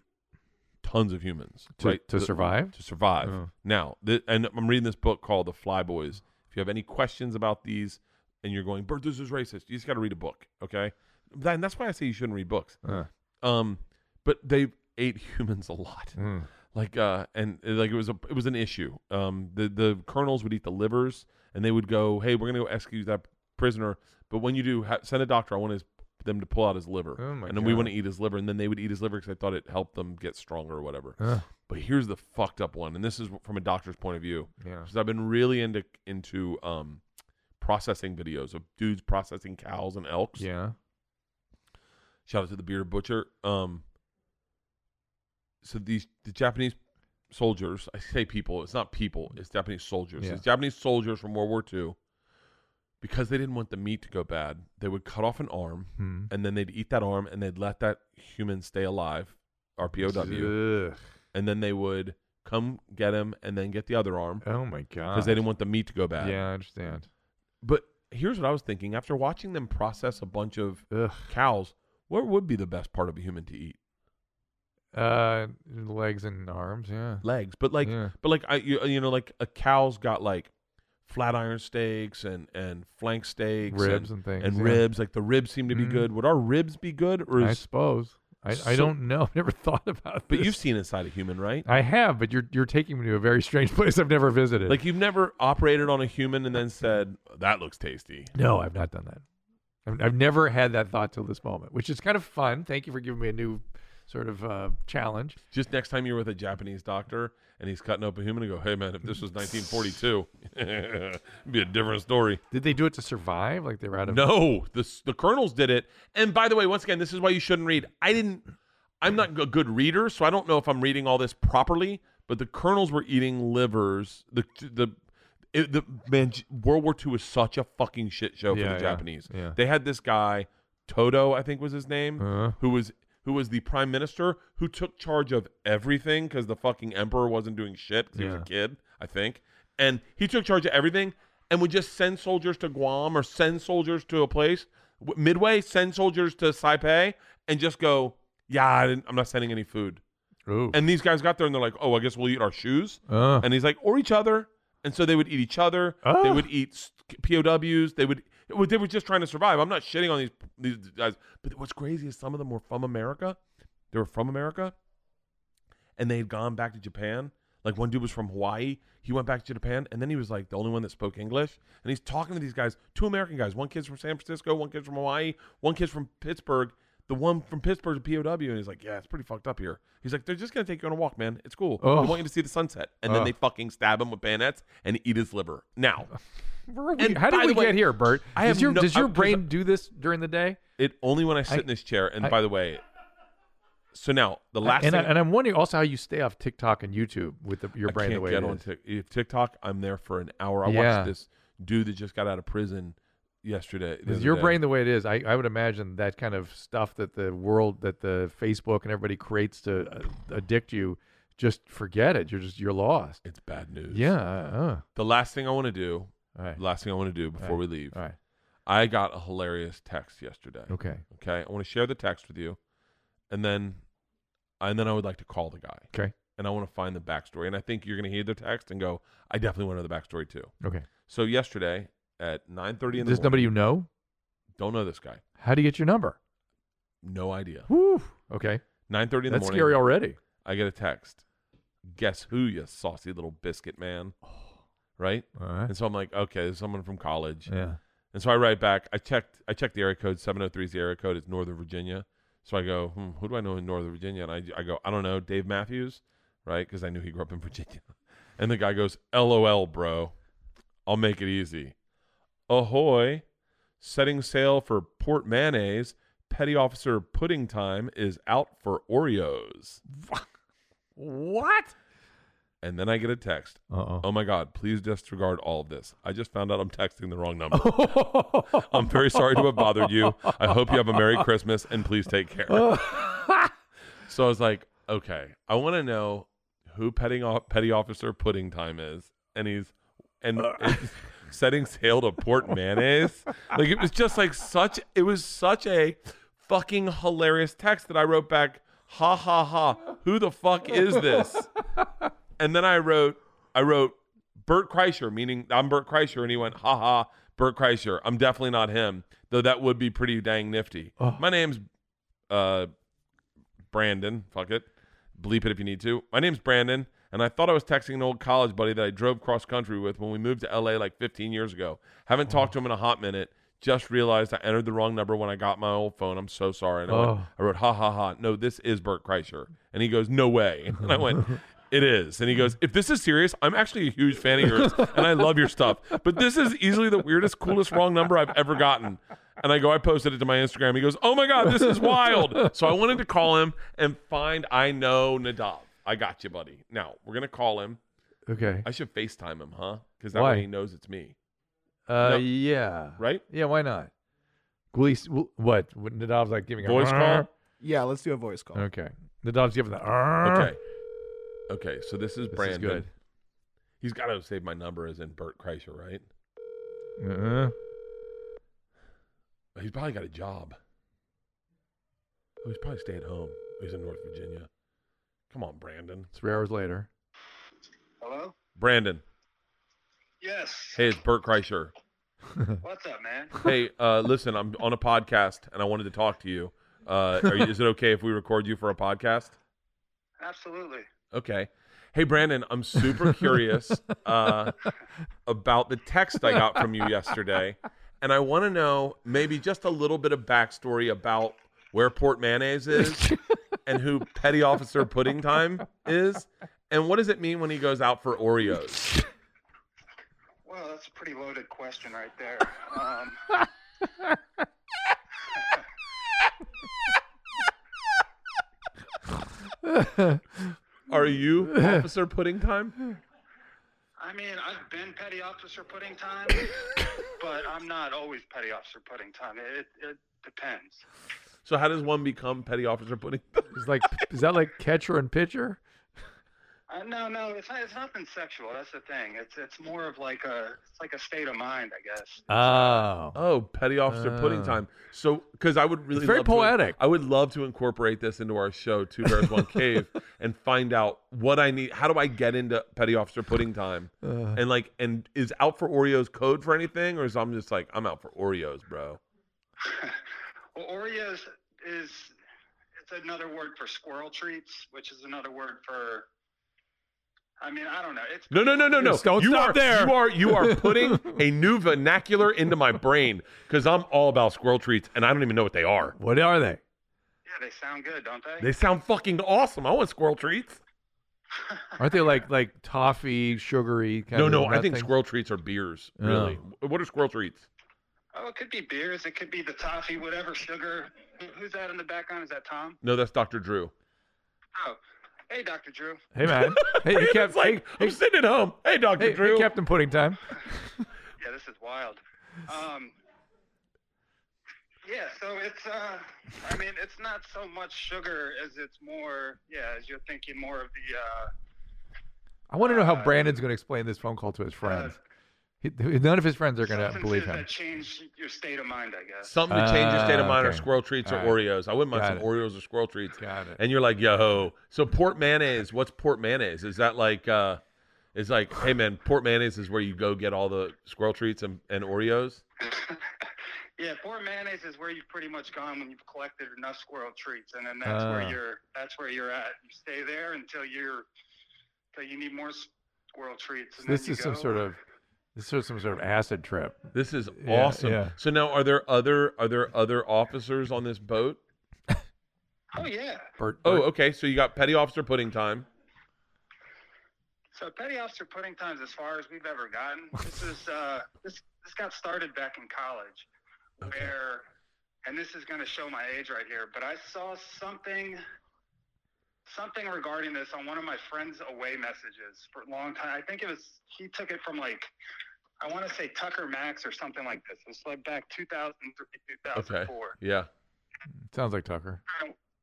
Speaker 1: tons of humans
Speaker 2: To-
Speaker 1: right
Speaker 2: to survive?
Speaker 1: to survive.
Speaker 2: Oh.
Speaker 1: Now, th- and I'm reading this book called The Flyboys. If you have any questions about these, and you're going, Bert, this is racist, you just got to read a book, okay? That, and that's why I say you shouldn't read books.
Speaker 2: Uh.
Speaker 1: Um, but they ate humans a lot, like uh, and uh, like it was a it was an issue. Um, the the colonels would eat the livers, and they would go, "Hey, we're gonna go execute that prisoner, but when you do, ha- send a doctor. I want his them to pull out his liver,
Speaker 2: Oh my
Speaker 1: and then we
Speaker 2: God.
Speaker 1: want to eat his liver, and then they would eat his liver because they thought it helped them get stronger or whatever.
Speaker 2: Ugh.
Speaker 1: But here's the fucked up one, and this is from a doctor's point of view.
Speaker 2: Yeah.
Speaker 1: Because I've been really into into um, processing videos of dudes processing cows and elks.
Speaker 2: Yeah.
Speaker 1: Shout out to the bearded butcher. Um, so these the Japanese soldiers, I say people, it's not people, it's Japanese soldiers.
Speaker 2: Yeah.
Speaker 1: These Japanese soldiers from World War II, because they didn't want the meat to go bad, they would cut off an arm
Speaker 2: Hmm.
Speaker 1: and then they'd eat that arm and they'd let that human stay alive, RPOW,
Speaker 2: Ugh.
Speaker 1: and then they would come get him and then get the other arm
Speaker 2: Oh my god.
Speaker 1: because they didn't want the meat to go bad.
Speaker 2: Yeah, I understand.
Speaker 1: But here's what I was thinking after watching them process a bunch of
Speaker 2: Ugh.
Speaker 1: cows, what would be the best part of a human to eat?
Speaker 2: Uh, legs and arms. Yeah.
Speaker 1: legs, but like,
Speaker 2: Yeah.
Speaker 1: but like I, you, you know, like a cow's got like flat iron steaks and and flank steaks,
Speaker 2: Ribs
Speaker 1: and,
Speaker 2: and things,
Speaker 1: and
Speaker 2: yeah.
Speaker 1: ribs. Like the ribs seem to be
Speaker 2: Mhm.
Speaker 1: good. Would our ribs be good, or
Speaker 2: I
Speaker 1: is?
Speaker 2: suppose. I, I
Speaker 1: So-
Speaker 2: don't know. I've never thought about.
Speaker 1: but you've
Speaker 2: this.
Speaker 1: seen inside a human, right?
Speaker 2: I have, but you're you're taking me to a very strange place I've never visited.
Speaker 1: Like you've never operated on a human and then said that looks tasty.
Speaker 2: no, I've not done that. I've, I've never had that thought till this moment, which is kind of fun. Thank you for giving me a new sort of uh, challenge.
Speaker 1: Just next time you're with a Japanese doctor and he's cutting up a human, and go, hey man, if this was 1942, it'd be a different story.
Speaker 2: Did they do it to survive? Like they were out of
Speaker 1: No, the the colonels did it. And by the way, once again, this is why you shouldn't read. I didn't. I'm not a good reader, so I don't know if I'm reading all this properly. But the colonels were eating livers. The the it, the man, World War II was such a fucking shit show for
Speaker 2: Yeah,
Speaker 1: the
Speaker 2: yeah,
Speaker 1: Japanese.
Speaker 2: yeah. Uh-huh.
Speaker 1: They had this guy Toto, I think was his name, who was who was the prime minister who took charge of everything because the fucking emperor wasn't doing shit 'cause he was
Speaker 2: Yeah.
Speaker 1: a kid, I think. And he took charge of everything and would just send soldiers to Guam or send soldiers to a place w- midway, send soldiers to Saipai, and just go, yeah, I didn't, I'm not sending any food.
Speaker 2: Ooh.
Speaker 1: And these guys got there and they're like, oh, I guess we'll eat our shoes.
Speaker 2: Uh.
Speaker 1: And he's like, or each other. And so they would eat each other. They
Speaker 2: Ah.
Speaker 1: would eat s- POWs. They would. it was- They were just trying to survive. I'm not shitting on these these guys, but what's crazy is some of them were from America. They were from America, and they had gone back to Japan. Like one dude was from Hawaii. He went back to Japan, and then he was like the only one that spoke English. And he's talking to these guys, two American guys. One kid's from San Francisco, one kid's from Hawaii, one kid's from Pittsburgh. The one from Pittsburgh's a POW, and he's like, "Yeah, it's pretty fucked up here." He's like, "They're just gonna take you on a walk, man. It's cool. I
Speaker 2: Oh.
Speaker 1: want you to see the sunset." And then
Speaker 2: Ugh.
Speaker 1: they fucking stab him with bayonets and eat his liver. Now,
Speaker 2: Where are we-
Speaker 1: and
Speaker 2: how
Speaker 1: by
Speaker 2: did we
Speaker 1: the way,
Speaker 2: get here, Bert?
Speaker 1: I
Speaker 2: does
Speaker 1: have
Speaker 2: your,
Speaker 1: no-
Speaker 2: does
Speaker 1: uh,
Speaker 2: your
Speaker 1: 'cause
Speaker 2: brain do this during the day?
Speaker 1: it only when I sit
Speaker 2: I-
Speaker 1: in this chair. And
Speaker 2: I-
Speaker 1: by the way, so now the last
Speaker 2: and,
Speaker 1: thing
Speaker 2: I, and I'm wondering also how you stay off TikTok and YouTube with the, your
Speaker 1: I
Speaker 2: brain
Speaker 1: can't
Speaker 2: the way
Speaker 1: get
Speaker 2: it
Speaker 1: on
Speaker 2: is.
Speaker 1: Tik- if TikTok. I'm there for an hour. I
Speaker 2: Yeah.
Speaker 1: watched this dude that just got out of prison yesterday. the
Speaker 2: With
Speaker 1: other
Speaker 2: your
Speaker 1: day.
Speaker 2: brain the way it is, I, I would imagine that kind of stuff that the world, that the Facebook and everybody creates to uh, addict you, just forget it. You're just you're lost.
Speaker 1: It's bad news.
Speaker 2: Yeah. Uh,
Speaker 1: The last thing I want to do.
Speaker 2: all right.
Speaker 1: Last thing I want to do before
Speaker 2: Right.
Speaker 1: we leave.
Speaker 2: All right.
Speaker 1: I got a hilarious text yesterday.
Speaker 2: Okay.
Speaker 1: Okay, I want to share the text with you, and then, and then I would like to call the guy,
Speaker 2: Okay.
Speaker 1: and I want to find the backstory. And I think you're going to hear the text and go, "I definitely want to know the backstory too."
Speaker 2: Okay.
Speaker 1: So yesterday at 9:30 in the
Speaker 2: This
Speaker 1: morning,
Speaker 2: number you know?
Speaker 1: don't know this guy,
Speaker 2: How do you get your number?
Speaker 1: no idea.
Speaker 2: Woo. Okay.
Speaker 1: 9:30 in the
Speaker 2: That's
Speaker 1: morning,
Speaker 2: scary already.
Speaker 1: I get a text. Guess who, you saucy little biscuit man?
Speaker 2: Oh.
Speaker 1: Right?
Speaker 2: All right.
Speaker 1: And so I'm like, okay, this is someone from college.
Speaker 2: Yeah.
Speaker 1: And so I write back. I checked. I checked the area code. Seven hundred three is the area code. It's Northern Virginia. So I go, hmm, who do I know in Northern Virginia? And I, I go, I don't know, Dave Matthews, right? Because I knew he grew up in Virginia. And the guy goes, LOL, bro. I'll make it easy. Ahoy! Setting sail for Port Mayonnaise. Petty Officer Pudding Time is out for Oreos.
Speaker 2: What?
Speaker 1: And then I get a text.
Speaker 2: Uh
Speaker 1: Oh my God! Please disregard all of this. I just found out I'm texting the wrong number.
Speaker 2: oh.
Speaker 1: I'm very sorry to have bothered you. I hope you have a Merry Christmas and please take care. so I was like, okay, I want to know who petting off, petty officer pudding time is, and he's and it's setting sail to Port Mayonnaise. Like it was just like such. It was such a fucking hilarious text that I wrote back. Ha ha ha! who the fuck is this? and then I wrote, I wrote Bert Kreischer, meaning I'm Bert Kreischer, and he went, ha ha, Bert Kreischer. I'm definitely not him, though that would be pretty dang nifty. My name's uh, Brandon. Fuck it, bleep it if you need to. My name's Brandon, and I thought I was texting an old college buddy that I drove cross country with when we moved to LA like 15 years ago. Haven't talked to him in a hot minute. Just realized I entered the wrong number when I got my old phone. I'm so sorry. And I, went,
Speaker 2: Oh.
Speaker 1: I wrote, ha ha ha. No, this is Bert Kreischer. And he goes, no way. And I went, it is. And he goes, if this is serious, I'm actually a huge fan of yours and I love your stuff. But this is easily the weirdest, coolest wrong number I've ever gotten. And I go, I posted it to my Instagram. He goes, oh my God, this is wild. So I wanted to call him and find I know Nadav. I got you, buddy. Now we're going to call him.
Speaker 2: Okay.
Speaker 1: I should FaceTime him, huh? Because that
Speaker 2: Why?
Speaker 1: way he knows it's me,
Speaker 2: Uh,
Speaker 1: No.
Speaker 2: yeah.
Speaker 1: right?
Speaker 2: Yeah. Why not? Will he, s- will, what? What- Nadav's like giving a
Speaker 1: Voice call?
Speaker 5: Yeah, let's do a voice call.
Speaker 2: Okay. Nadav's giving the. Okay.
Speaker 1: Okay. Okay, so this is
Speaker 2: This is
Speaker 1: Brandon.
Speaker 2: good.
Speaker 1: He's got to save my number as in Bert Kreischer, right?
Speaker 2: Uh-uh.
Speaker 1: He's probably got a job. Oh, he's probably stay at home. He's in North Virginia. Come on, Brandon.
Speaker 2: Three hours later.
Speaker 6: Hello?
Speaker 1: Brandon.
Speaker 6: Yes.
Speaker 1: Hey, it's Bert Kreischer.
Speaker 6: What's up, man?
Speaker 1: Hey, uh, listen, I'm on a podcast and I wanted to talk to you. Uh, are you. Is it okay if we record you for a podcast?
Speaker 6: Absolutely.
Speaker 1: Okay. Hey, Brandon, I'm super curious uh, about the text I got from you yesterday. And I want to know maybe just a little bit of backstory about where Port Mayonnaise is and who Petty Officer Pudding Time is. And what does it mean when he goes out for Oreos?
Speaker 6: Well, that's a pretty loaded question right there. Um,
Speaker 1: Are you Officer Pudding Time?
Speaker 6: I mean, I've been petty officer pudding time, but I'm not always petty officer pudding time. It, it depends.
Speaker 1: So, how does one become Petty Officer Pudding Time?
Speaker 2: Is like is that like catcher and pitcher?
Speaker 6: Uh, no, no, it's not, it's nothing sexual. That's the thing. It's it's more of like a it's like a state of mind, I guess.
Speaker 2: Oh.
Speaker 1: Oh, Petty Officer Pudding
Speaker 2: Oh.
Speaker 1: Time. So, because I would really
Speaker 2: It's very
Speaker 1: love to-
Speaker 2: poetic.
Speaker 1: I would love to incorporate this into our show, Two Bears One Cave, and find out what I need. How do I get into Petty Officer Pudding Time?
Speaker 2: Uh,
Speaker 1: and like, and is out for Oreos code for anything, or is I'm just like I'm out for Oreos, bro?
Speaker 6: Well, Oreos is it's another word for squirrel treats, which is another word for. I mean, I don't know. It's
Speaker 1: No, no, no, no, no.
Speaker 2: Just don't
Speaker 1: you
Speaker 2: stop
Speaker 1: are,
Speaker 2: there.
Speaker 1: You are you are putting a new vernacular into my brain because I'm all about squirrel treats, and I don't even know what they are.
Speaker 2: What are they?
Speaker 6: yeah, they sound good, don't they?
Speaker 1: They sound fucking awesome. I want squirrel treats.
Speaker 2: Aren't they like like toffee, sugary kind
Speaker 1: No,
Speaker 2: of
Speaker 1: no, I
Speaker 2: nut
Speaker 1: think
Speaker 2: things?
Speaker 1: squirrel treats are beers. Really, what are squirrel treats?
Speaker 6: oh, it could be beers. It could be the toffee, whatever sugar. Who's that in the background? Is that Tom?
Speaker 1: No, that's Dr. Drew.
Speaker 6: Oh, hey, Doctor Drew.
Speaker 2: Hey man. Hey, you kept
Speaker 1: It's like
Speaker 2: hey,
Speaker 1: I'm sitting at home. Hey, Dr.
Speaker 2: hey, hey,
Speaker 1: Drew.
Speaker 2: Captain Pudding Time.
Speaker 6: Yeah, this is wild. Um, yeah, so it's, uh, I mean, it's not so much sugar as it's more, yeah, as you're thinking more of the, uh,
Speaker 2: I want to know how Brandon's going to explain this phone call to his friends. He- none of his friends are going to
Speaker 6: substances
Speaker 2: believe him.
Speaker 6: that change your state of mind, I guess.
Speaker 1: Something to change your state of
Speaker 2: Ah,
Speaker 1: mind are
Speaker 2: okay.
Speaker 1: squirrel treats or
Speaker 2: All right.
Speaker 1: Oreos. I wouldn't mind
Speaker 2: Got
Speaker 1: some
Speaker 2: it.
Speaker 1: Oreos or squirrel treats.
Speaker 2: Got it.
Speaker 1: And you're like, yo, so port mayonnaise. What's port mayonnaise? Is that like, uh, is like, hey man, port mayonnaise is where you go get all the squirrel treats and, and Oreos.
Speaker 6: yeah, port mayonnaise is where you've pretty much gone when you've collected enough squirrel treats, and then that's
Speaker 2: Ah.
Speaker 6: where you're, that's where you're at. You stay there until you're, until you need more squirrel treats. And
Speaker 2: This
Speaker 6: then you
Speaker 2: is some
Speaker 6: go.
Speaker 2: sort of this is some sort of acid trip.
Speaker 1: This is
Speaker 2: Yeah,
Speaker 1: awesome.
Speaker 2: yeah.
Speaker 1: So now, are there other are there other officers on this boat?
Speaker 6: Oh yeah.
Speaker 2: Bert,
Speaker 1: Oh,
Speaker 2: Bert-
Speaker 1: okay. So you got petty officer pudding time.
Speaker 6: So petty officer pudding times as far as we've ever gotten. This is uh, this this got started back in college, where, and this is going to show my age right here. But I saw something, something regarding this on one of my friend's away messages for a long time. I think it was he took it from like, I want to say Tucker Max or something like this. It was like back 2003, 2004
Speaker 1: Yeah.
Speaker 2: sounds like Tucker.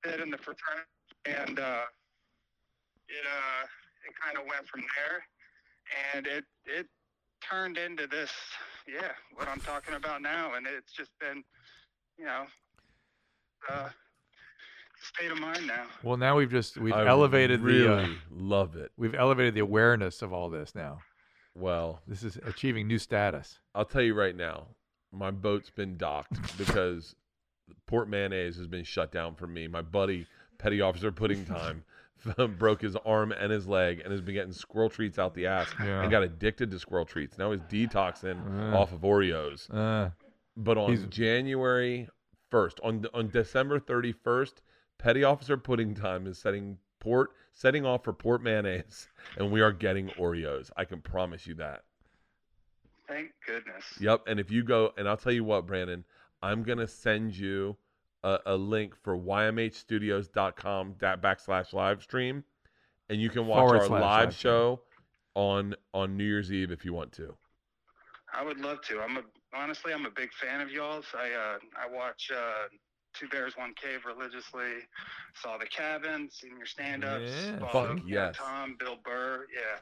Speaker 6: it in the fraternity, and uh, it uh, it kind of went from there, and it it turned into this, yeah, what I'm talking about now, and it's just been, you know, uh, state of mind now.
Speaker 2: Well, now we've just we've
Speaker 1: I
Speaker 2: elevated
Speaker 1: really
Speaker 2: the uh,
Speaker 1: love it.
Speaker 2: we've elevated the awareness of all this now.
Speaker 1: Well,
Speaker 2: This is achieving new status.
Speaker 1: I'll tell you right now, my boat's been docked because Port Mayonnaise has been shut down for me. My buddy, petty officer Pudding Time, broke his arm and his leg and has been getting squirrel treats out the ass
Speaker 2: Yeah.
Speaker 1: and got addicted to squirrel treats. Now he's detoxing
Speaker 2: Uh.
Speaker 1: off of Oreos.
Speaker 2: Uh,
Speaker 1: But on
Speaker 2: He's-
Speaker 1: January 1st, on on December 31st, Petty Officer Pudding Time is setting port setting off for Port Mayonnaise and we are getting Oreos. I can promise you that.
Speaker 6: Thank goodness.
Speaker 1: Yep. And if you go, and I'll tell you what, Brandon, I'm gonna send you a, a link for ymhstudios.com that backslash live stream, and you can watch
Speaker 2: Forward
Speaker 1: our
Speaker 2: slash
Speaker 1: live
Speaker 2: live stream.
Speaker 1: show on on New Year's Eve if you want to.
Speaker 6: I would love to. I'm a honestly, I'm a big fan of y'all's. I uh, I watch uh, Two Bears One Cave religiously. Saw the Cabin, seen your stand-ups.
Speaker 2: Yeah.
Speaker 6: saw,
Speaker 1: Fuck
Speaker 6: you know,
Speaker 1: yes.
Speaker 6: Tom, Bill Burr, yeah,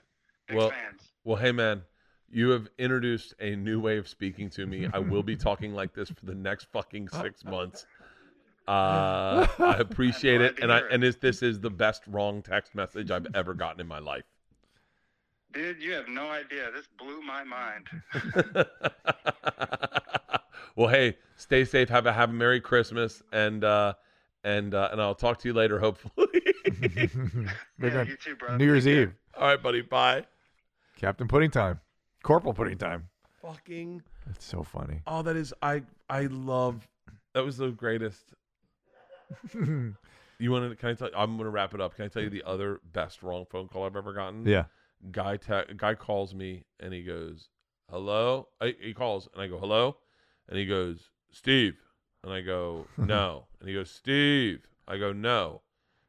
Speaker 6: big
Speaker 1: Well,
Speaker 6: fans.
Speaker 1: Well, hey man, you have introduced a new way of speaking to me. I will be talking like this for the next fucking six months. Uh, I appreciate
Speaker 6: glad
Speaker 1: it,
Speaker 6: to
Speaker 1: and I
Speaker 6: hear it.
Speaker 1: and this this is the best wrong text message I've ever gotten in my life.
Speaker 6: Dude, you have no idea. This blew my mind.
Speaker 1: well, hey, stay safe. Have a have a merry Christmas, and uh, and uh, and I'll talk to you later. Hopefully.
Speaker 2: Big
Speaker 6: yeah,
Speaker 2: one.
Speaker 6: you too, bro.
Speaker 2: New Year's Eve,
Speaker 1: All right, buddy. Bye.
Speaker 2: Captain Pudding time, Corporal Pudding time.
Speaker 1: Fucking.
Speaker 2: That's so funny.
Speaker 1: Oh, that is. I I love. That was the greatest. You want to? Can I tell? I'm gonna wrap it up. Can I tell you the other best wrong phone call I've ever gotten?
Speaker 2: yeah.
Speaker 1: guy te- guy calls me and he goes, "Hello." I, he calls and I go, "Hello," and he goes, "Steve," and I go, "No," and he goes, "Steve," I go, "No,"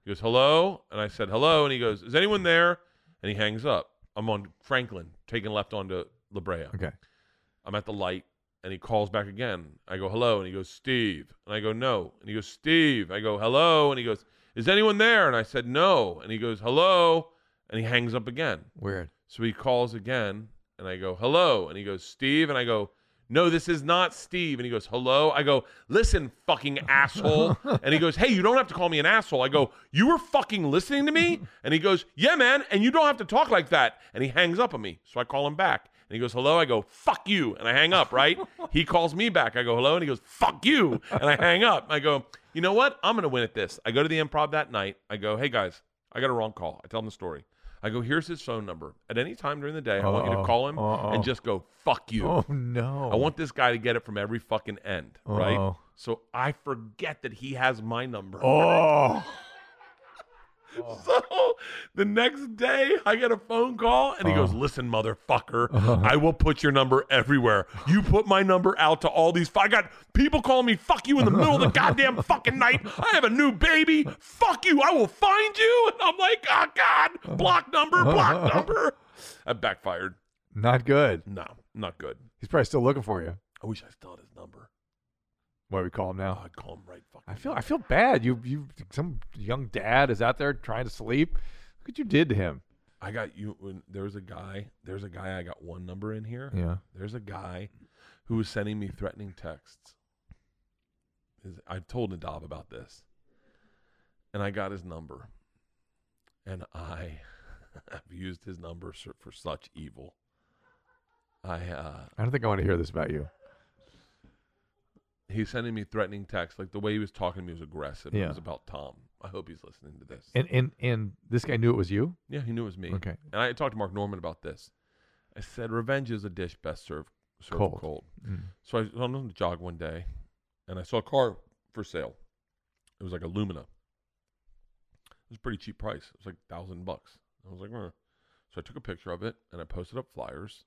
Speaker 1: he goes, "Hello," and I said, "Hello," and he goes, "Is anyone there?" And he hangs up. I'm on Franklin, taking left onto La Brea.
Speaker 2: Okay.
Speaker 1: I'm at the light and he calls back again. I go, hello. And he goes, Steve. And I go, no. And he goes, Steve. I go, hello. And he goes, is anyone there? And I said, no. And he goes, hello. And he hangs up again.
Speaker 2: Weird.
Speaker 1: So he calls again and I go, hello. And he goes, Steve. And I go, no, this is not Steve. And he goes, hello. I go, listen, fucking asshole. and he goes, hey, you don't have to call me an asshole. I go, you were fucking listening to me? And he goes, yeah, man. And you don't have to talk like that. And he hangs up on me. So I call him back. And he goes, hello. I go, fuck you. And I hang up, right? he calls me back. I go, hello. And he goes, fuck you. And I hang up. I go, you know what? I'm going to win at this. I go to the improv that night. I go, hey, guys, I got a wrong call. I tell him the story. I go, here's his phone number. At any time during the day, I want you to
Speaker 2: Uh-oh.
Speaker 1: call him
Speaker 2: Uh-oh.
Speaker 1: and just go, fuck you.
Speaker 2: Oh no. Oh.
Speaker 1: I want this guy to get it from every fucking end, right?
Speaker 2: Uh-oh.
Speaker 1: So I forget that he has my number.
Speaker 2: Oh.
Speaker 1: So the next day, I get a phone call and he
Speaker 2: Uh-huh.
Speaker 1: goes, Listen, motherfucker, I will put your number everywhere. You put my number out to all these. I got people calling me, fuck you, in the middle of the goddamn fucking night. I have a new baby. Fuck you. I will find you. And I'm like, Oh,
Speaker 2: Uh-huh.
Speaker 1: God. Block number, block number. I backfired.
Speaker 2: Not good.
Speaker 1: No, not good.
Speaker 2: He's probably still looking for you.
Speaker 1: I wish I still had his number.
Speaker 2: Why we call him
Speaker 1: Oh,
Speaker 2: now?
Speaker 1: I'd call him right fucking.
Speaker 2: I feel I feel bad. You you some young dad is out there trying to sleep. Look what you did to him.
Speaker 1: I got you. When there was a guy, there's a guy. I got one number in here.
Speaker 2: Yeah.
Speaker 1: There's a guy who was sending me threatening texts. His- I told Nadav about this, and I got his number, and I have used his number for, for such evil. I uh,
Speaker 2: I don't think I want to hear this about you.
Speaker 1: he's sending me threatening texts. Like the way he was talking to me was aggressive. It
Speaker 2: Yeah.
Speaker 1: was about Tom. I hope he's listening to this.
Speaker 2: And and and this guy knew it was you.
Speaker 1: yeah, he knew it was me.
Speaker 2: Okay.
Speaker 1: And I talked to Mark Norman about this. I said, "Revenge is a dish best served served cold."
Speaker 2: Cold. Mm.
Speaker 1: So I was on a jog one day, and I saw a car for sale. It was like a Lumina. It was a pretty cheap price. It was like thousand bucks. I was like, "Eh." so I took a picture of it and I posted up flyers,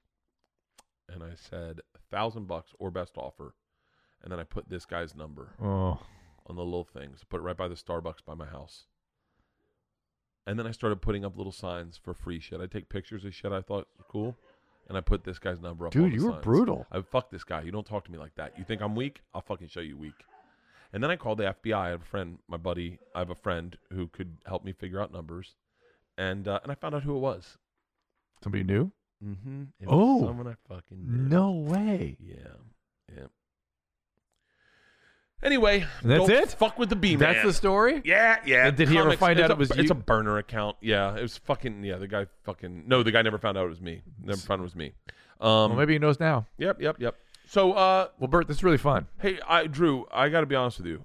Speaker 1: and I said thousand bucks or best offer, and then I put this guy's number
Speaker 2: Oh.
Speaker 1: on the little things. Put it right by the Starbucks by my house. And then I started putting up little signs for free shit. I take pictures of shit I thought was cool, and I put this guy's number up.
Speaker 2: Dude,
Speaker 1: on the
Speaker 2: you were
Speaker 1: signs.
Speaker 2: brutal.
Speaker 1: I fuck this guy. You don't talk to me like that. You think I'm weak? I'll fucking show you weak. And then I called the FBI. I have a friend, my buddy. I have a friend who could help me figure out numbers, and uh, and I found out who it was.
Speaker 2: Somebody knew?
Speaker 1: Mm-hmm.
Speaker 2: Oh.
Speaker 1: someone I fucking knew.
Speaker 2: No way.
Speaker 1: Yeah. Yeah. Anyway,
Speaker 2: That's
Speaker 1: don't
Speaker 2: it?
Speaker 1: Fuck with the B man.
Speaker 2: That's the story.
Speaker 1: Yeah, yeah.
Speaker 2: And did he ever find
Speaker 1: it's
Speaker 2: out
Speaker 1: a-
Speaker 2: it was
Speaker 1: It's
Speaker 2: you?
Speaker 1: a burner account. Yeah, it was fucking. Yeah, the guy fucking. No, the guy never found out it was me. Never found it was me. Um.
Speaker 2: Well, maybe he knows now.
Speaker 1: Yep. Yep. Yep. So, uh,
Speaker 2: Well, Bert, this is really fun.
Speaker 1: hey, I Drew, I got to be honest with you.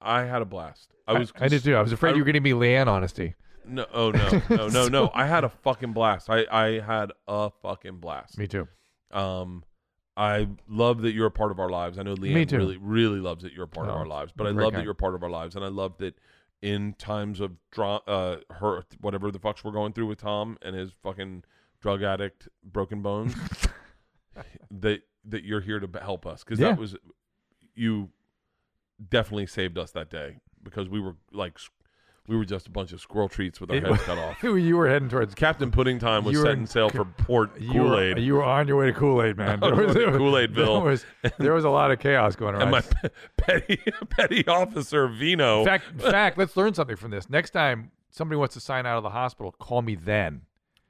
Speaker 1: I had a blast. I was.
Speaker 2: I, did too. I was afraid
Speaker 1: I-
Speaker 2: you were going to be Leanne honesty.
Speaker 1: No. Oh no. No. No. no. I had a fucking blast. I I had a fucking blast.
Speaker 2: Me too.
Speaker 1: Um, I love that you're a part of our lives. I know Leanne
Speaker 2: too.
Speaker 1: really, really loves that you're a part of
Speaker 2: Oh,
Speaker 1: our lives. But I
Speaker 2: great
Speaker 1: love
Speaker 2: guy.
Speaker 1: that you're a part of our lives, and I love that in times of dra- uh, her whatever the fucks we're going through with Tom and his fucking drug addict broken bones, that that you're here to b- help us because
Speaker 2: Yeah.
Speaker 1: that was you definitely saved us that day because we were like s- we were just a bunch of squirrel treats with our
Speaker 2: It
Speaker 1: heads
Speaker 2: wa-
Speaker 1: cut off.
Speaker 2: you were heading towards
Speaker 1: Captain Pudding Time was
Speaker 2: You were-
Speaker 1: setting sail for Port
Speaker 2: you were-
Speaker 1: Kool Aid.
Speaker 2: You were on your way to Kool Aid, man.
Speaker 1: I was
Speaker 2: There was-
Speaker 1: on to Kool-Aidville.
Speaker 2: There was, there was a lot of chaos going
Speaker 1: and
Speaker 2: around.
Speaker 1: my pe- petty petty officer Vino.
Speaker 2: in fact, in fact, let's learn something from this. Next time somebody wants to sign out of the hospital, call me then.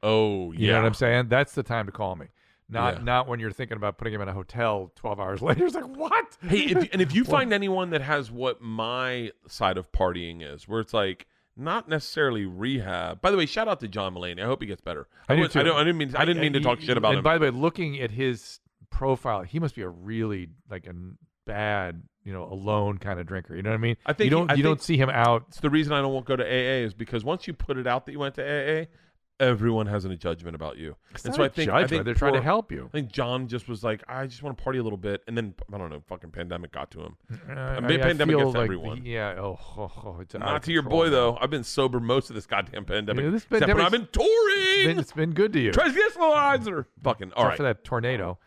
Speaker 1: oh yeah,
Speaker 2: You know what I'm saying? That's the time to call me. Not
Speaker 1: Yeah.
Speaker 2: not when you're thinking about putting him in a hotel 12 hours later. It's like, what?
Speaker 1: Hey, if, and if you find anyone that has what my side of partying is, where it's like not necessarily rehab. By the way, shout out to John Mulaney. I hope he gets better.
Speaker 2: I do
Speaker 1: would-
Speaker 2: too.
Speaker 1: I don't. I didn't mean. I didn't mean to
Speaker 2: And
Speaker 1: talk
Speaker 2: he-
Speaker 1: shit about
Speaker 2: and
Speaker 1: him.
Speaker 2: by the way, looking at his profile, he must be a really like a n- bad, you know, alone kind of drinker. You know what I mean?
Speaker 1: I think
Speaker 2: you
Speaker 1: he-
Speaker 2: don't
Speaker 1: I
Speaker 2: you
Speaker 1: think-
Speaker 2: don't see him out.
Speaker 1: it's the reason I don't won't go to AA is because once you put it out that you went to AA, everyone has a judgment about you.
Speaker 2: It's
Speaker 1: and
Speaker 2: not
Speaker 1: so
Speaker 2: a
Speaker 1: I think I
Speaker 2: judgment.
Speaker 1: think
Speaker 2: they're trying to
Speaker 1: poor-
Speaker 2: help you.
Speaker 1: I think John just was like, I just want to party a little bit, and then I don't know, fucking pandemic got to him.
Speaker 2: Uh,
Speaker 1: mean, pandemic gets to
Speaker 2: like
Speaker 1: everyone.
Speaker 2: the- yeah. Oh, oh, oh, it's out
Speaker 1: Not
Speaker 2: of
Speaker 1: to your
Speaker 2: control,
Speaker 1: boy
Speaker 2: man.
Speaker 1: though. I've been sober most of this goddamn pandemic.
Speaker 2: Yeah, this
Speaker 1: except when
Speaker 2: pandemic's-
Speaker 1: I've been
Speaker 2: It's been,
Speaker 1: touring.
Speaker 2: it's been good to you.
Speaker 1: Transvestalizer. Fucking all
Speaker 2: Except for
Speaker 1: right.
Speaker 2: that tornado.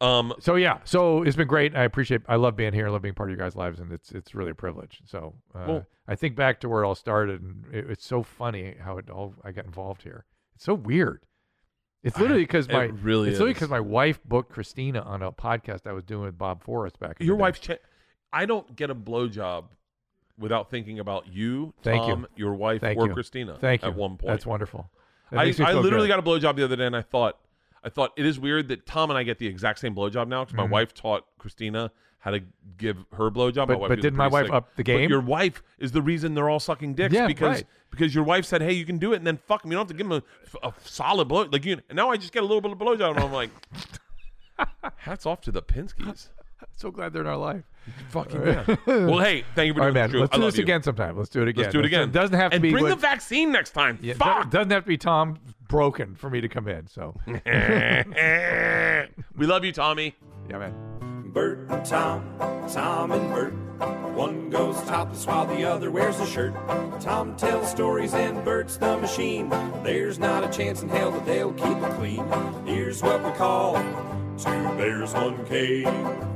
Speaker 1: Um,
Speaker 2: So yeah, so it's been great. I appreciate. I love being here. I love being part of your guys' lives, and it's it's really a privilege. So uh,
Speaker 1: Well-
Speaker 2: I think back to where it all started, and it, it's so funny how it all I got involved here. It's so weird. It's literally because
Speaker 1: it
Speaker 2: my
Speaker 1: really
Speaker 2: it's literally
Speaker 1: is.
Speaker 2: because my wife booked Christina on a podcast I was doing with Bob Forrest back. in
Speaker 1: your
Speaker 2: the day.
Speaker 1: wife's. Cha- I don't get a blowjob without thinking about you,
Speaker 2: Thank you.
Speaker 1: Tom, your wife,
Speaker 2: Thank
Speaker 1: or
Speaker 2: you.
Speaker 1: Christina.
Speaker 2: Thank you.
Speaker 1: At one point,
Speaker 2: that's wonderful. That
Speaker 1: I,
Speaker 2: makes me
Speaker 1: I
Speaker 2: feel
Speaker 1: literally
Speaker 2: good.
Speaker 1: got a blowjob the other day, and I thought, I thought it is weird that Tom and I get the exact same blowjob now because
Speaker 2: Mm-hmm.
Speaker 1: my wife taught Christina how to give her blowjob.
Speaker 2: But-
Speaker 1: wife
Speaker 2: but
Speaker 1: was
Speaker 2: didn't my
Speaker 1: pretty
Speaker 2: wife
Speaker 1: sick.
Speaker 2: up the
Speaker 1: But
Speaker 2: game?
Speaker 1: your wife is the reason they're all sucking dicks
Speaker 2: Yeah,
Speaker 1: because
Speaker 2: right.
Speaker 1: because your wife said, "Hey, you can do it," and then fuck them. You don't have to give them a, a solid blow. Like you, and now I just get a little bit of blowjob, and I'm like, hats off to the Pinskys.
Speaker 2: so glad they're in our life.
Speaker 1: Fucking yeah. well, hey, thank you for
Speaker 2: All
Speaker 1: doing
Speaker 2: right, man.
Speaker 1: this, Drew.
Speaker 2: Let's
Speaker 1: I
Speaker 2: do
Speaker 1: love
Speaker 2: this
Speaker 1: you.
Speaker 2: again sometime. Let's do it again.
Speaker 1: Let's do it again.
Speaker 2: It doesn't have to
Speaker 1: and
Speaker 2: be
Speaker 1: bring
Speaker 2: what-
Speaker 1: the vaccine next time.
Speaker 2: Yeah, it
Speaker 1: Fuck.
Speaker 2: doesn't have to be Tom broken for me to come in. So
Speaker 1: we love you, Tommy.
Speaker 2: yeah, man.
Speaker 7: Bert and Tom, Tom and Bert. One goes topless while the other wears a shirt. Tom tells stories and Bert's the machine. There's not a chance in hell that they'll keep it clean. Here's what we call Two Bears, One Cave.